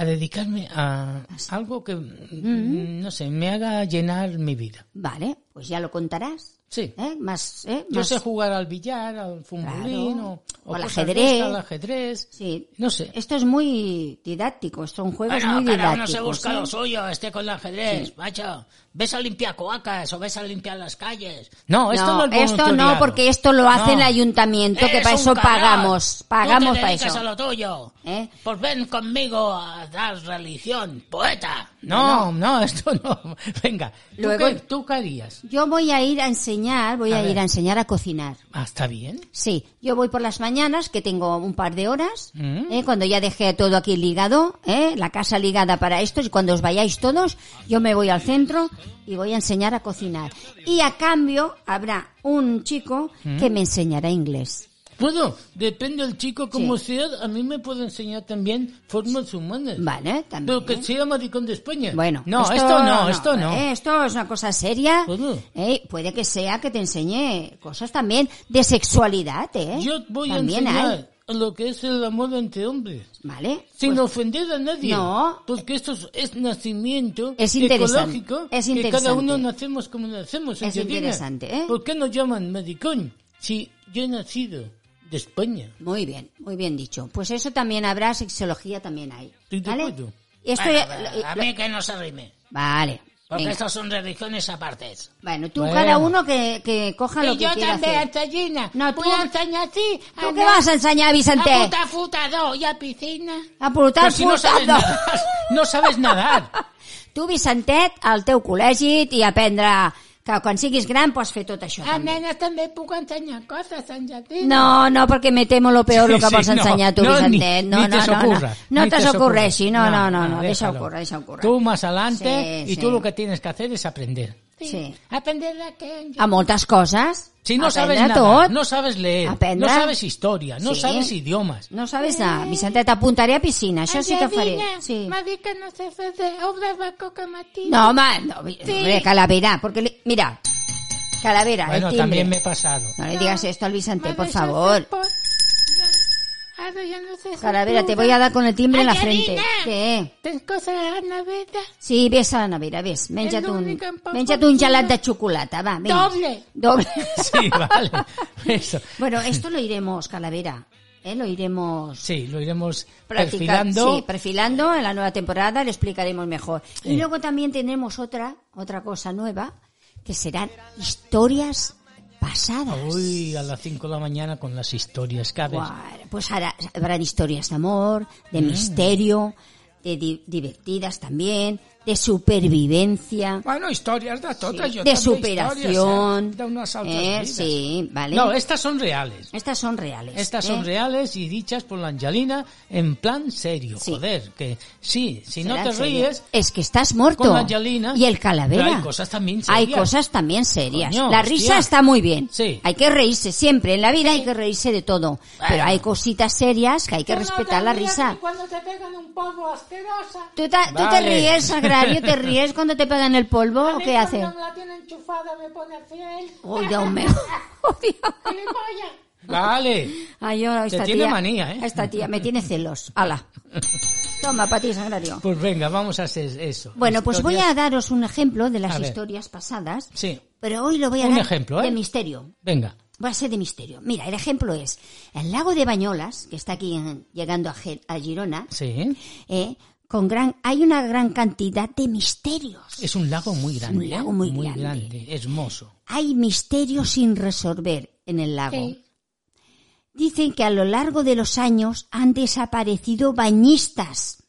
Speaker 2: a dedicarme a algo que, mm, no sé, me haga llenar mi vida.
Speaker 3: Vale, pues ya lo contarás.
Speaker 2: Sí.
Speaker 3: ¿eh? Más, ¿eh?
Speaker 2: Yo
Speaker 3: Más-
Speaker 2: sé jugar al billar, al fumbolín
Speaker 3: Claro.
Speaker 2: o,
Speaker 3: O al
Speaker 2: cosas de
Speaker 3: ajedrez.
Speaker 2: estas, al ajedrez.
Speaker 3: Sí.
Speaker 2: No sé.
Speaker 3: Esto es muy didáctico, esto es un juego
Speaker 4: Bueno,
Speaker 3: muy ¿eh?
Speaker 4: cada
Speaker 3: didáctico.
Speaker 4: uno se busca
Speaker 3: ¿sí?
Speaker 4: lo suyo, este con el ajedrez, macho. Ves a limpiar coacas o ves a limpiar las calles.
Speaker 2: No, esto no,
Speaker 3: no,
Speaker 2: es
Speaker 3: esto no,
Speaker 2: voluntariado.
Speaker 3: porque esto lo
Speaker 2: No.
Speaker 3: hace el ayuntamiento, que
Speaker 4: Eres
Speaker 3: para
Speaker 4: un
Speaker 3: eso
Speaker 4: canal.
Speaker 3: pagamos. Pagamos
Speaker 4: Tú te
Speaker 3: para
Speaker 4: dedicas
Speaker 3: eso.
Speaker 4: a lo tuyo.
Speaker 3: ¿Eh?
Speaker 4: Pues ven conmigo a dar religión, poeta.
Speaker 2: No, no, esto
Speaker 7: <laughs>
Speaker 2: no. Venga, ¿tú,
Speaker 3: Luego-
Speaker 2: qué, tú qué harías?
Speaker 3: Yo voy a ir a enseñar, voy
Speaker 2: A
Speaker 3: a, ir
Speaker 2: ver.
Speaker 3: a enseñar a cocinar.
Speaker 2: Ah, está bien.
Speaker 3: Sí, yo voy por las mañanas, que tengo un par de horas,
Speaker 2: Mm.
Speaker 3: ¿eh? cuando ya dejé todo aquí ligado, ¿eh? la casa ligada para esto, y cuando os vayáis todos, yo me voy al centro y voy a enseñar a cocinar. Y a cambio habrá un chico que me enseñará inglés.
Speaker 7: Puedo, depende del chico como
Speaker 3: Sí.
Speaker 7: sea, a mí me puede enseñar también formas humanas.
Speaker 3: Vale, también. ¿eh?
Speaker 7: Pero que sea maricón de España.
Speaker 3: Bueno,
Speaker 2: No, esto no, esto no. Pues
Speaker 3: ¿eh? Esto es una cosa seria.
Speaker 7: Bueno.
Speaker 3: ¿eh? Puede que sea que te enseñe cosas también de sexualidad, ¿eh?
Speaker 7: Yo voy
Speaker 3: También
Speaker 7: a
Speaker 3: hay,
Speaker 7: enseñar a lo que es el amor entre hombres.
Speaker 3: ¿Vale?
Speaker 7: Sin ofender a nadie.
Speaker 3: Pues, No.
Speaker 7: Porque esto es, es nacimiento
Speaker 3: Es interesante,
Speaker 7: ecológico.
Speaker 3: es
Speaker 7: Que cada
Speaker 3: interesante.
Speaker 7: uno nacemos como nacemos.
Speaker 3: Es
Speaker 7: Angelina.
Speaker 3: interesante, ¿eh?
Speaker 7: ¿Por qué nos llaman maricón? Si yo he nacido de España.
Speaker 3: Muy bien, muy bien dicho. Pues eso también habrá, sexología también hay.
Speaker 7: Estoy de
Speaker 3: ¿Vale?
Speaker 7: acuerdo.
Speaker 3: Esto
Speaker 4: Bueno,
Speaker 3: ya-
Speaker 4: a
Speaker 3: lo-
Speaker 4: mí que no se rime.
Speaker 3: Vale.
Speaker 4: Porque
Speaker 3: venga.
Speaker 4: estas son religiones apartes.
Speaker 3: Bueno, tú
Speaker 2: Bueno.
Speaker 3: cada uno que, que coja lo que quiera hacer.
Speaker 4: Angelina.
Speaker 3: No, tú-
Speaker 4: enseñar a ti.
Speaker 3: ¿Tú qué vas a enseñar, Vicente?
Speaker 4: futado y a piscina.
Speaker 3: A portar
Speaker 2: Pero si no sabes
Speaker 3: furtado.
Speaker 4: <laughs>
Speaker 2: nadar, <laughs> no sabes nadar.
Speaker 3: <laughs> Tu, Vicentet, al teu col·legi i aprendre que quan siguis gran pots fer tot això. també.
Speaker 4: nenes també puc ensenyar coses, Angelina.
Speaker 3: No, no, perquè me temo lo peor
Speaker 2: Sí,
Speaker 3: lo que
Speaker 2: sí,
Speaker 3: vols
Speaker 2: no,
Speaker 3: ensenyar tu,
Speaker 2: no, ni-
Speaker 3: Vicentet. No,
Speaker 2: ni
Speaker 3: no,
Speaker 2: te
Speaker 3: no, no,
Speaker 2: s'ocorra,
Speaker 3: no
Speaker 2: ni
Speaker 3: te
Speaker 2: te
Speaker 3: s'ocorreixi, no,
Speaker 2: s'ocorra.
Speaker 3: no, no,
Speaker 2: No,
Speaker 3: no,
Speaker 2: no,
Speaker 3: deixa
Speaker 2: déjalo.
Speaker 3: ocórrer, deixa ocórrer.
Speaker 2: Tú más adelante
Speaker 3: Sí,
Speaker 2: y
Speaker 3: sí.
Speaker 2: tú lo que tienes que hacer es aprender.
Speaker 3: Sí.
Speaker 4: Aprender de què?
Speaker 3: A moltes coses.
Speaker 2: Si no
Speaker 3: aprendre
Speaker 2: sabes nada,
Speaker 3: tot.
Speaker 2: no sabes leer,
Speaker 3: Aprendre.
Speaker 2: no sabes historia, no
Speaker 3: Sí.
Speaker 2: sabes idiomas.
Speaker 3: No sabes nada. Vicente, t'apuntaré a piscina, això sí que faré. Sí.
Speaker 4: dit que no sé fer de obres de coca matí.
Speaker 3: No, home, no, vi- hombre, calavera, porque... li- Mira, calavera,
Speaker 2: Bueno,
Speaker 3: el timbre.
Speaker 2: también me he pasado.
Speaker 3: No le digas esto al Vicente, por favor.
Speaker 7: claro, ya no sé.
Speaker 3: Calavera, te voy a dar con el timbre en la frente.
Speaker 7: Angelina.
Speaker 3: Què?
Speaker 7: Tens coses a la vida.
Speaker 3: Sí, vés a la nevera, vés. Menja't un,
Speaker 7: l'única empa-
Speaker 3: menja't un gelat de xocolata, va, vinga.
Speaker 7: Doble.
Speaker 3: Doble.
Speaker 2: <laughs>
Speaker 3: <laughs>
Speaker 2: Sí, vale. Eso.
Speaker 3: bueno, esto lo iremos, Calavera. ¿eh? Lo iremos
Speaker 2: Sí, lo iremos
Speaker 3: practica-
Speaker 2: perfilando.
Speaker 3: Sí, perfilando en la nueva temporada, le explicaremos mejor. Y luego también tendremos otra, otra cosa nueva, que serán historias pasadas.
Speaker 2: Uy, a las 5 de la mañana con las historias, ¿sabes?
Speaker 3: Guau, Pues hará- habrán historias de amor,
Speaker 2: Mm.
Speaker 3: de misterio, de di- divertidas también, de supervivencia,
Speaker 5: Bueno, històries de totes. Sí. Jo
Speaker 3: de
Speaker 5: també
Speaker 3: superación.
Speaker 5: històries, eh, D'unes altres
Speaker 3: Eh,
Speaker 5: vides.
Speaker 3: sí, vale.
Speaker 2: No, estas son reales.
Speaker 3: Estas son reales.
Speaker 2: Estas
Speaker 3: ¿eh?
Speaker 2: son reales y dichas por la Angelina en plan serio.
Speaker 3: Sí.
Speaker 2: Joder, que sí, si no
Speaker 3: Será
Speaker 2: te
Speaker 3: en serio. <laughs>
Speaker 2: ríes,
Speaker 3: Es que estás muerto.
Speaker 2: con la Angelina,
Speaker 3: Y el calavera.
Speaker 2: pero hay cosas también serias.
Speaker 3: Hay cosas también serias.
Speaker 2: Coño,
Speaker 3: la risa
Speaker 2: hostia.
Speaker 3: está muy bien.
Speaker 2: Sí.
Speaker 3: Hay que reírse siempre. En la vida hay que reírse de todo. Pero hay cositas serias que hay que respetar la risa.
Speaker 7: Cuando te pegan un polvo asquerosa.
Speaker 3: ¿Tú, ta- tú te
Speaker 2: Vale.
Speaker 3: ríes, Sagrario?
Speaker 2: <laughs>
Speaker 3: ¿Te ríes cuando te pegan el polvo? ¿O qué hace?
Speaker 7: Cuando me la tiene enchufada me pone fiel.
Speaker 3: Uy, Dios mío. <laughs> Oh, Dios.
Speaker 7: ¡Gilipollas!
Speaker 2: vale.
Speaker 3: Ay, yo, esta
Speaker 2: tiene
Speaker 3: tía-
Speaker 2: manía, ¿eh?
Speaker 3: Esta tía me tiene celos.
Speaker 2: <laughs>
Speaker 3: Ala. Toma, para ti, Sagrario.
Speaker 2: Pues venga, vamos a hacer eso.
Speaker 3: Bueno, pues voy a
Speaker 2: Historias-
Speaker 3: daros un ejemplo de las
Speaker 2: A ver.
Speaker 3: historias pasadas.
Speaker 2: Sí,
Speaker 3: Pero hoy lo voy a
Speaker 2: Un
Speaker 3: dar
Speaker 2: ejemplo, ¿eh?
Speaker 3: de misterio.
Speaker 2: venga.
Speaker 3: Va a ser de misterio. Mira, el ejemplo es el lago de Bañolas, que está aquí en- llegando a, Ge- a Girona,
Speaker 2: Sí,
Speaker 3: ¿eh? con gran, hay una gran cantidad de misterios.
Speaker 2: es un lago muy grande.
Speaker 3: un lago muy grande.
Speaker 2: hermoso.
Speaker 3: Hay misterios sin resolver en el lago. Dicen que a lo largo de los años han desaparecido bañistas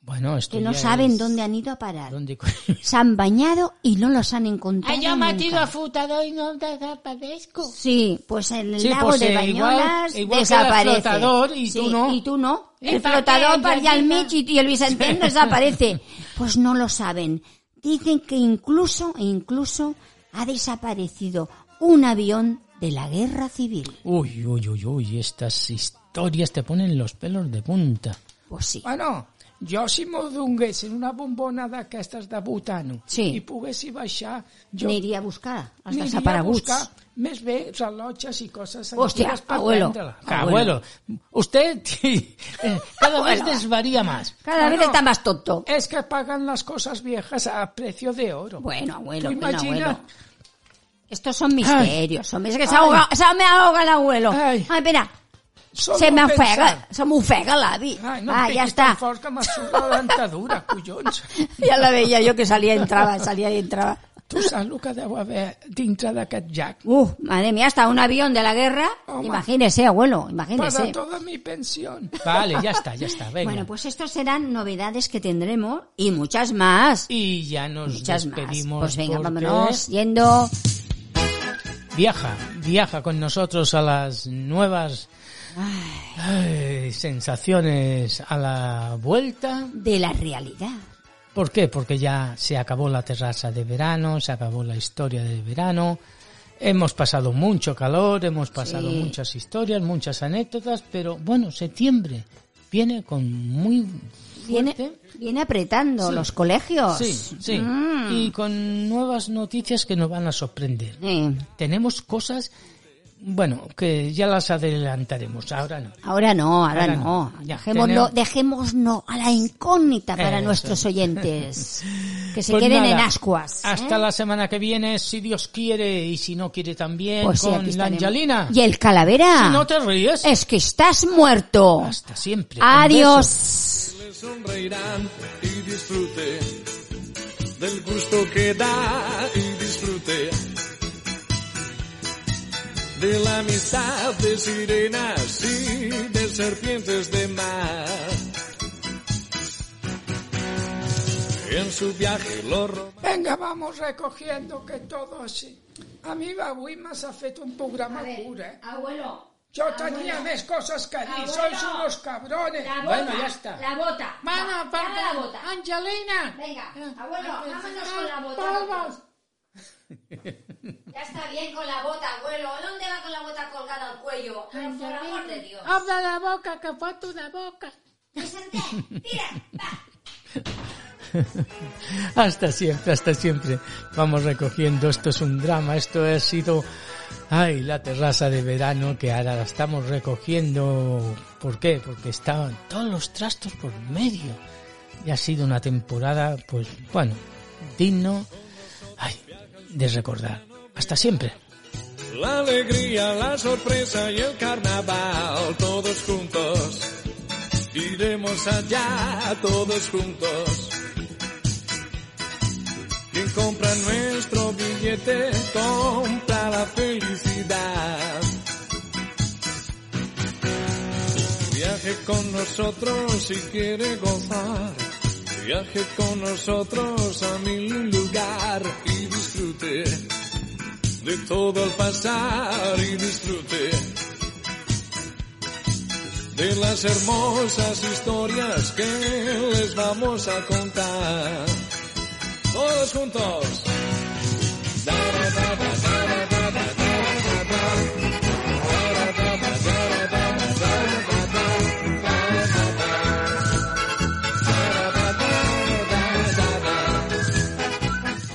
Speaker 2: Bueno, esto
Speaker 3: que no
Speaker 2: ya
Speaker 3: saben
Speaker 2: es-
Speaker 3: dónde han ido a parar.
Speaker 2: dónde-
Speaker 3: Se han bañado y no los han encontrado.
Speaker 7: Ay, yo me tiro
Speaker 3: nunca.
Speaker 7: a futador y no desaparezco.
Speaker 3: Sí, pues en el
Speaker 2: Sí,
Speaker 3: lago
Speaker 2: pues,
Speaker 3: de
Speaker 2: eh, igual- igual
Speaker 3: Bañolas
Speaker 2: que el
Speaker 3: desaparece.
Speaker 2: flotador y tú no.
Speaker 3: Y tú no.
Speaker 7: ¿Y
Speaker 3: El
Speaker 7: pa' qué,
Speaker 3: flotador para allá el
Speaker 7: Georgina?
Speaker 3: Mitch y y el Vicentén desaparece. Pues no lo saben. Dicen que incluso, e incluso ha desaparecido un avión de la guerra civil.
Speaker 2: <laughs> Uy, uy, uy, uy, estas historias te ponen los pelos de punta.
Speaker 3: Pues sí.
Speaker 5: Bueno, jo si m'ho donguessin una bombona d'aquestes de butano
Speaker 3: Sí.
Speaker 5: i poguessi baixar, jo
Speaker 3: Aniria a buscar els
Speaker 5: aniria a
Speaker 3: desapareguts.
Speaker 5: buscar més bé rellotges i coses
Speaker 3: Hòstia,
Speaker 5: antigues per
Speaker 3: abuelo.
Speaker 5: vendre-la.
Speaker 2: Abuelo, usted <laughs> eh, cada vez desvaría más.
Speaker 3: Cada vez
Speaker 5: Bueno,
Speaker 3: está más
Speaker 2: Eh,
Speaker 3: tonto.
Speaker 5: Es que pagan las cosas viejas a precio de oro.
Speaker 3: Bueno, abuelo,
Speaker 5: ¿Tú
Speaker 3: bueno,
Speaker 5: imaginas?
Speaker 3: abuelo. Estos son misterios, hombre. Es que se, ahoga, se me ahoga el abuelo. Ay,
Speaker 5: Ay.
Speaker 3: espera.
Speaker 5: Solo
Speaker 3: se m'ofega,
Speaker 5: pensar.
Speaker 3: se m'ofega l'avi.
Speaker 5: Ai, no
Speaker 3: ah,
Speaker 5: em
Speaker 3: ja
Speaker 5: diguis
Speaker 3: està.
Speaker 5: tan fort que m'ha sudat la dentadura, <laughs> collons.
Speaker 3: <laughs> Ja la veia jo que salia i entrava, salia i entrava.
Speaker 5: Tu saps el que deu haver dintre d'aquest jack?
Speaker 3: Uh, madre mía, hasta un avión de la guerra.
Speaker 5: Home.
Speaker 3: Imagínese, abuelo,
Speaker 5: Para
Speaker 3: imagínese.
Speaker 5: toda tota mi pensión.
Speaker 2: Vale, ya está, ya está, venga.
Speaker 3: Bueno, pues estos serán novedades que tendremos y muchas más.
Speaker 2: Y ya nos
Speaker 3: muchas más.
Speaker 2: despedimos.
Speaker 3: Pues venga,
Speaker 2: porque
Speaker 3: vámonos yendo.
Speaker 2: Viaja, viaja con nosotros a las nuevas ay, sensaciones a la vuelta.
Speaker 3: De la realidad.
Speaker 2: ¿Por qué? Porque ya se acabó la terraza de verano, se acabó la historia de verano. Hemos pasado mucho calor, hemos pasado
Speaker 3: Sí.
Speaker 2: muchas historias, muchas anécdotas, pero bueno, septiembre viene con muy
Speaker 3: Viene,
Speaker 2: fuerte.
Speaker 3: viene apretando los colegios.
Speaker 2: Sí, sí.
Speaker 3: Mm.
Speaker 2: Y con nuevas noticias que nos van a sorprender.
Speaker 3: Eh,
Speaker 2: Tenemos cosas, bueno, que ya las adelantaremos, ahora no.
Speaker 3: Ahora no, ahora,
Speaker 2: Ahora
Speaker 3: no.
Speaker 2: no. Ya,
Speaker 3: Dejémoslo,
Speaker 2: tenemos-
Speaker 3: dejémoslo a la incógnita para
Speaker 2: Eso. <laughs>
Speaker 3: nuestros oyentes. Que se
Speaker 2: Pues
Speaker 3: queden
Speaker 2: nada,
Speaker 3: en ascuas. ¿eh?
Speaker 2: Hasta la semana que viene, si Dios quiere, y si no quiere también,
Speaker 3: Pues sí,
Speaker 2: con
Speaker 3: aquí
Speaker 2: la
Speaker 3: estaremos.
Speaker 2: Angelina.
Speaker 3: Y el calavera.
Speaker 2: Si no te ríes,
Speaker 3: Es que estás muerto.
Speaker 2: hasta siempre. Un beso.
Speaker 3: Adiós.
Speaker 8: le sonreirán y disfrute del gusto que da y disfrute de la amistad de sirenas y de serpientes de mar. En su viaje lo ro-
Speaker 5: Venga, vamos recogiendo que todo així. A mi avui m'has fet un programa cura, eh?
Speaker 3: Abuelo.
Speaker 5: Jo tenia més coses que dir, sois unos cabrones.
Speaker 2: Bueno, ya está.
Speaker 3: Ah, La bota.
Speaker 5: Mana,
Speaker 3: la
Speaker 5: parla,
Speaker 3: bota.
Speaker 5: Angelina!
Speaker 3: Venga, abuelo, vámonos con la bota.
Speaker 7: Ah,
Speaker 5: Palmas.
Speaker 3: Ya está bien con la bota, abuelo. ¿Dónde va con la bota colgada al cuello? Pero por amor de Dios.
Speaker 7: Habla la boca, que fue tu la boca.
Speaker 3: Vicente, tira, va.
Speaker 2: hasta siempre, hasta siempre. Vamos recogiendo, esto es un drama, esto ha sido, ay, la terraza de verano que ahora la estamos recogiendo. ¿Por qué? Porque estaban todos los trastos por medio. Y ha sido una temporada, pues bueno, digno, ay, de recordar. Hasta siempre.
Speaker 9: La alegría, la sorpresa y el carnaval, todos juntos. Iremos allá, todos juntos. Quien compra nuestro billete, compra la felicidad. Viaje con nosotros si quiere gozar. Viaje con nosotros a mi lugar y disfrute de todo al pasar y disfrute de las hermosas historias que les vamos a contar. Todos juntos.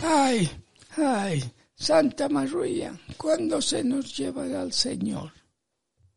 Speaker 5: Ay, ay, Santa María, ¿cuándo se nos llevará el Señor?